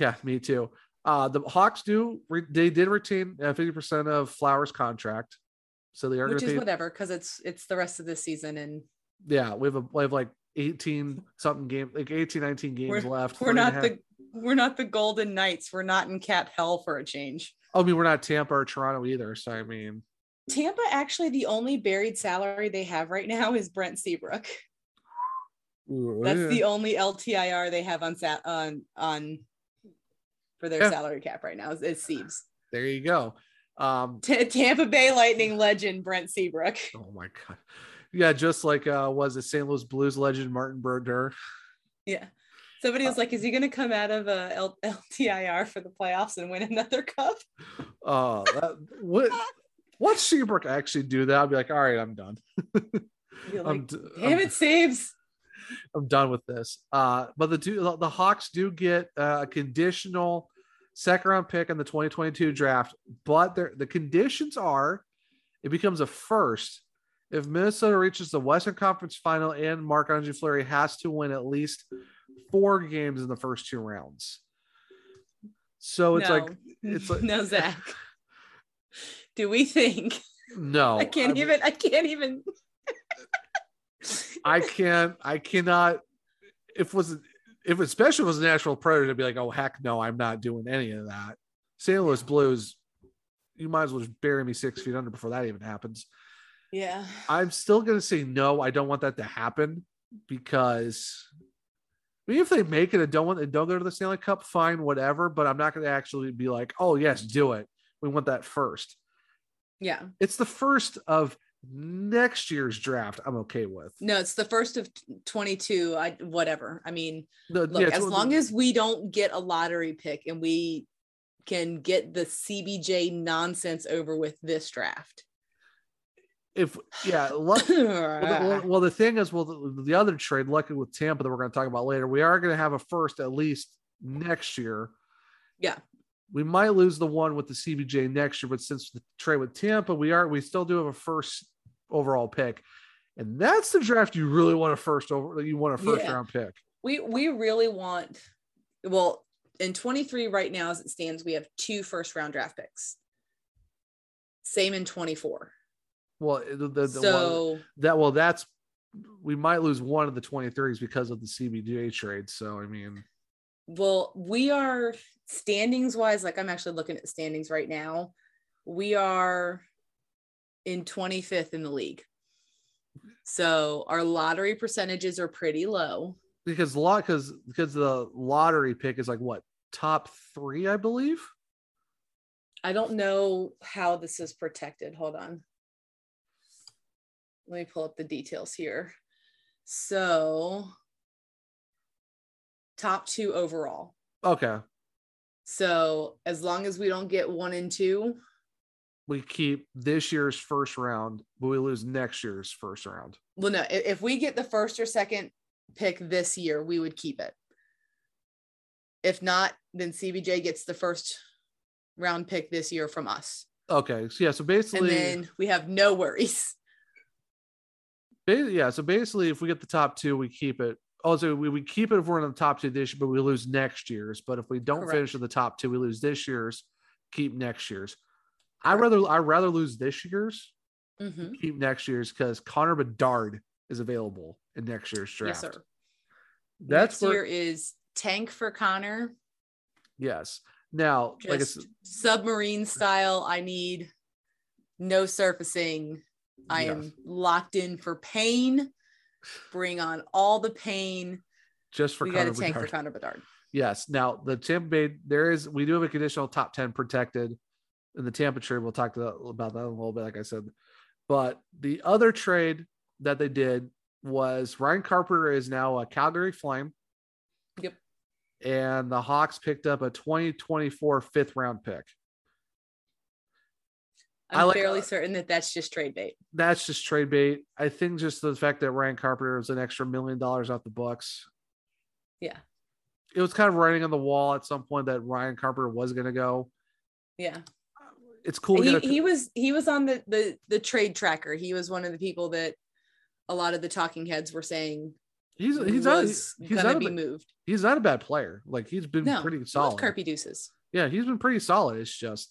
S3: Yeah, me too. Uh, the Hawks do re- they did retain uh, fifty percent of Flowers' contract, so they are going
S2: which
S3: to
S2: is
S3: pay.
S2: whatever because it's it's the rest of the season and
S3: Yeah, we have a we have like eighteen something game, like 18, 19 games
S2: we're,
S3: left.
S2: we're
S3: three and a
S2: not the
S3: half-
S2: we're not the Golden Knights. We're not in cat hell for a change.
S3: Oh, I mean, we're not Tampa or Toronto either. So I mean,
S2: Tampa actually the only buried salary they have right now is Brent Seabrook.
S3: Oh,
S2: That's the only LTIR they have on sa- on on for their
S3: Yeah.
S2: salary cap right now is, is Siebes.
S3: eh, there you go. Um,
S2: T- Tampa Bay Lightning legend Brent Seabrook.
S3: oh my god, yeah, just like uh, was it St. Louis Blues legend Martin Brodeur?
S2: Yeah. Somebody
S3: Uh,
S2: was like, "Is he going to come out of a L- LTIR for the playoffs and win another cup?"
S3: Uh, that, what what Seabrook actually do that? I'd be like, all right, I'm done.
S2: You're
S3: I'm
S2: like,
S3: d-
S2: "Damn
S3: I'm-
S2: it, Siebes!"
S3: I'm done with this. Uh, but the two the- the Hawks do get uh, a conditional second round pick in the 2022 draft, but their- the conditions are it becomes a first if Minnesota reaches the Western Conference final and Marc Andre Fleury has to win at least four games in the first two rounds. So it's
S2: no.
S3: like it's like
S2: no, Zach. Do we think?
S3: no,
S2: I can't
S3: I'm-
S2: even. I can't even.
S3: I can't. I cannot. If it was if especially if it was an actual predator, I'd be like, oh heck no, I'm not doing any of that. St. Louis Blues, you might as well just bury me six feet under before that even happens.
S2: Yeah.
S3: I'm still gonna say no. I don't want that to happen because. I mean, if they make it and don't want and don't go to the Stanley Cup, fine, whatever. But I'm not going to actually be like, "Oh yes, do it." We want that first.
S2: Yeah.
S3: It's the first of next year's draft. I'm okay with.
S2: No, it's the first of t- 22. I whatever. I mean,
S3: No,
S2: look,
S3: yeah, it's
S2: as
S3: one-
S2: long as we don't get a lottery pick and we can get the CBJ nonsense over with this draft.
S3: if yeah, luck, well, the, well, well, the thing is, well, the, the other trade, luckily with Tampa that we're going to talk about later, we are going to have a first at least next year.
S2: yeah.
S3: We might lose the one with the CBJ next year, but since the trade with Tampa, we are we still do have a first overall pick, and that's the draft you really want a first over that you want a first
S2: Yeah.
S3: round pick.
S2: We we really want well, in 23 right now as it stands, we have two first round draft picks. Same in 24.
S3: Well, the, the, the one-
S2: so
S3: that well, that's we might lose one of the 23s because of the CBJ trade. So I mean,
S2: Well, we are standings wise, like I'm actually looking at standings right now. We are in 25th in the league. So our lottery percentages are pretty low.
S3: because lot because because the lottery pick is like what top three, I believe.
S2: I don't know how this is protected. Hold on. Let me pull up the details here. So, top two overall.
S3: Okay.
S2: So, as long as we don't get one and two,
S3: we keep this year's first round, but we lose next year's first round.
S2: Well, no, i- if, we get the first or second pick this year, we would keep it. If not, then CBJ gets the first round pick this year from us.
S3: Okay. So yeah. So basically,
S2: And then we have no worries.
S3: ba- yeah. So basically, if we get the top two, we keep it. Also, we, we keep it if we're in the top two this year, but we lose next year's. But if we don't
S2: Correct.
S3: finish in the top two, we lose this year's. Keep next year's. I rather I rather lose this year's.
S2: Mhm.
S3: Keep next year's because Connor Bedard is available in next year's draft.
S2: Yes, sir. Next
S3: That's where
S2: year is tank for Connor,
S3: yes. Now,
S2: just
S3: like I said,
S2: submarine style. I need no surfacing. I am locked in for pain. Bring on all the pain.
S3: just for
S2: we got
S3: Connor
S2: to tank for
S3: Bedard.
S2: Connor Bedard.
S3: Yes. Now the Tampa Bay, there is we do have a conditional top ten protected in the Tampa trade. We'll talk to that, about that in a little bit, like I said. But the other trade that they did was Ryan Carpenter is now a Calgary Flame.
S2: Yep.
S3: And the Hawks picked up a 2024 fifth round pick. I
S2: I'm
S3: like-
S2: fairly certain that that's just trade bait.
S3: That's just trade bait. I think just the fact that Ryan Carpenter was an extra million dollars off the books.
S2: Yeah.
S3: It was kind of writing on the wall at some point that Ryan Carpenter was going to go.
S2: Yeah.
S3: It's cool. to
S2: he,
S3: get a-
S2: he was he was on the, the the trade tracker. He was one of the people that a lot of the talking heads were saying
S3: he's he's not,
S2: was
S3: he's not
S2: gonna
S3: a,
S2: be
S3: ba-
S2: moved.
S3: he's not a bad player. Like he's been
S2: No,
S3: pretty
S2: Solid.
S3: solid.
S2: Kirby Deuces.
S3: Yeah, he's been pretty solid. It's just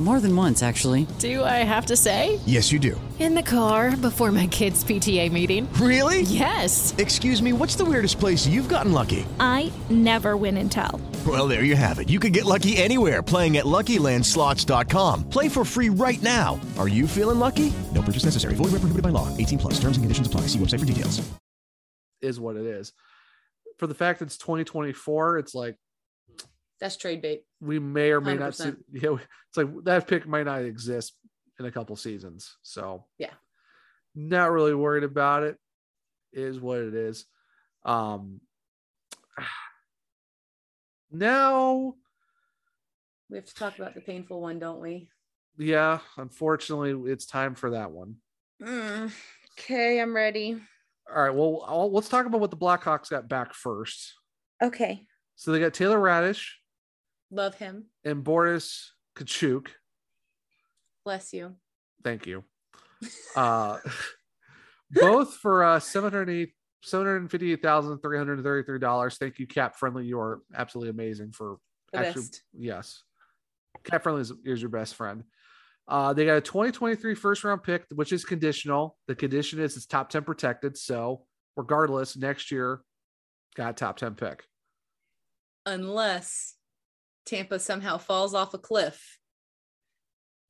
S8: More than once, actually.
S7: Do I have to say?
S6: Yes, you do.
S9: In the car before my kids' PTA meeting.
S6: Really?
S9: Yes.
S6: Excuse me, what's the weirdest place you've gotten lucky?
S10: I never win and tell.
S6: Well, there you have it. You can get lucky anywhere playing at LuckyLandSlots.com. Play for free right now. Are you feeling lucky? No purchase necessary. Void where prohibited by law. 18 plus. Terms and conditions apply. See website for details.
S3: is what it is. For the fact it's 2024, it's like
S2: That's trade bait.
S3: we may or may not see.
S2: 100%.
S3: Yeah, it's like that pick might not exist in a couple seasons. So
S2: Yeah.
S3: not really worried about it. Is what it is. Um. Now,
S2: We have to talk about the painful one, don't we?
S3: yeah, unfortunately, it's time for that one.
S2: Mm, okay, I'm ready.
S3: All right. Well, I'll, let's talk about what the Blackhawks got back first.
S2: Okay.
S3: So they got Taylor Radish
S2: Love him.
S3: and Boris Kachuk.
S2: Bless you.
S3: Thank you. Uh, both for uh, 708 $758,333. Thank you, Cap Friendly. You are absolutely amazing for
S2: The
S3: actually,
S2: best.
S3: yes. Cap Friendly is, is your best friend. Uh, they got a 2023 first round pick, which is conditional. The condition is it's top 10 protected. So, regardless, next year got a top 10 pick.
S2: Unless Tampa somehow falls off a cliff.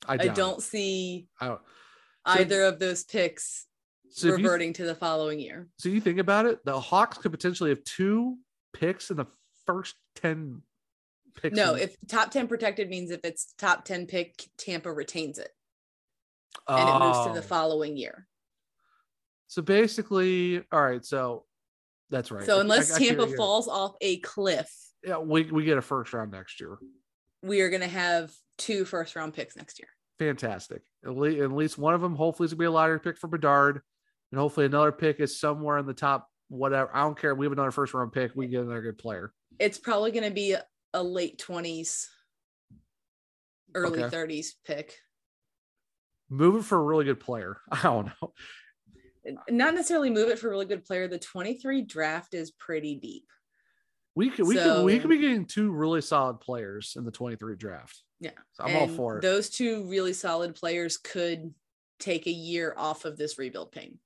S3: I,
S2: I,
S3: doubt it.
S2: don't see
S3: I don't. So-
S2: either of those picks
S3: So, if you,
S2: reverting to the following year.
S3: so you think about it, the Hawks could potentially have two picks in the first 10 picks.
S2: No,
S3: in-
S2: if top 10 protected means if it's top 10 pick, Tampa retains it and it moves to the
S3: Oh.
S2: following year.
S3: So basically, all right. So that's right.
S2: So
S3: I-
S2: unless
S3: I- I see
S2: Tampa
S3: what you're-
S2: falls off a cliff,
S3: yeah, we, we get a first round next year.
S2: we are going to have two first round picks next year.
S3: Fantastic. At least, at least one of them hopefully is gonna be a lottery pick for Bedard, and hopefully another pick is somewhere in the top. Whatever. I don't care. We have another first round pick. We get another good player.
S2: It's probably going to be a, a late 20s, early
S3: Okay.
S2: 30s pick.
S3: Move it for a really good player. I don't know.
S2: Not necessarily move it for a really good player. The 23 draft is pretty deep.
S3: We could we could we
S2: So-
S3: could be getting two really solid players in the twenty three draft.
S2: Yeah.
S3: So I'm all
S2: And
S3: for it.
S2: Those two really solid players could take a year off of this rebuild pain.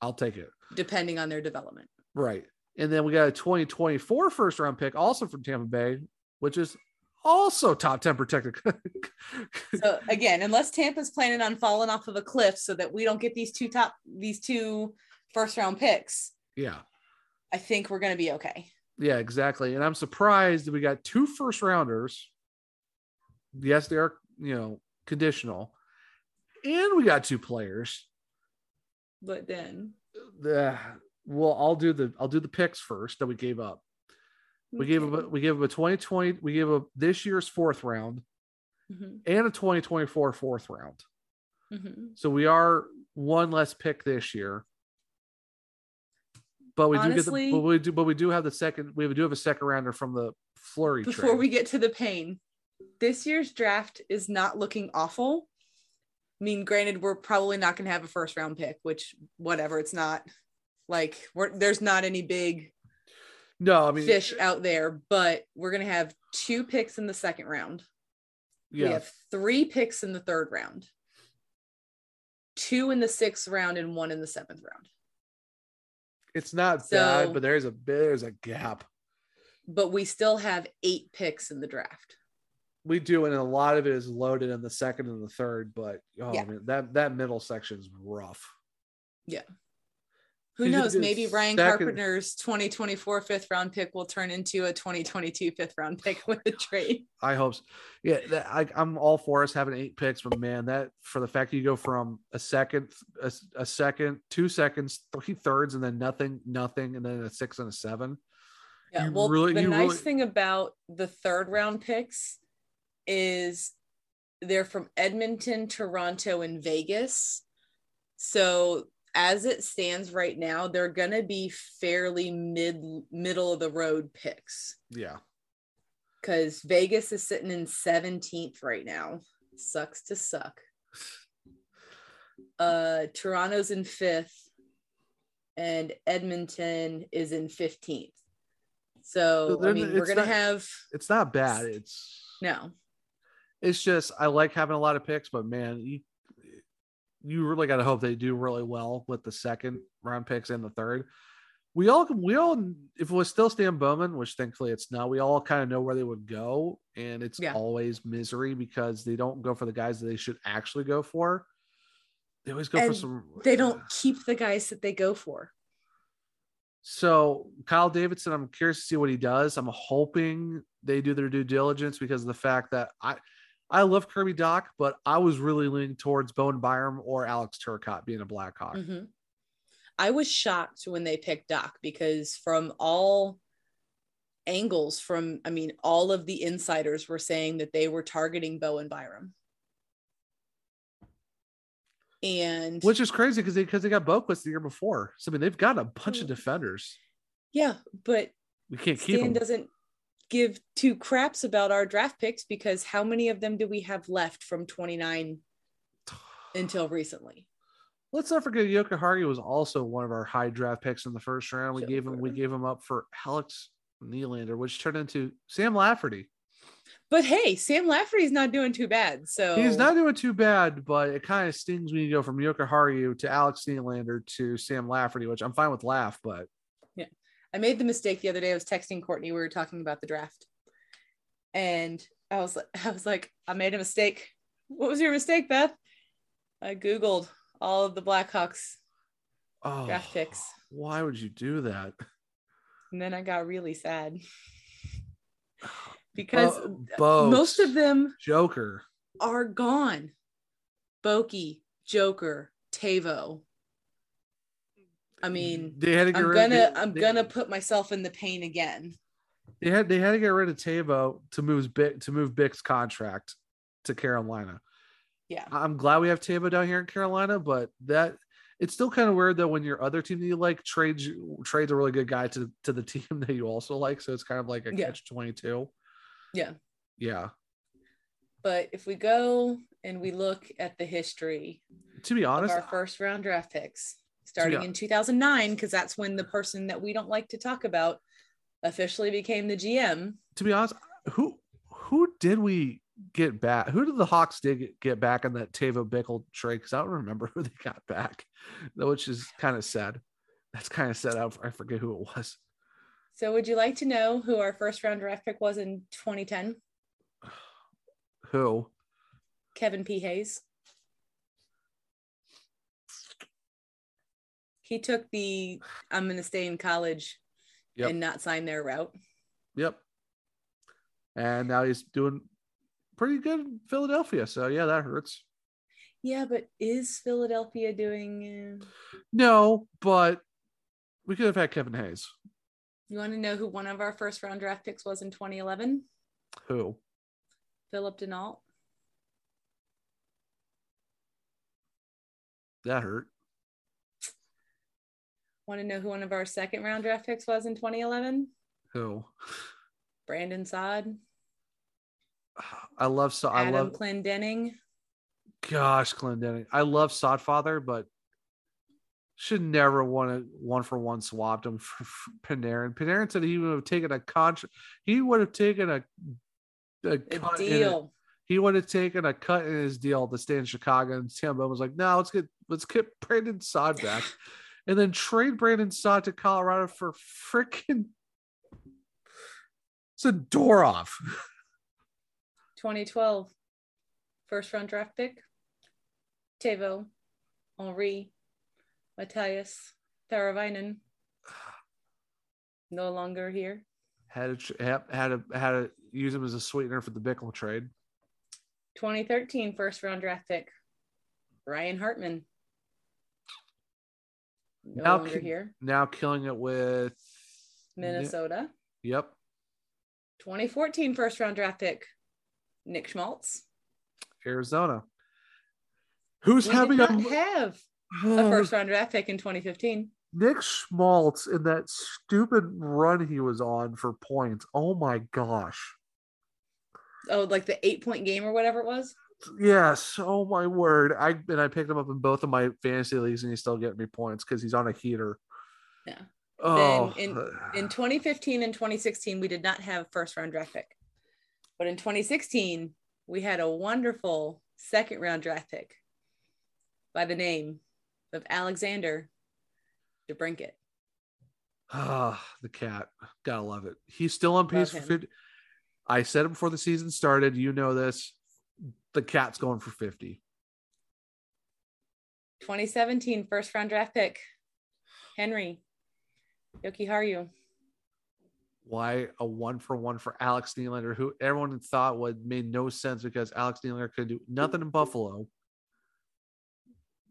S3: I'll take it.
S2: depending on their development.
S3: Right. And then we got a 2024 first round pick also from Tampa Bay, which is also top 10 protected.
S2: So again, unless Tampa's planning on falling off of a cliff so that we don't get these two top these two first round picks,
S3: yeah.
S2: I think we're gonna be okay.
S3: Yeah, exactly. And I'm surprised that we got two first rounders. Yes, they are, you know, conditional. And we got two players.
S2: But then
S3: The well, I'll do the I'll do the picks first that we gave up. We gave up we gave up a 2020, we gave up this year's fourth round
S2: Mhm.
S3: and a 2024 fourth round.
S2: Mhm.
S3: So we are one less pick this year. But we do get
S2: Honestly-
S3: the but we do but we do have the second we do have a second rounder from the flurry
S2: before
S3: trade.
S2: we get to the pain, this year's draft is not looking awful. I mean, granted, we're probably not gonna have a first round pick, which whatever, it's not like we're there's not any big
S3: no, I mean
S2: fish out there, but we're gonna have two picks in the second round.
S3: yeah,
S2: We have three picks in the third round, two in the sixth round, and one in the seventh round.
S3: it's not
S2: So-
S3: bad, but there's a there's a gap.
S2: But we still have eight picks in the draft.
S3: We do, and a lot of it is loaded in the second and the third, but oh
S2: Yeah.
S3: man, that that middle section's rough.
S2: Yeah. Who
S3: Who's gonna
S2: knows?
S3: be the
S2: Maybe Ryan
S3: second-
S2: Carpenter's 2024 fifth round pick will turn into a 2022 fifth round pick with the trade.
S3: I hope so. Yeah, that, I, I'm all for us having eight picks, but man, that for the fact that you go from a second, a, a second, two seconds, three thirds, and then nothing, nothing, and then a six and a seven.
S2: Yeah.
S3: You
S2: Well,
S3: really-
S2: the
S3: you
S2: nice
S3: really-
S2: thing about the third round picks is they're from Edmonton, Toronto, and Vegas. So as it stands right now, they're going to be fairly mid middle of the road picks
S3: Yeah,
S2: because Vegas is sitting in 17th right now. Sucks to suck. Uh, Toronto's in fifth, and Edmonton is in 15th. So, I
S3: they're-
S2: mean, we're
S3: it's
S2: going to
S3: not-
S2: have
S3: it's not bad. It's
S2: no,
S3: it's just I like having a lot of picks, but man, you you really got to hope they do really well with the second round picks and the third. We all we all if it was still Stan Bowman, which thankfully it's not, we all kind of know where they would go, and it's
S2: Yeah.
S3: always misery because they don't go for the guys that they should actually go for. They always go for
S2: And
S3: some.
S2: they don't keep the guys that they go for.
S3: So Kyle Davidson, I'm curious to see what he does. I'm hoping they do their due diligence because of the fact that I I love Kirby Doc, but I was really leaning towards Bowen Byram or Alex Turcott being a Blackhawk.
S2: Mhm. I was shocked when they picked Doc because from all angles, from I mean, all of the insiders were saying that they were targeting Bo and Byram. And
S3: Which is crazy because they because they got Boquist the year before. So I mean they've got a bunch of defenders.
S2: yeah, but
S3: We can't keep
S2: Stan
S3: them.
S2: doesn't give two craps about our draft picks because how many of them do we have left from 29 until recently?
S3: Let's not forget Yoko Hargi was also one of our high draft picks in the first round. We gave him we gave him up for Alex Nylander, which turned into Sam Lafferty.
S2: But hey, Sam Lafferty's not doing too bad. So
S3: He's not doing too bad, but it kind of stings when you go from Yoka Haru to Alex Nylander to Sam Lafferty, which I'm fine with Laff, but
S2: Yeah. I made the mistake the other day. I was texting Courtney. We were talking about the draft. And I was I was like, I made a mistake. What was your mistake, Beth? I Googled all of the Blackhawks
S3: oh,
S2: draft picks.
S3: why would you do that?
S2: And then I got really sad. Because
S3: Oh, Bo-
S2: most of them
S3: Uh, Joker.
S2: are gone. Bokey, Joker, Tavo. I mean,
S3: They had to get
S2: I'm
S3: rid of-
S2: gonna
S3: they-
S2: I'm
S3: they-
S2: gonna put myself in the pain again.
S3: They had they had to get rid of Tavo to move Bick to move Bick's contract to Carolina.
S2: Yeah.
S3: I'm glad we have Tavo down here in Carolina, but that it's still kind of weird though when your other team that you like trades you- trades a really good guy to to the team that you also like. So it's kind of like a
S2: Yeah.
S3: catch twenty two.
S2: Yeah.
S3: Yeah.
S2: But if we go and we look at the history
S3: To be
S2: of
S3: honest,
S2: our first round draft picks, starting
S3: hon-
S2: in 2009, because that's when the person that we don't like to talk about officially became the GM.
S3: to be honest, who who did we get back? Who did the Hawks did get back in that Tavo Bickle trade? Because I don't remember who they got back, which is kind of sad. That's kind of sad. I forget who it was.
S2: So, would you like to know who our first round draft pick was in 2010?
S3: Who?
S2: Kevin P. Hayes. He took the I'm going to stay in college yep. and not sign their route.
S3: Yep. And now he's doing pretty good in Philadelphia. So, yeah, that hurts.
S2: Yeah, but is Philadelphia doing.
S3: Uh... No, but we could have had Kevin Hayes.
S2: You want to know who one of our first round draft picks was in 2011?
S3: Who?
S2: Philip Denault.
S3: That hurt.
S2: Want to know who one of our second round draft picks was in 2011?
S3: Who?
S2: Brandon Sod.
S3: I love Sod. I love
S2: Clendenning.
S3: Gosh, Clendenning. I love Sodfather, but should never want to one for one swapped him for, for Panarin. Panarin said he would have taken a contract. He would have taken a,
S2: a, a deal.
S3: A, he would have taken a cut in his deal to stay in Chicago. And Sam Bowman was like, "No, let's get let's get Brandon Sod back, and then trade Brandon Sod to Colorado for freaking it's a door off."
S2: 2012, first round draft pick, Tavo, Henri, Matthias Taravainen, no longer here.
S3: Had to had to had to use him as a sweetener for the Bickle trade.
S2: 2013 first round draft pick, Ryan Hartman. No
S3: now,
S2: longer here.
S3: Now killing it with
S2: Minnesota.
S3: Yep.
S2: 2014 first round draft pick, Nick Schmaltz.
S3: Arizona. Who's
S2: we
S3: having Oh.
S2: a have a first round draft pick in 2015.
S3: Nick Schmaltz in that stupid run he was on for points. Oh my gosh.
S2: Oh, like the eight point game or whatever it was?
S3: Yes. Oh my word. I and I picked him up in both of my fantasy leagues and he's still getting me points because he's on a heater.
S2: Yeah.
S3: Oh.
S2: Then in, in 2015 and 2016, we did not have first round draft pick. But in 2016, we had a wonderful second round draft pick by the name of Alexander DeBrinket.
S3: Ah, oh, the cat. Gotta love it. He's still on pace for 50. I said it before the season started. You know this. The cat's going for 50.
S2: 2017 first round draft pick, Henry Yoki Haru.
S3: Why a one for one for Alex Nylander, who everyone thought would made no sense because Alex Nylander could do nothing in Buffalo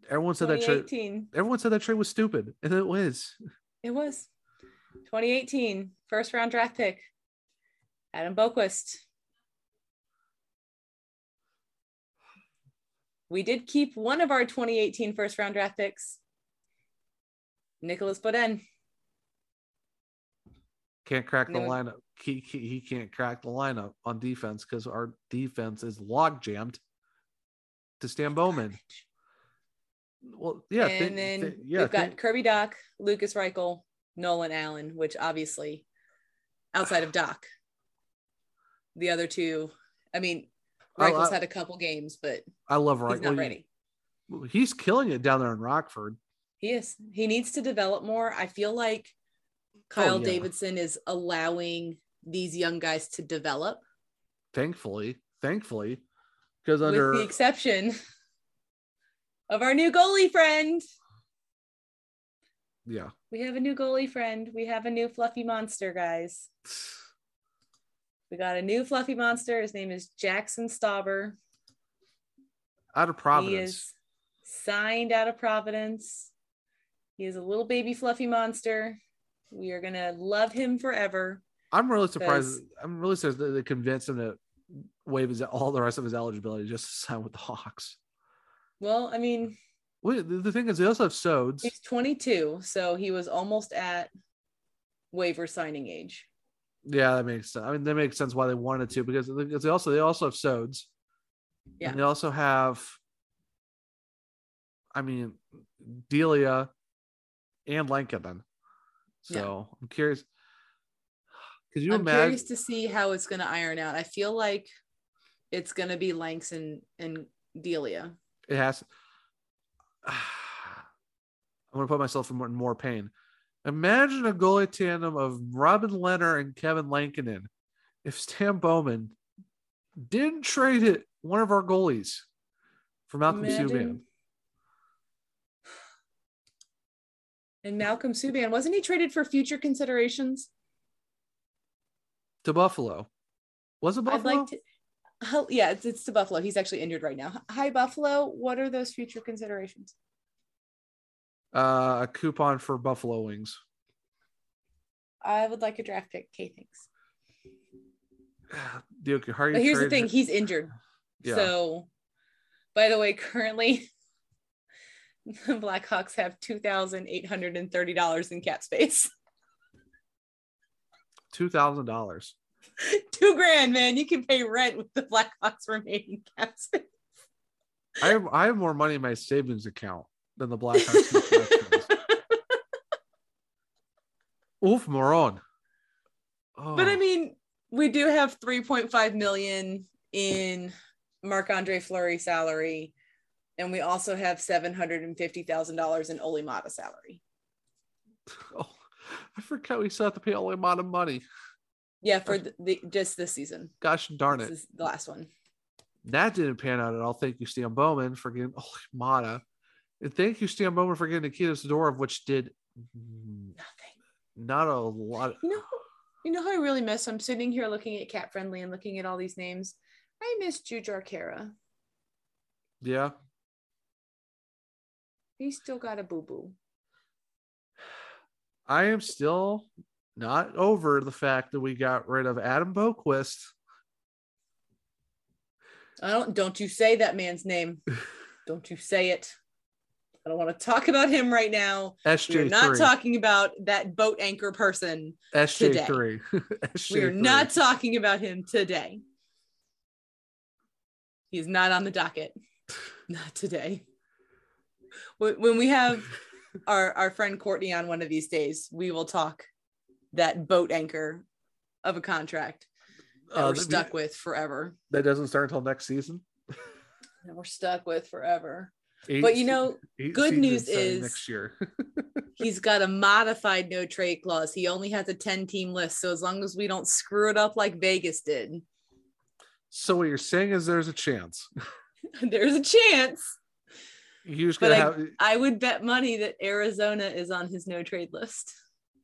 S3: everyone said that trade. Everyone said that trade was stupid, and it was.
S2: It was. 2018 first round draft pick, Adam Boquist. We did keep one of our 2018 first round draft picks, Nicholas Boden.
S3: Can't crack the lineup. He, he, he can't crack the lineup on defense because our defense is log jammed to Stan Bowman. Well, yeah.
S2: And
S3: think,
S2: then
S3: think, yeah,
S2: we've got think. Kirby Doc, Lucas Reichel, Nolan Allen, which obviously outside of Doc, the other two, I mean, Reichel's I, I, had a couple games, but
S3: I love Reichel. He's
S2: not ready.
S3: He's killing it down there in Rockford.
S2: He is. He needs to develop more. I feel like Kyle oh, yeah. Davidson is allowing these young guys to develop.
S3: Thankfully, thankfully, because under
S2: With the exception of our new goalie friend.
S3: Yeah.
S2: We have a new goalie friend. We have a new fluffy monster, guys. We got a new fluffy monster. His name is Jackson Stauber.
S3: Out of Providence. He is
S2: signed out of Providence. He is a little baby fluffy monster. We are going to love him forever.
S3: I'm really surprised. I'm really surprised that they convinced him to waive his, all the rest of his eligibility just to sign with the Hawks.
S2: Well, I mean,
S3: well, the thing is, they also have Sodes.
S2: He's 22, so he was almost at waiver signing age.
S3: Yeah, that makes sense. I mean, that makes sense why they wanted to because they also they also have Sodes.
S2: Yeah.
S3: And they also have, I mean, Delia and Lincoln. So yeah. I'm curious. Could you
S2: I'm
S3: imagine?
S2: curious to see how it's going to iron out. I feel like it's gonna be Lanks and and Delia.
S3: It has. I'm gonna put myself in more, in more pain. Imagine a goalie tandem of Robin Leonard and Kevin Lankinen. If Stan Bowman didn't trade it, one of our goalies for Malcolm
S2: Imagine-
S3: Subban.
S2: And Malcolm Subban wasn't he traded for future considerations?
S3: to Buffalo. Was it Buffalo?
S2: I'd like to. Hel- Yeah, it's, it's to Buffalo. He's actually injured right now. Hi, Buffalo. What are those future considerations?
S3: uh, a coupon for Buffalo Wings.
S2: I would like a draft pick. Okay, thanks.
S3: Duke, how are you
S2: But here's the
S3: trading-
S2: thing: he's injured.
S3: Yeah.
S2: So, by the way, currently the Blackhawks have two thousand eight hundred and thirty dollars in cap space.
S3: two thousand dollars.
S2: Two grand, man. You can pay rent with the Blackhawks remaining cap space.
S3: I have I have more money in my savings account than the Blackhawks. and Blackhawks. Oof, moron. Oh,
S2: But I mean, we do have 3.5 million in Marc Andre Fleury salary, and we also have $750,000 in Olimata salary.
S3: Oh, I forgot we still have to pay all the amount of money.
S2: Yeah, for the, the just this season.
S3: Gosh darn
S2: This
S3: it.
S2: is the last one.
S3: That didn't pan out at all. Thank you, Stan Bowman, for getting Ole Mata. And thank you, Stan Bowman, for getting Nikita Zadorov, which did nothing. Not a lot.
S2: You know, you know who I really miss? I'm sitting here looking at Cat Friendly and looking at all these names. I miss Jujar Kara.
S3: Yeah.
S2: He's still got a boo boo.
S3: I am still not over the fact that we got rid of Adam Boquist.
S2: I don't don't you say that man's name. don't you say it. I don't want to talk about him right now.
S3: SJ3.
S2: We are not talking about that boat anchor person today.
S3: SJ3.
S2: We are
S3: SJ3.
S2: not talking about him today. He's not on the docket. Not today. When when we have our, our friend Courtney on one of these days, we will talk that boat anchor of a contract that
S3: Uh,
S2: we're
S3: that'd be-
S2: stuck with forever.
S3: That doesn't start until next season.
S2: That we're stuck with forever.
S3: Eight
S2: but you
S3: se-
S2: know,
S3: eight
S2: good news
S3: seasons starting
S2: is
S3: next year.
S2: he's got a modified no trade clause. He only has a 10 team list. So as long as we don't screw it up like Vegas did,
S3: so what you're saying is there's a chance.
S2: there's a chance.
S3: You just
S2: But
S3: gotta
S2: I,
S3: have
S2: I would bet money that Arizona is on his no trade list.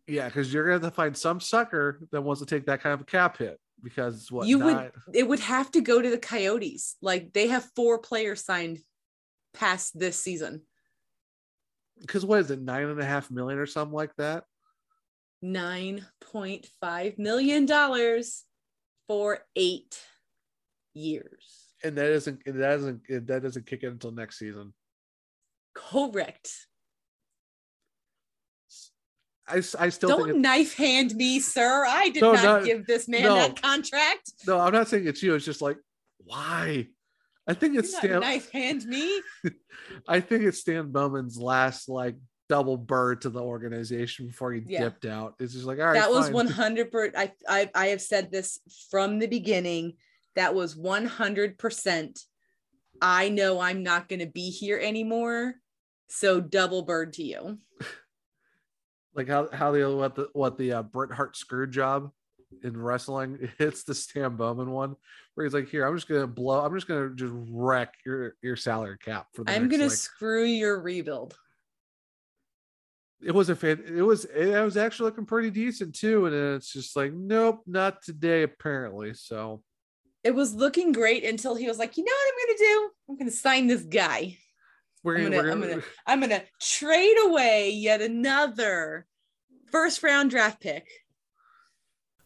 S3: yeah, because you're gonna have to find some sucker that wants to take that kind of a cap hit because it's what
S2: you
S3: nine-
S2: would it would have to go to the Coyotes. Like they have four players signed past this season.
S3: because what is it nine and a half million or something like that?
S2: $9.5 million for eight years.
S3: And that isn't and that isn't and that doesn't kick in until next season.
S2: Correct.
S3: I, s- I still
S2: Don't
S3: think it-
S2: knife hand me, sir. I did
S3: No,
S2: not
S3: no,
S2: give this man
S3: no.
S2: that contract.
S3: no, I'm not saying it's you. It's just like why? I think
S2: Do
S3: it's
S2: not
S3: Stan.
S2: knife hand me.
S3: I think it's Stan Bowman's last like double bird to the organization before he
S2: Yeah.
S3: dipped out. It's just like all right,
S2: that was
S3: fine.
S2: 100 percent I, I i have said this from the beginning that was 100 percent i know i'm not going to be here anymore so double bird to you
S3: like how how the what the what the uh, Bret Hart screw job in wrestling it hits the Stan Bowman one where he's like, here I'm just gonna blow, I'm just gonna just wreck your your salary cap for the
S2: i'm
S3: next,
S2: going to
S3: like-
S2: screw your rebuild
S3: it was a fan, it was it was actually looking pretty decent too, and then it's just like, nope, not today apparently. So
S2: it was looking great until he was like you know what i'm going to do i'm going to sign this guy
S3: we're
S2: I'm
S3: gonna,
S2: gonna,
S3: we're
S2: I'm
S3: gonna-
S2: gonna I'm gonna trade away yet another first round draft pick.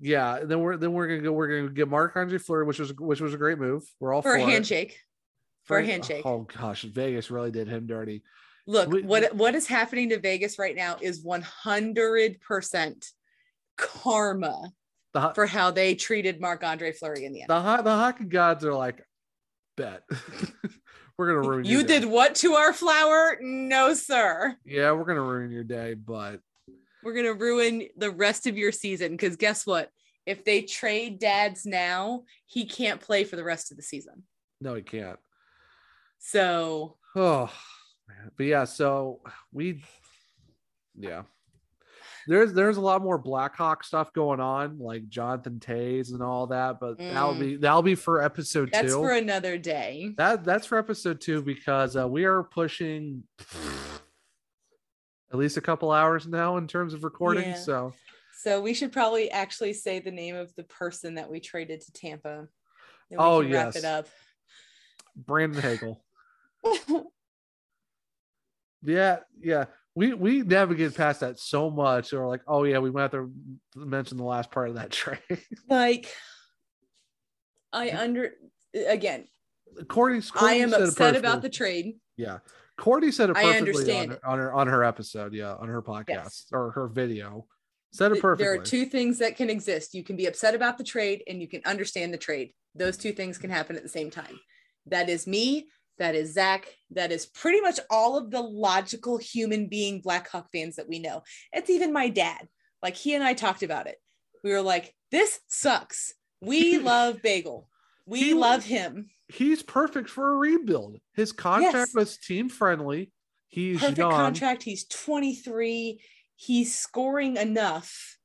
S3: Yeah, then we're then we're gonna go we're gonna get Mark Andre Fleur, which was which was a great move. We're all
S2: for a
S3: it.
S2: handshake. For a handshake.
S3: Oh gosh, Vegas really did him dirty.
S2: Look,
S3: We-
S2: what what is happening to Vegas right now is 100% karma
S3: The hot,
S2: for how they treated Marc Andre Fleury in the end.
S3: the hot the hockey gods are like, bet we're gonna ruin your
S2: You
S3: day.
S2: did what to our flower? No, sir.
S3: Yeah, we're gonna ruin your day, but
S2: We're going to ruin the rest of your season because guess what? If they trade dads now, he can't play for the rest of the season.
S3: no, he can't.
S2: So
S3: Oh man. But yeah, so we yeah. There's there's a lot more Blackhawk stuff going on, like Jonathan Tays and all that, but that'll
S2: Mm.
S3: be that'll be for episode
S2: that's
S3: two.
S2: for another day.
S3: that that's for episode two because uh, we are pushing at least a couple hours now in terms of recording.
S2: Yeah.
S3: So
S2: So we should probably actually say the name of the person that we traded to Tampa. Then we
S3: Oh,
S2: can Wrap
S3: yes.
S2: it up.
S3: Brandon Hagel. yeah, yeah. We we navigate past that so much. Or like, oh yeah, we might have to mention the last part of that trade.
S2: like I under again,
S3: Courtney,
S2: I
S3: Courtney
S2: am
S3: said it
S2: upset about the
S3: perfectly.
S2: trade.
S3: yeah. Courtney said it
S2: I
S3: perfectly on
S2: understand
S3: her, on her on her episode, yeah, on her podcast
S2: Yes.
S3: or her video. Said it
S2: Th-
S3: perfectly.
S2: There are two things that can exist. You can be upset about the trade and you can understand the trade. Those two things can happen at the same time. That is me. That is Zach. That is pretty much all of the logical human being Blackhawk fans that we know. It's even my dad. Like he and I talked about it. We were like, this sucks. We love Bagel. We
S3: He-
S2: love him.
S3: He's perfect for a rebuild. His contract
S2: Yes.
S3: was team friendly. He's
S2: Perfect
S3: young.
S2: contract. He's 23. He's scoring enough.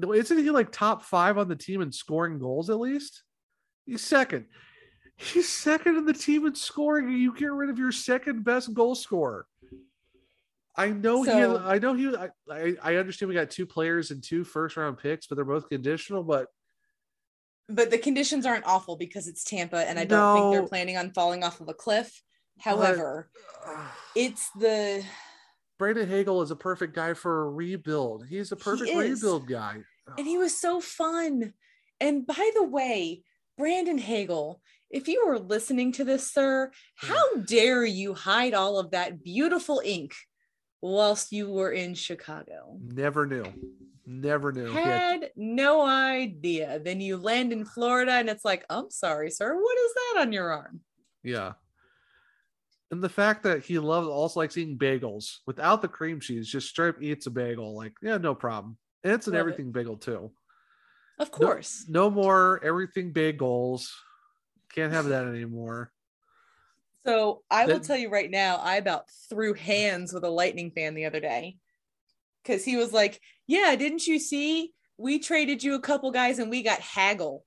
S3: Isn't he like top five on the team in scoring goals at least? He's second. He's second in the team in scoring. and You get rid of your second best goal scorer. I know
S2: So-
S3: he. I know he. I, I, I understand we got two players and two first round picks, but they're both conditional. But
S2: but the conditions aren't awful because it's Tampa and I don't think
S3: No.
S2: they're planning on falling off of a cliff. However, it's the
S3: Brandon Hagel is a perfect guy for a rebuild. He's a perfect
S2: is.
S3: rebuild guy.
S2: and he was so fun. And by the way, Brandon Hagel, if you were listening to this, sir, how
S3: Hmm.
S2: dare you hide all of that beautiful ink whilst you were in Chicago?
S3: Never knew. Never knew. he had
S2: Had no idea. Then you land in Florida and it's like, I'm sorry, sir. What is that on your arm?
S3: Yeah. And the fact that he loves also likes eating bagels without the cream cheese, just straight eats a bagel, like, yeah, no problem. And it's an
S2: Love it.
S3: everything bagel too.
S2: Of course.
S3: No more everything bagels. Can't have that anymore.
S2: So I will
S3: That-
S2: tell you right now, I about threw hands with a Lightning fan the other day because he was like, "Yeah, didn't you see? We traded you a couple guys and we got Haggle."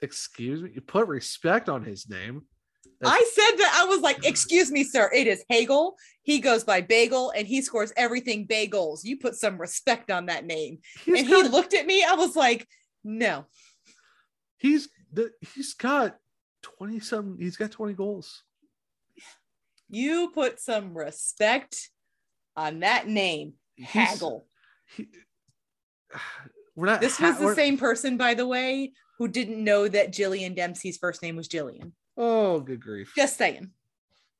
S3: Excuse me. You put respect on his name.
S2: I said that I was like, "Excuse me, sir, it is Hagel. He goes by Bagel and he scores everything bagels. You put some respect on that name."
S3: He's
S2: and
S3: got,
S2: he looked at me. I was like, "No,
S3: he's the, he's got 20 something, he's got 20 goals.
S2: you put some respect on that name,
S3: He's-
S2: Haggle."
S3: He, we're not
S2: This was
S3: ha-
S2: the
S3: we're-
S2: same person, by the way, who didn't know that Jillian Dempsey's first name was Jillian.
S3: Oh, good grief.
S2: Just saying.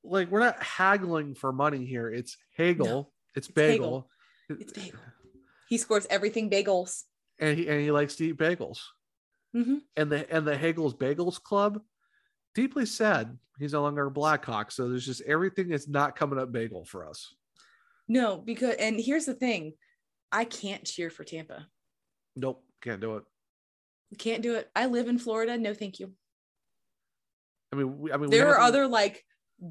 S3: like we're not haggling for money here. It's Hagel, it's bagel,
S2: Hagel. It's bagel. He scores everything bagels.
S3: and he and he likes to eat bagels.
S2: Mhm.
S3: And the and the Hagel's Bagels Club, deeply sad he's no longer a Blackhawk. So there's just everything that's not coming up bagel for us.
S2: No, because and here's the thing. I can't cheer for Tampa.
S3: Nope, can't do it.
S2: Can't do it. I live in Florida. No, thank you.
S3: I mean, we, I mean, we
S2: There
S3: have
S2: are
S3: some-
S2: other like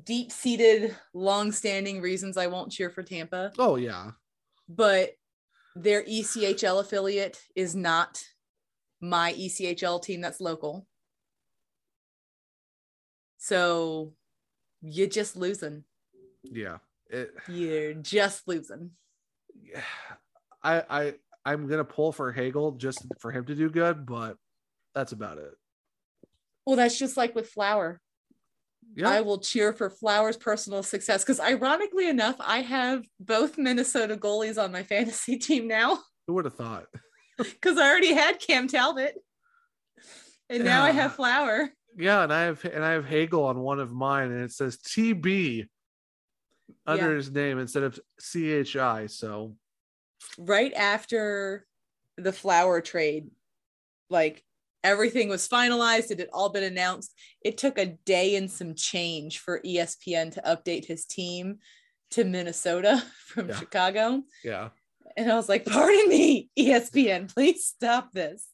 S2: deep-seated, long-standing reasons I won't cheer for Tampa,
S3: Oh yeah,
S2: but Their E ECHL affiliate is not my E ECHL team that's local. So you're just losing.
S3: Yeah. It,
S2: You're just losing.
S3: I I I'm gonna pull for Hagel just for him to do good, but that's about it.
S2: Well, that's just like with Flower.
S3: Yeah.
S2: I will cheer for Flower's personal success because, ironically enough, I have both Minnesota goalies on my fantasy team now
S3: Who would have thought?
S2: because I already had Cam Talbot, and now I have Flower.
S3: Yeah, and I have and I have Hagel on one of mine, and it says TB under
S2: Yeah.
S3: his name instead of CHI. So
S2: right after the flower trade, like everything was finalized, it had all been announced. It took a day and some change for E ESPN to update his team to Minnesota from
S3: Yeah.
S2: Chicago.
S3: yeah,
S2: And I was like, pardon me, E ESPN, please stop this.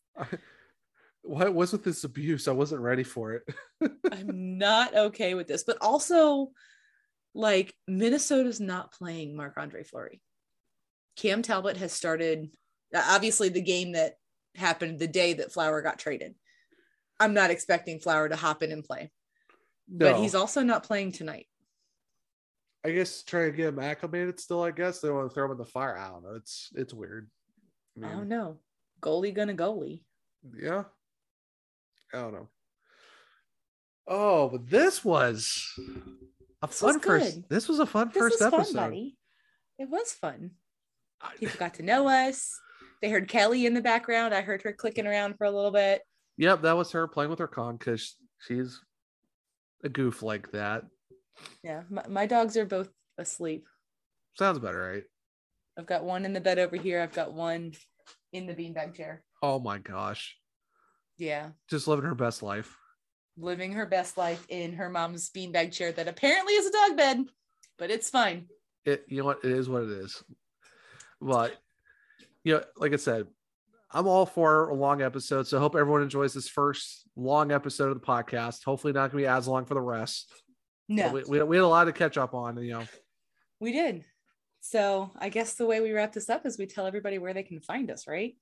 S3: what was with this abuse? I wasn't ready for it.
S2: I'm not okay with this. But also, like, Minnesota's not playing Marc Andre Fleury. Cam Talbot has started, uh, obviously, the game that happened the day that Flower got traded. I'm not expecting Flower to hop in and play, but
S3: No.
S2: he's also not playing tonight.
S3: I guess try to get him acclimated still. I guess they want to throw him in the fire. I don't know. It's it's weird. I
S2: I
S3: mean,
S2: don't know. Goalie gonna goalie.
S3: yeah, I don't know. Oh, but this was a
S2: was
S3: fun first.
S2: good.
S3: This was a fun
S2: This
S3: first
S2: is fun,
S3: episode.
S2: buddy. It was fun. People got to know us. They heard Kelly in the background. I heard her clicking around for a little bit.
S3: Yep, that was her playing with her con because she's a goof like that.
S2: Yeah, my, my dogs are both asleep.
S3: Sounds about right.
S2: I've got one in the bed over here. I've got one in the beanbag chair.
S3: Oh my gosh,
S2: Yeah,
S3: just living her best life.
S2: living her best life in her mom's beanbag chair that apparently is a dog bed, but it's fine.
S3: It you know what it is what it is. But you know, like I said, I'm all for a long episode. So I hope everyone enjoys this first long episode of the podcast. Hopefully, not gonna be as long for the rest.
S2: No,
S3: But we, we, we had a lot to catch up on. You know,
S2: we did. So I guess the way we wrap this up is we tell everybody where they can find us, right?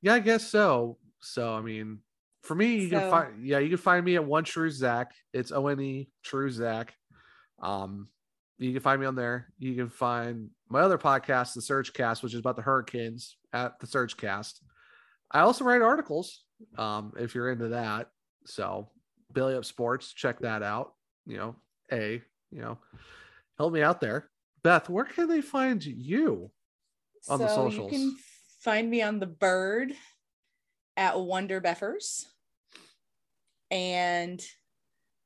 S3: yeah, I guess so. So I mean, for me, you
S2: So-
S3: can find yeah, you can find me at one true Zach. It's O N E True Zach. Um, you can find me on there. You can find my other podcast, The Surge Cast, which is about the hurricanes at the Surge Cast. I also write articles. Um, if you're into that. So Billy Up Sports, check that out. You know, A, you know, help me out there. Beth, where can they find you? On the
S2: so
S3: socials.
S2: You can find me on the bird at Wonder Beffers. And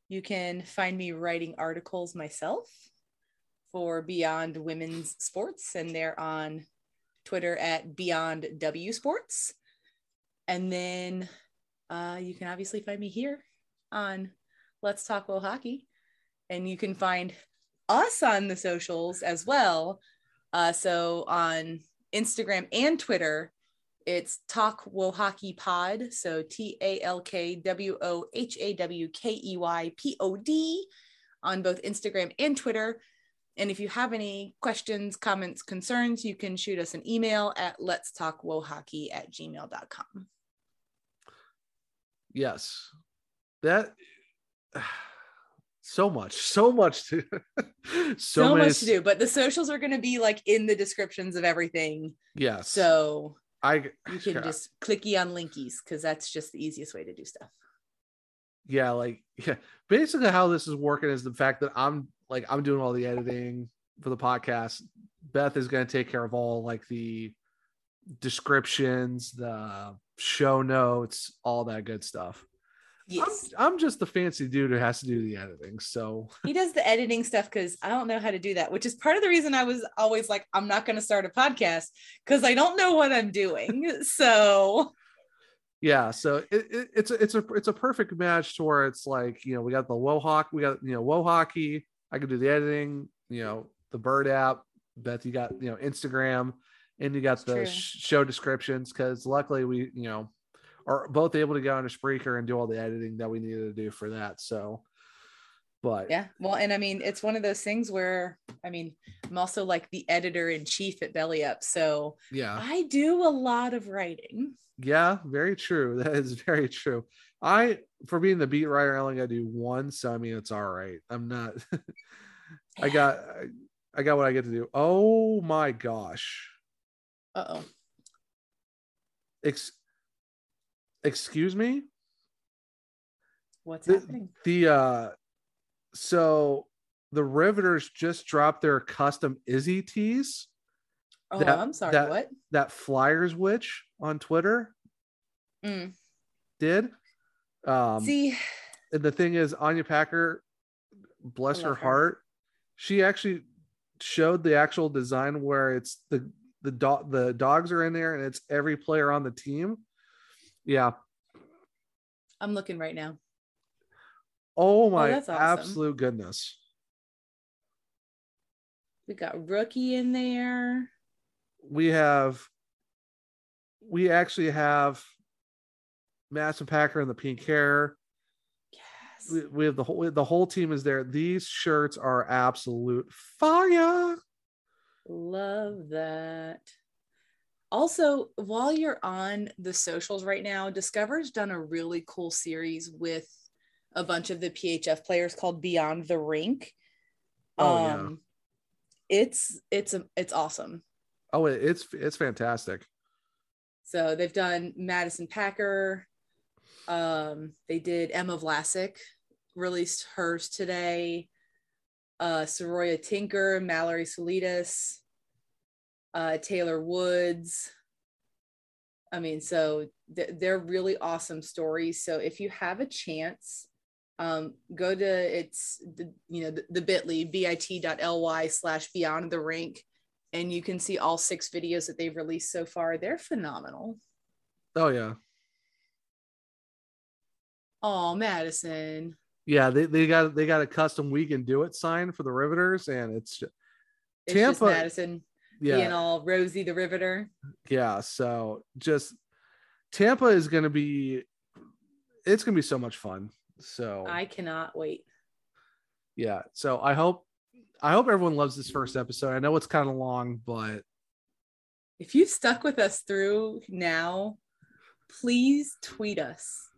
S2: you can find me writing articles myself for Beyond Women's Sports. And they're on Twitter at Beyond W Sports. And then uh, you can obviously find me here on Let's Talk Well Hockey. And you can find us on the socials as well. Uh, so on Instagram and Twitter, it's Talk Wohaki Pod. So T A L K W O H A W K E Y P O D on both Instagram and Twitter. And if you have any questions, comments, concerns, you can shoot us an email at let's talk wohockey at gmail.com.
S3: Yes. That so much, so much to so,
S2: So,
S3: many
S2: much to do, but the socials are going to be like in the descriptions of everything.
S3: Yes.
S2: So
S3: I
S2: you can just clicky on linkies because that's just the easiest way to do stuff.
S3: yeah, like yeah. Basically how this is working is the fact that I'm like I'm doing all the editing for the podcast. Beth is gonna take care of all like the descriptions, the show notes, all that good stuff.
S2: Yes.
S3: I'm, I'm just the fancy dude who has to do the editing. So
S2: he does the editing stuff because I don't know how to do that, which is part of the reason I was always like, I'm not going to start a podcast because I don't know what I'm doing. So,
S3: yeah so it, it, it's a, it's a it's a perfect match to where it's like you know we got the wohawk we got you know wohockey i can do the editing you know the bird app beth you got you know instagram and you got the
S2: true.
S3: sh- show descriptions because luckily we you know are both able to go on a spreaker and do all the editing that we needed to do for that so But
S2: yeah, well, and I mean, it's one of those things where I mean, I'm also like the editor in chief at Belly Up, so
S3: yeah,
S2: I do a lot of writing.
S3: Yeah, very true. That is very true. I, for being the beat writer, I only got to do one, so I mean, it's all right. I'm not. I got, I got what I get to do. Oh my gosh.
S2: Uh oh.
S3: Ex- excuse me.
S2: What's
S3: the,
S2: happening?
S3: The uh, so the Riveters just dropped their custom Izzy tees.
S2: Oh, I'm sorry.
S3: That,
S2: what?
S3: That Flyers witch on Twitter
S2: Mm.
S3: did. Um,
S2: See,
S3: and the thing is, Anya Packer, bless
S2: I
S3: her
S2: love her.
S3: heart, she actually showed the actual design where it's the the dog the dogs are in there and it's every player on the team. Yeah.
S2: I'm looking right now.
S3: Oh my
S2: that's awesome.
S3: absolute goodness.
S2: We got rookie in there.
S3: we have we actually have Madison Packer in the pink hair. Yes. We, we have the whole the whole team is there. These shirts are absolute fire.
S2: Love that. Also, while you're on the socials right now, Discover's done a really cool series with a bunch of the PHF players called Beyond the Rink.
S3: Oh, yeah.
S2: Um, yeah. It's it's a, it's awesome.
S3: Oh, it- it's it's fantastic.
S2: So they've done Madison Packer. Um, they did Emma Vlasic, released hers today. Uh, Soroya Tinker, Mallory Solitas, uh, Taylor Woods. I mean, so th- they're really awesome stories. So if you have a chance, um, go to it's the, you know the, the Bitly bit.ly slash Beyond the Rink and you can see all six videos that they've released so far. They're phenomenal.
S3: Oh yeah.
S2: Oh, Madison.
S3: Yeah, they, they got they got a custom we can do it sign for the Riveters and it's ju-
S2: It's just
S3: Tampa-
S2: Madison
S3: yeah.
S2: being all Rosie the Riveter.
S3: yeah so just tampa is going to be it's going to be so much fun so
S2: I cannot wait.
S3: yeah so i hope i hope everyone loves this first episode i know it's kind of long but
S2: If you've stuck with us through now, please tweet us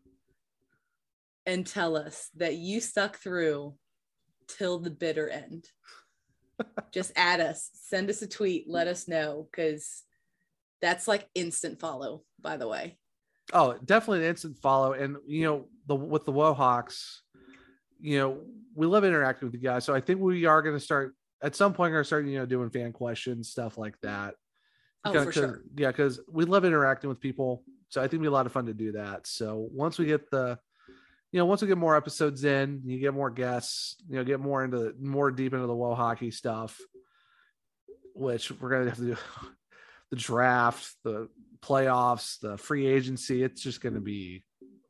S2: and tell us that you stuck through till the bitter end. just add us, send us a tweet, let us know because that's like instant follow, by the way.
S3: oh definitely an instant follow and you know the with the wohawks you know we love interacting with you guys so i think we are going to start at some point we're starting you know doing fan questions stuff like that
S2: Oh,
S3: Kinda
S2: for
S3: 'cause-
S2: sure.
S3: yeah because we love interacting with people so i think it'd be a lot of fun to do that so once we get the you know once we get more episodes in you get more guests you know get more into more deep into the woe hockey stuff which we're gonna have to do the draft the playoffs the free agency it's just gonna be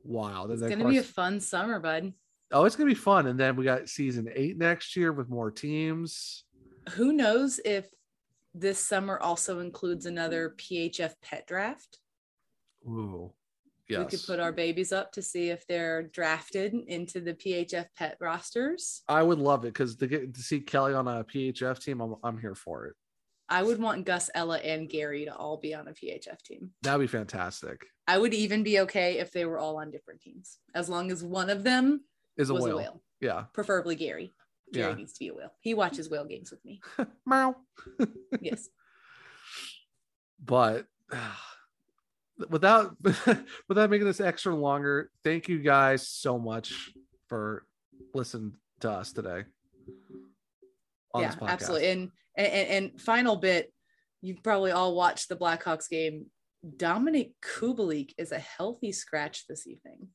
S3: wild
S2: It's
S3: then,
S2: going
S3: of
S2: to be a
S3: course-
S2: fun summer, bud.
S3: oh it's gonna be fun and then we got season eight next year with more teams
S2: Who knows if this summer also includes another PHF pet draft?
S3: Ooh.
S2: We
S3: yes
S2: could put our babies up to see if they're drafted into the PHF pet rosters.
S3: i would love it because to get to see kelly on a phf team i'm, I'm here for it
S2: I would want Gus, Ella, and Gary to all be on a PHF team.
S3: That'd be fantastic.
S2: I would even be okay if they were all on different teams, as long as one of them
S3: Is a
S2: was
S3: whale.
S2: a whale,
S3: Yeah.
S2: preferably Gary. Gary
S3: Yeah.
S2: needs to be a whale. He watches whale games with me.
S3: Meow.
S2: yes.
S3: But without without making this extra longer, thank you guys so much for listening to us today. On
S2: yeah,
S3: this podcast.
S2: absolutely. And, and and and final bit, you probably all watched the Blackhawks game. Dominic Kubalik is a healthy scratch this evening.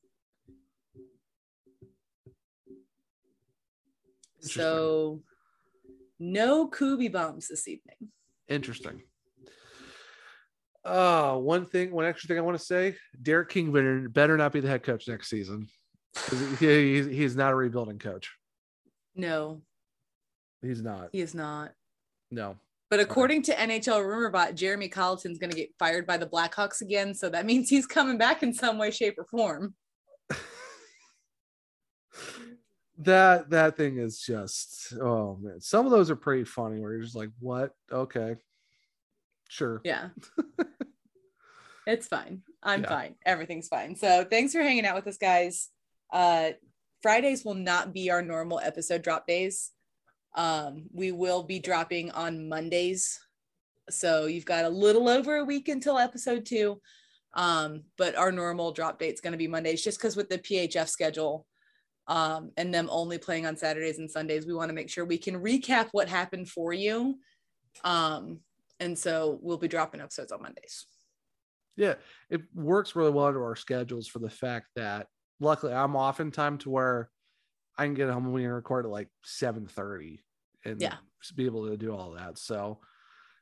S2: So no Kubi bombs this evening.
S3: Interesting. Uh one thing, one extra thing I want to say: Derek King better, better not be the head coach next season. 'Cause He, he's, he's not a rebuilding coach.
S2: No,
S3: He's not.
S2: he is not.
S3: No.
S2: But according to NHL Rumorbot, Jeremy Colleton's going to get fired by the Blackhawks again. So that means he's coming back in some way, shape, or form.
S3: that that thing is just oh man. Some of those are pretty funny where you're just like, what? Okay. Sure.
S2: Yeah. it's fine. I'm yeah. fine. Everything's fine. So thanks for hanging out with us guys. Uh Fridays will not be our normal episode drop days. Um, we will be dropping on Mondays. So you've got a little over a week until episode two. Um, but our normal drop date is going to be Mondays just because with the PHF schedule um, and them only playing on Saturdays and Sundays, we want to make sure we can recap what happened for you. Um, and so we'll be dropping episodes on Mondays.
S3: Yeah, it works really well into our schedules for the fact that luckily I'm off in time to where I can get home and we can record at like 7:30 and yeah. be able to do all that. So